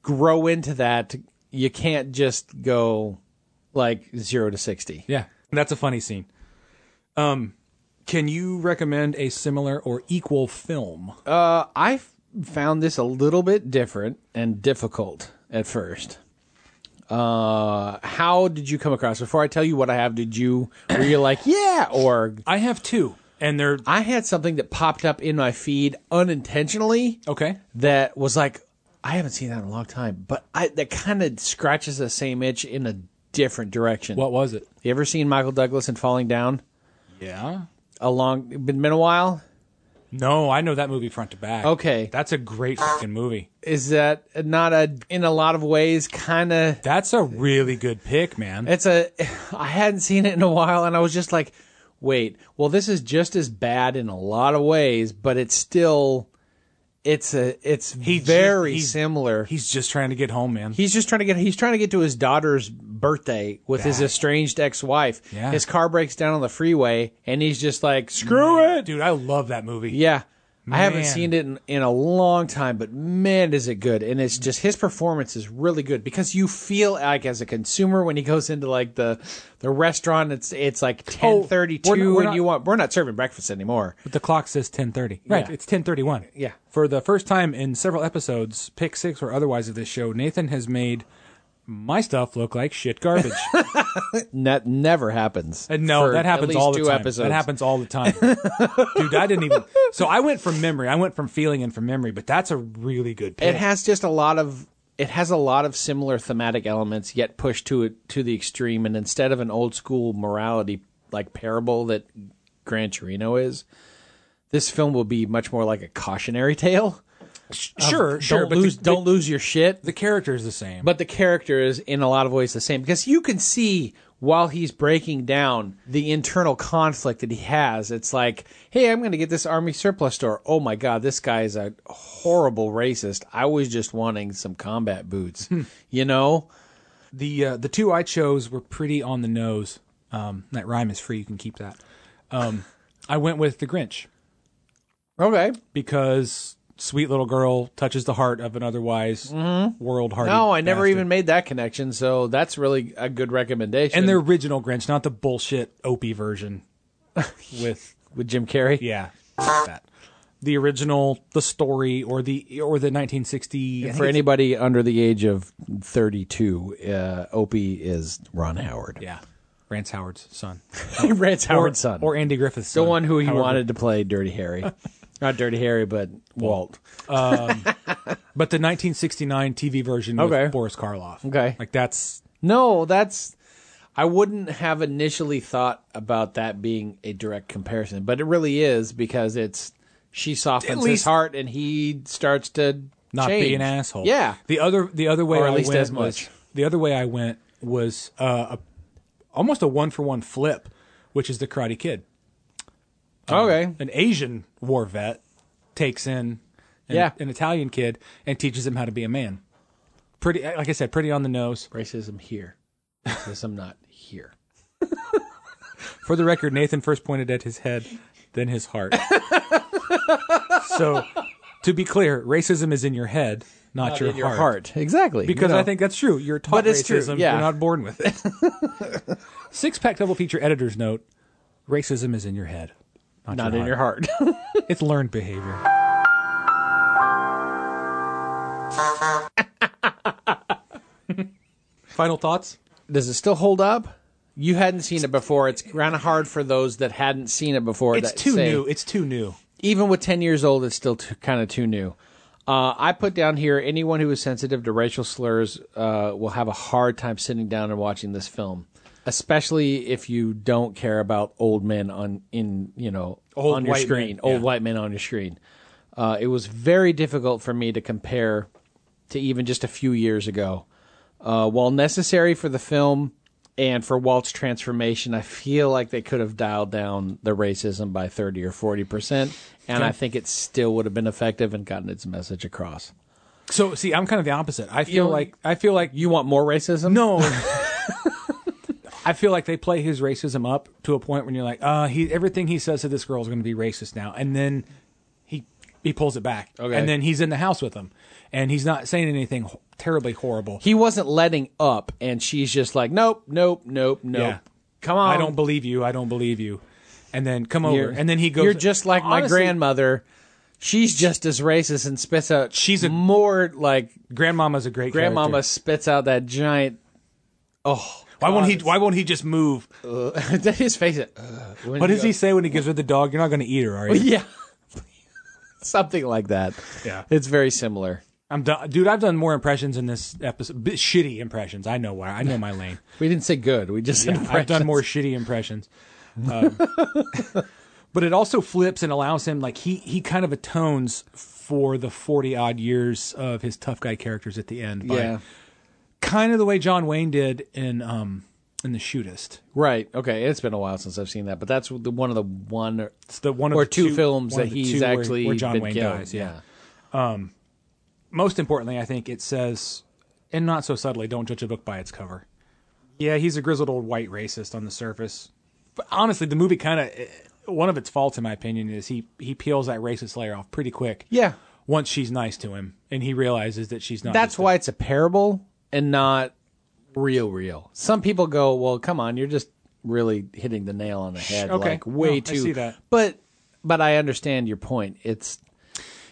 grow into that. You can't just go like zero to sixty. Yeah, that's a funny scene. Um, can you recommend a similar or equal film? Uh, I f- found this a little bit different and difficult at first. Uh, how did you come across? Before I tell you what I have, did you were you [COUGHS] like yeah or I have two, and they're I had something that popped up in my feed unintentionally. Okay, that was like I haven't seen that in a long time, but I that kind of scratches the same itch in a different direction. What was it? You ever seen Michael Douglas in Falling Down? Yeah. A long been been a while. No, I know that movie front to back. Okay. that's a great fucking movie. Is that not a in a lot of ways kind of That's a really good pick, man. It's a [SIGHS] I hadn't seen it in a while and I was just like, wait, well this is just as bad in a lot of ways, but it's still it's a it's ju- very he's- similar. He's just trying to get home, man. He's just trying to get he's trying to get to his daughter's birthday with his That- estranged ex-wife. Yeah. His car breaks down on the freeway and he's just like, "Screw it." Dude, I love that movie. Yeah. I haven't Man. seen it in, in a long time, but man, is it good. And it's just his performance is really good because you feel like as a consumer when he goes into like the the restaurant, it's it's like Oh, ten thirty two, we're not- we're and not- you want we're not serving breakfast anymore. But the clock says 10:30. Right, Yeah. it's 10:31. Yeah. For the first time in several episodes, pick 6 or otherwise of this show, Nathan has made my stuff look like shit [LAUGHS] garbage. And that never happens. And Uh, no, for that at happens least all the two time. Episodes. That happens all the time. Dude, I didn't even So I went from memory. I went from feeling and from memory, but that's a really good pick. It has just a lot of it has a lot of similar thematic elements, yet pushed to it to the extreme. And instead of an old school morality like parable that Gran Torino is, this film will be much more like a cautionary tale. sure, Of, Don't sure, but lose, the- don't lose your shit. The character is the same, but the character is in a lot of ways the same because you can see while he's breaking down the internal conflict that he has. It's like, hey, I'm going to get this army surplus store. Oh my god, this guy is a horrible racist. I was just wanting some combat boots. Hmm. you know, the uh, the two I chose were pretty on the nose. Um, that rhyme is free; you can keep that. Um, I went with the Grinch. Okay, because sweet little girl touches the heart of an otherwise world hearted. Mm-hmm. no, I never even made that connection. So that's really a good recommendation. And the original Grinch, not the bullshit Opie [LAUGHS] version with with Jim Carrey. Yeah, F that. the original, the story, or the or the 1960. I for think it's- anybody under the age of 32, uh, Opie is Ron Howard. yeah, Rance Howard's son, [LAUGHS] Rance Or- Howard's son. or Andy Griffith's The son, one who he however. wanted to play Dirty Harry. [LAUGHS] Not Dirty Harry, but Walt. Um, but the 1969 TV version Okay. with Boris Karloff. Okay. like that's No, that's. I wouldn't have initially thought about that being a direct comparison, but it really is because it's. She softens his least- heart and he starts to not change. be an asshole. Yeah. The other the other way Or at I least went as much. was the other way I went was uh, a, almost a one for one flip, which is the Karate Kid. Um, Okay. An Asian war vet takes in an, Yeah. an Italian kid and teaches him how to be a man. Pretty, like I said, pretty on the nose. Racism here. Racism not here. For the record, Nathan first pointed at his head, then his [LAUGHS] heart. so, to be clear, racism is in your head, not, [LAUGHS] Not your, in your heart. Exactly. Because You know. I think that's true. You're taught But it's true, racism. yeah. You're not born with it. [LAUGHS] Six pack double feature editor's note: racism is in your head, not, Not in your heart. [LAUGHS] it's learned [LAUGHS] behavior. Final thoughts? Does it still hold up? You hadn't seen it before. It's kind of hard for those that hadn't seen it before. It's that too say- new. It's too new. even with 10 years old, it's still too, kind of too new. Uh, I put down here anyone who is sensitive to racial slurs uh, will have a hard time sitting down and watching this film, especially if you don't care about old men on in you know Old on your white screen, men, old yeah. white men on your screen. Uh, it was very difficult for me to compare to even just a few years ago. Uh, while necessary for the film and for Walt's transformation, I feel like they could have dialed down the racism by 30 or 40%. And Okay. I think it still would have been effective and gotten its message across. So, see, I'm kind of the opposite. I feel You know, like I feel like you want more racism. No, [LAUGHS] I feel like they play his racism up to a point when you're like, uh, he everything he says to this girl is going to be racist now, and then he he pulls it back, Okay. and then he's in the house with him, and he's not saying anything ho- terribly horrible. He wasn't letting up, and she's just like, nope, nope, nope, nope. Yeah. Come on. I don't believe you. I don't believe you. And then come over, um, You're- and then he goes. You're just like my Honestly, grandmother. She's just as racist and spits out. She's a more like grandmama's a great grandmama character. spits out that giant. Oh, [LAUGHS] Why won't God, he? Why won't he just move? it's- His face. uh, when What does he goes- say when he gives her the dog? You're not going to eat her, are [LAUGHS] [LAUGHS] you? Yeah, something like that. Yeah. it's very similar. I'm done, dude. I've done more impressions in this episode. B- shitty impressions. I know why. I know my lane. We didn't say good. We just Yeah, said I've done impressions. more shitty impressions. Um, [LAUGHS] but it also flips and allows him like he he kind of atones for the 40 odd years of his tough guy characters at the end by Yeah. kind of the way John Wayne did in um in the shootist. Right. Okay. It's been a while since I've seen that, but that's the one of the one or, It's the one of or the two, films one that of the he's two where- actually where John been Wayne killed. dies, yeah. Um most importantly, I think it says and not so subtly, don't judge a book by its cover. Yeah, he's a grizzled old white racist on the surface. But honestly, the movie kind of one of its faults, in my opinion, is he he peels that racist layer off pretty quick. Yeah. once she's nice to him, and he realizes that she's not. That's why it's a parable and not real, real. Some people go, "Well, come on, you're just really hitting the nail on the head, okay. like way No, I too." see that. But, but I understand your point. It's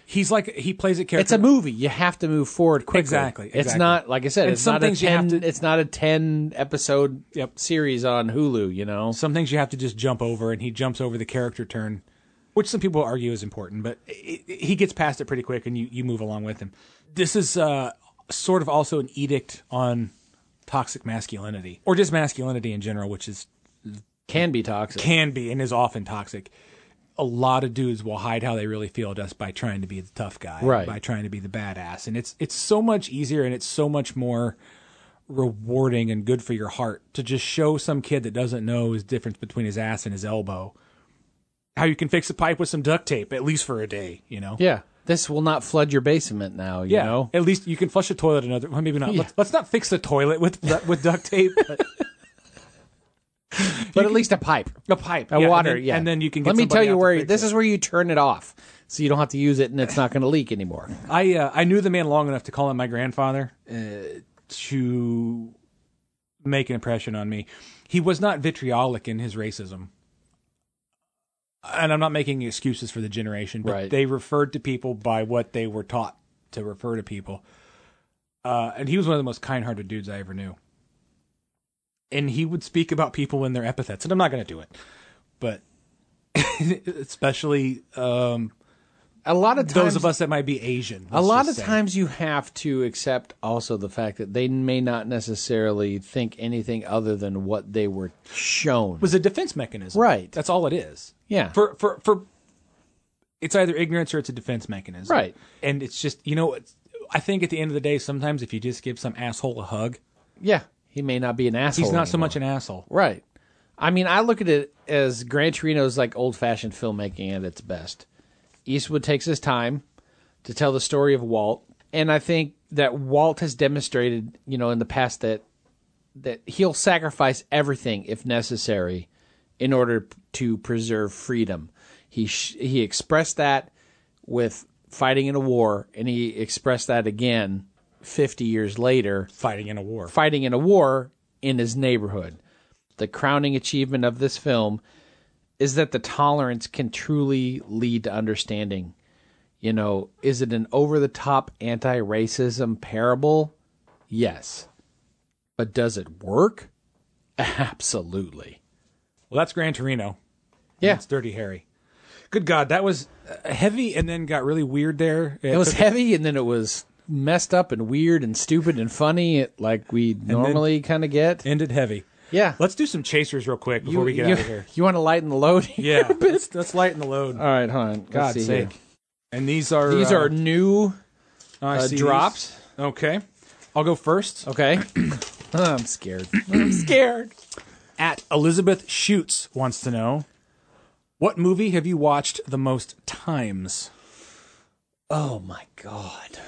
he's like he plays it. Character. it's a movie. You have to move forward quickly. Exactly, It's exactly. not like I said. And it's some not a things you have ten. It's not a ten episode series on Hulu. You know. Some things you have to just jump over, and he jumps over the character turn, which some people argue is important, but i i he gets past it pretty quick, and you, you move along with him. This is uh, sort of also an edict on toxic masculinity or just masculinity in general, which is can be toxic, can be, and is often toxic. A lot of dudes will hide how they really feel just by trying to be the tough guy, Right. By trying to be the badass, and it's it's so much easier and it's so much more rewarding and good for your heart to just show some kid that doesn't know his difference between his ass and his elbow how you can fix a pipe with some duct tape at least for a day, you know. Yeah, this will not flood your basement now. You yeah, know, at least you can flush a toilet another. Well, maybe not. Yeah. Let's, let's not fix the toilet with [LAUGHS] with duct tape. But, but at least a pipe, a pipe, a yeah, water. and then, yeah, and then you can. Get Let me somebody tell you out to where fix this it. is where you turn it off, so you don't have to use it, and it's not going to leak anymore. I uh, I knew the man long enough to call him my grandfather uh, to make an impression on me. He was not vitriolic in his racism, and I'm not making excuses for the generation, but Right. they referred to people by what they were taught to refer to people. Uh, and he was one of the most kind-hearted dudes I ever knew. And he would speak about people in their epithets, and I'm not going to do it, but [LAUGHS] especially um, a lot of those times- of us that might be Asian. a let's lot just of say. times you have to accept also the fact that they may not necessarily think anything other than what they were shown. was a defense mechanism. Right. That's all it is. Yeah. For for for it's either ignorance or it's a defense mechanism. Right. And it's just you know it's, I think at the end of the day sometimes if you just give some asshole a hug, yeah, he may not be an asshole. he's not so anymore. much an asshole. Right. I mean, I look at it as Gran Torino's like old fashioned filmmaking at its best. Eastwood takes his time to tell the story of Walt, and I think that Walt has demonstrated, you know, in the past that that he'll sacrifice everything if necessary in order to preserve freedom. He sh- he expressed that with fighting in a war, and he expressed that again 50 years later, fighting in a war, fighting in a war in his neighborhood. The crowning achievement of this film is that the tolerance can truly lead to understanding. You know, is it an over the top anti racism parable? Yes. But does it work? Absolutely. Well, that's Gran Torino. Yeah. It's Dirty Harry. Good God, that was uh, heavy and then got really weird there. It [LAUGHS] was took- heavy and then it was messed up and weird and stupid and funny like we then normally kind of get. Ended heavy. Yeah. Let's do some chasers real quick before You- we get you- out of here. You want to lighten the load? Yeah. [LAUGHS] let's, let's lighten the load. All right, hon. Let's God's see here. sake. And these are These uh, are new I uh, see drops. these. Okay. I'll go first. [CLEARS THROAT] Okay. I'm scared. I'm scared. At Elizabeth Schutz wants to know what movie have you watched the most times? [CLEARS THROAT] Oh my god.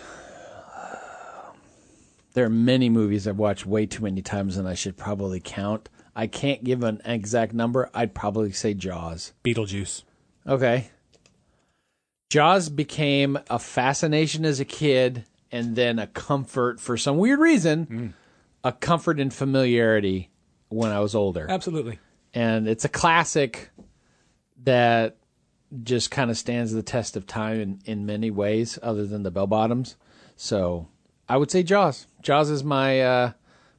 There are many movies I've watched way too many times and I should probably count. I can't give an exact number. I'd probably say Jaws. Beetlejuice. Okay. Jaws became a fascination as a kid and then a comfort for some weird reason, a comfort and familiarity when I was older. Absolutely. and it's a classic that just kind of stands the test of time in, in many ways other than the bell bottoms so i would say jaws jaws is my uh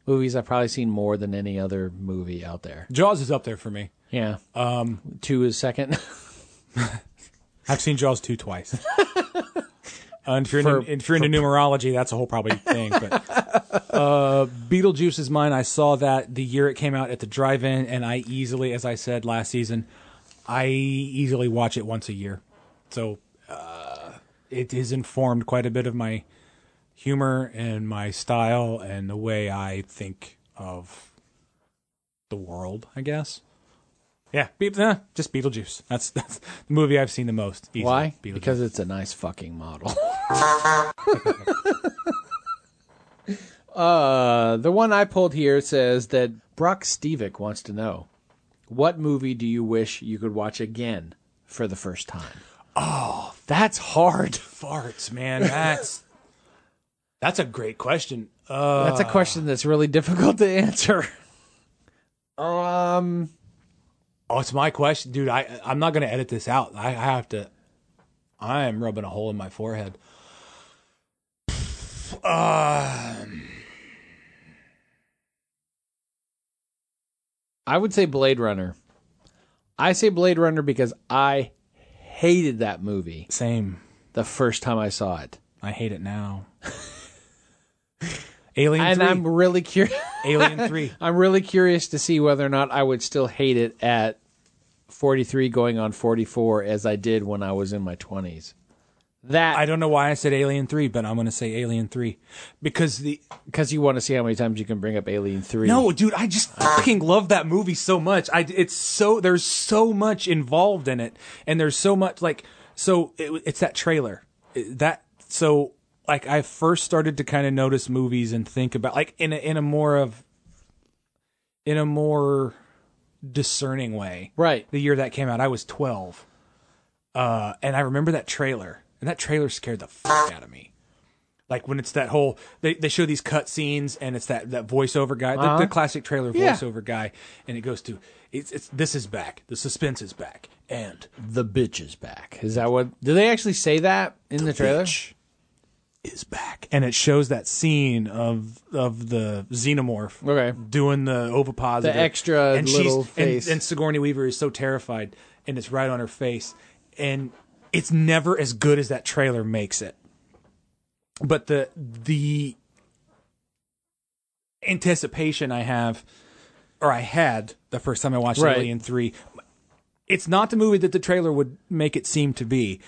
movies i've probably seen more than any other movie out there Jaws is up there for me. yeah Um, two is second [LAUGHS] I've seen Jaws 2 twice. and if you're, For- into, if you're into numerology, that's a whole probably thing. But [LAUGHS] uh, Beetlejuice is mine. I saw that the year it came out at the drive-in, and I easily, as I said last season, I easily watch it once a year. So uh, it has informed quite a bit of my humor and my style and the way I think of the world. I guess. Yeah, Be- nah, just Beetlejuice. That's [LAUGHS] that's the movie I've seen the most. easily. why Beetlejuice. because it's a nice fucking model uh the one i pulled here says that brock stevick wants to know what movie do you wish you could watch again for the first time oh That's [LAUGHS] hard. farts, man. That's that's a great question. Uh, That's a question that's really [LAUGHS] difficult to answer. Um. Oh, it's my question, dude. I I'm not gonna edit this out. I, I have to. I am rubbing a hole in my forehead. [SIGHS] Um, I would say Blade Runner. I say Blade Runner because I hated that movie. Same. The first time I saw it. I hate it now. [LAUGHS] Alien and 3. I'm really curious. [LAUGHS] Alien 3. I'm really curious to see whether or not I would still hate it at 43 going on 44 as I did when I was in my 20s. That I don't know why I said Alien Three, but I'm going to say Alien Three because the because you want to see how many times you can bring up Alien Three. No, dude, I just fucking love that movie so much. I it's so there's so much involved in it, and there's so much like so it, it's that trailer It- that so like I first started to kind of notice movies and think about like in a, in a more of in a more discerning way. Right. The year that came out, I was 12. Uh, and I remember that trailer. And that trailer scared the fuck out of me. Like when it's that whole they, they show these cut scenes and it's that that voiceover guy, the, Uh-huh. the classic trailer Yeah. voiceover guy, and it goes to it's, it's this is back, the suspense is back, and the bitch is back. Is that what? Do they actually say that in the, trailer? bitch is back, and it shows that scene of of the xenomorph okay. doing the ovipositor, The extra little and- face. and, Sigourney Weaver is so terrified, and it's right on her face, and it's never as good as that trailer makes it. But the the anticipation I have, or I had the first time I watched Right. Alien Three, it's not the movie that the trailer would make it seem to be.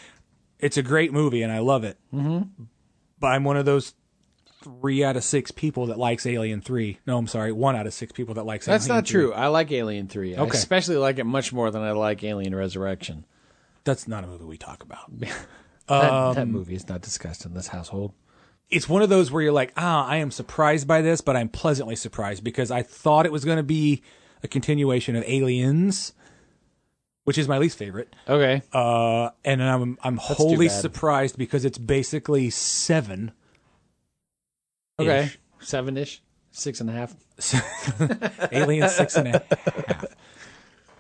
It's a great movie, and I love it. Mm-hmm. But I'm one of those three out of six people that likes Alien Three. No, I'm sorry, one out of six people that likes. That's Alien not 3. true. I like Alien Three. I Okay. especially like it much more than I like Alien Resurrection. That's not a movie we talk about. That, that Um, movie is not discussed in this household. It's one of those where you're like, ah, I am surprised by this, but I'm pleasantly surprised because I thought it was going to be a continuation of Aliens, which is my least favorite. Okay. Uh, and I'm I'm too wholly bad. surprised because it's basically seven. Okay. Seven ish, six and a half. Alien six and a half.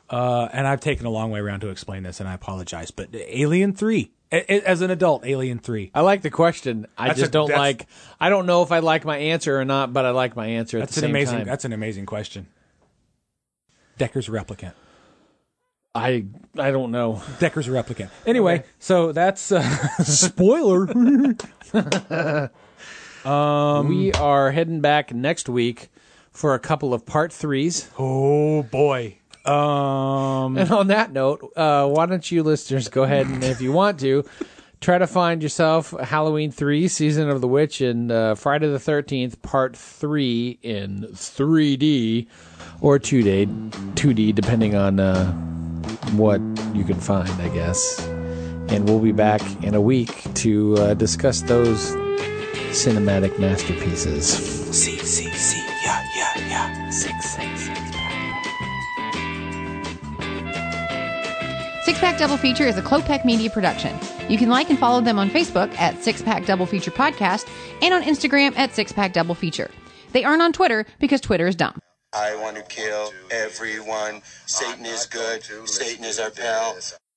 Uh, and I've taken a long way around to explain this, and I apologize. But Alien Three, A- a- as an adult, Alien Three. I like the question. I That's just a- don't that's- like. I don't know if I like my answer or not, but I like my answer at That's the an same amazing. time. That's an amazing question. Decker's replicant. I I don't know. Decker's replicant. Anyway, so that's uh, [LAUGHS] spoiler. [LAUGHS] um, we are heading back next week for a couple of part threes. Oh boy. Um, and on that note, uh, why don't you listeners go ahead and, if you want to, try to find yourself Halloween three, season of the witch, and uh, Friday the thirteenth, part three in three D or two D, two D, depending on uh, what you can find, I guess. And we'll be back in a week to uh, discuss those cinematic masterpieces. See, see, see, yeah, yeah, yeah. Six, six, six. Six Pack Double Feature is a Clopec Media production. You can like and follow them on Facebook at Six Pack Double Feature Podcast and on Instagram at Six Pack Double Feature. They aren't on Twitter because Twitter is dumb. I want to kill everyone. Satan is good. Satan is our pal.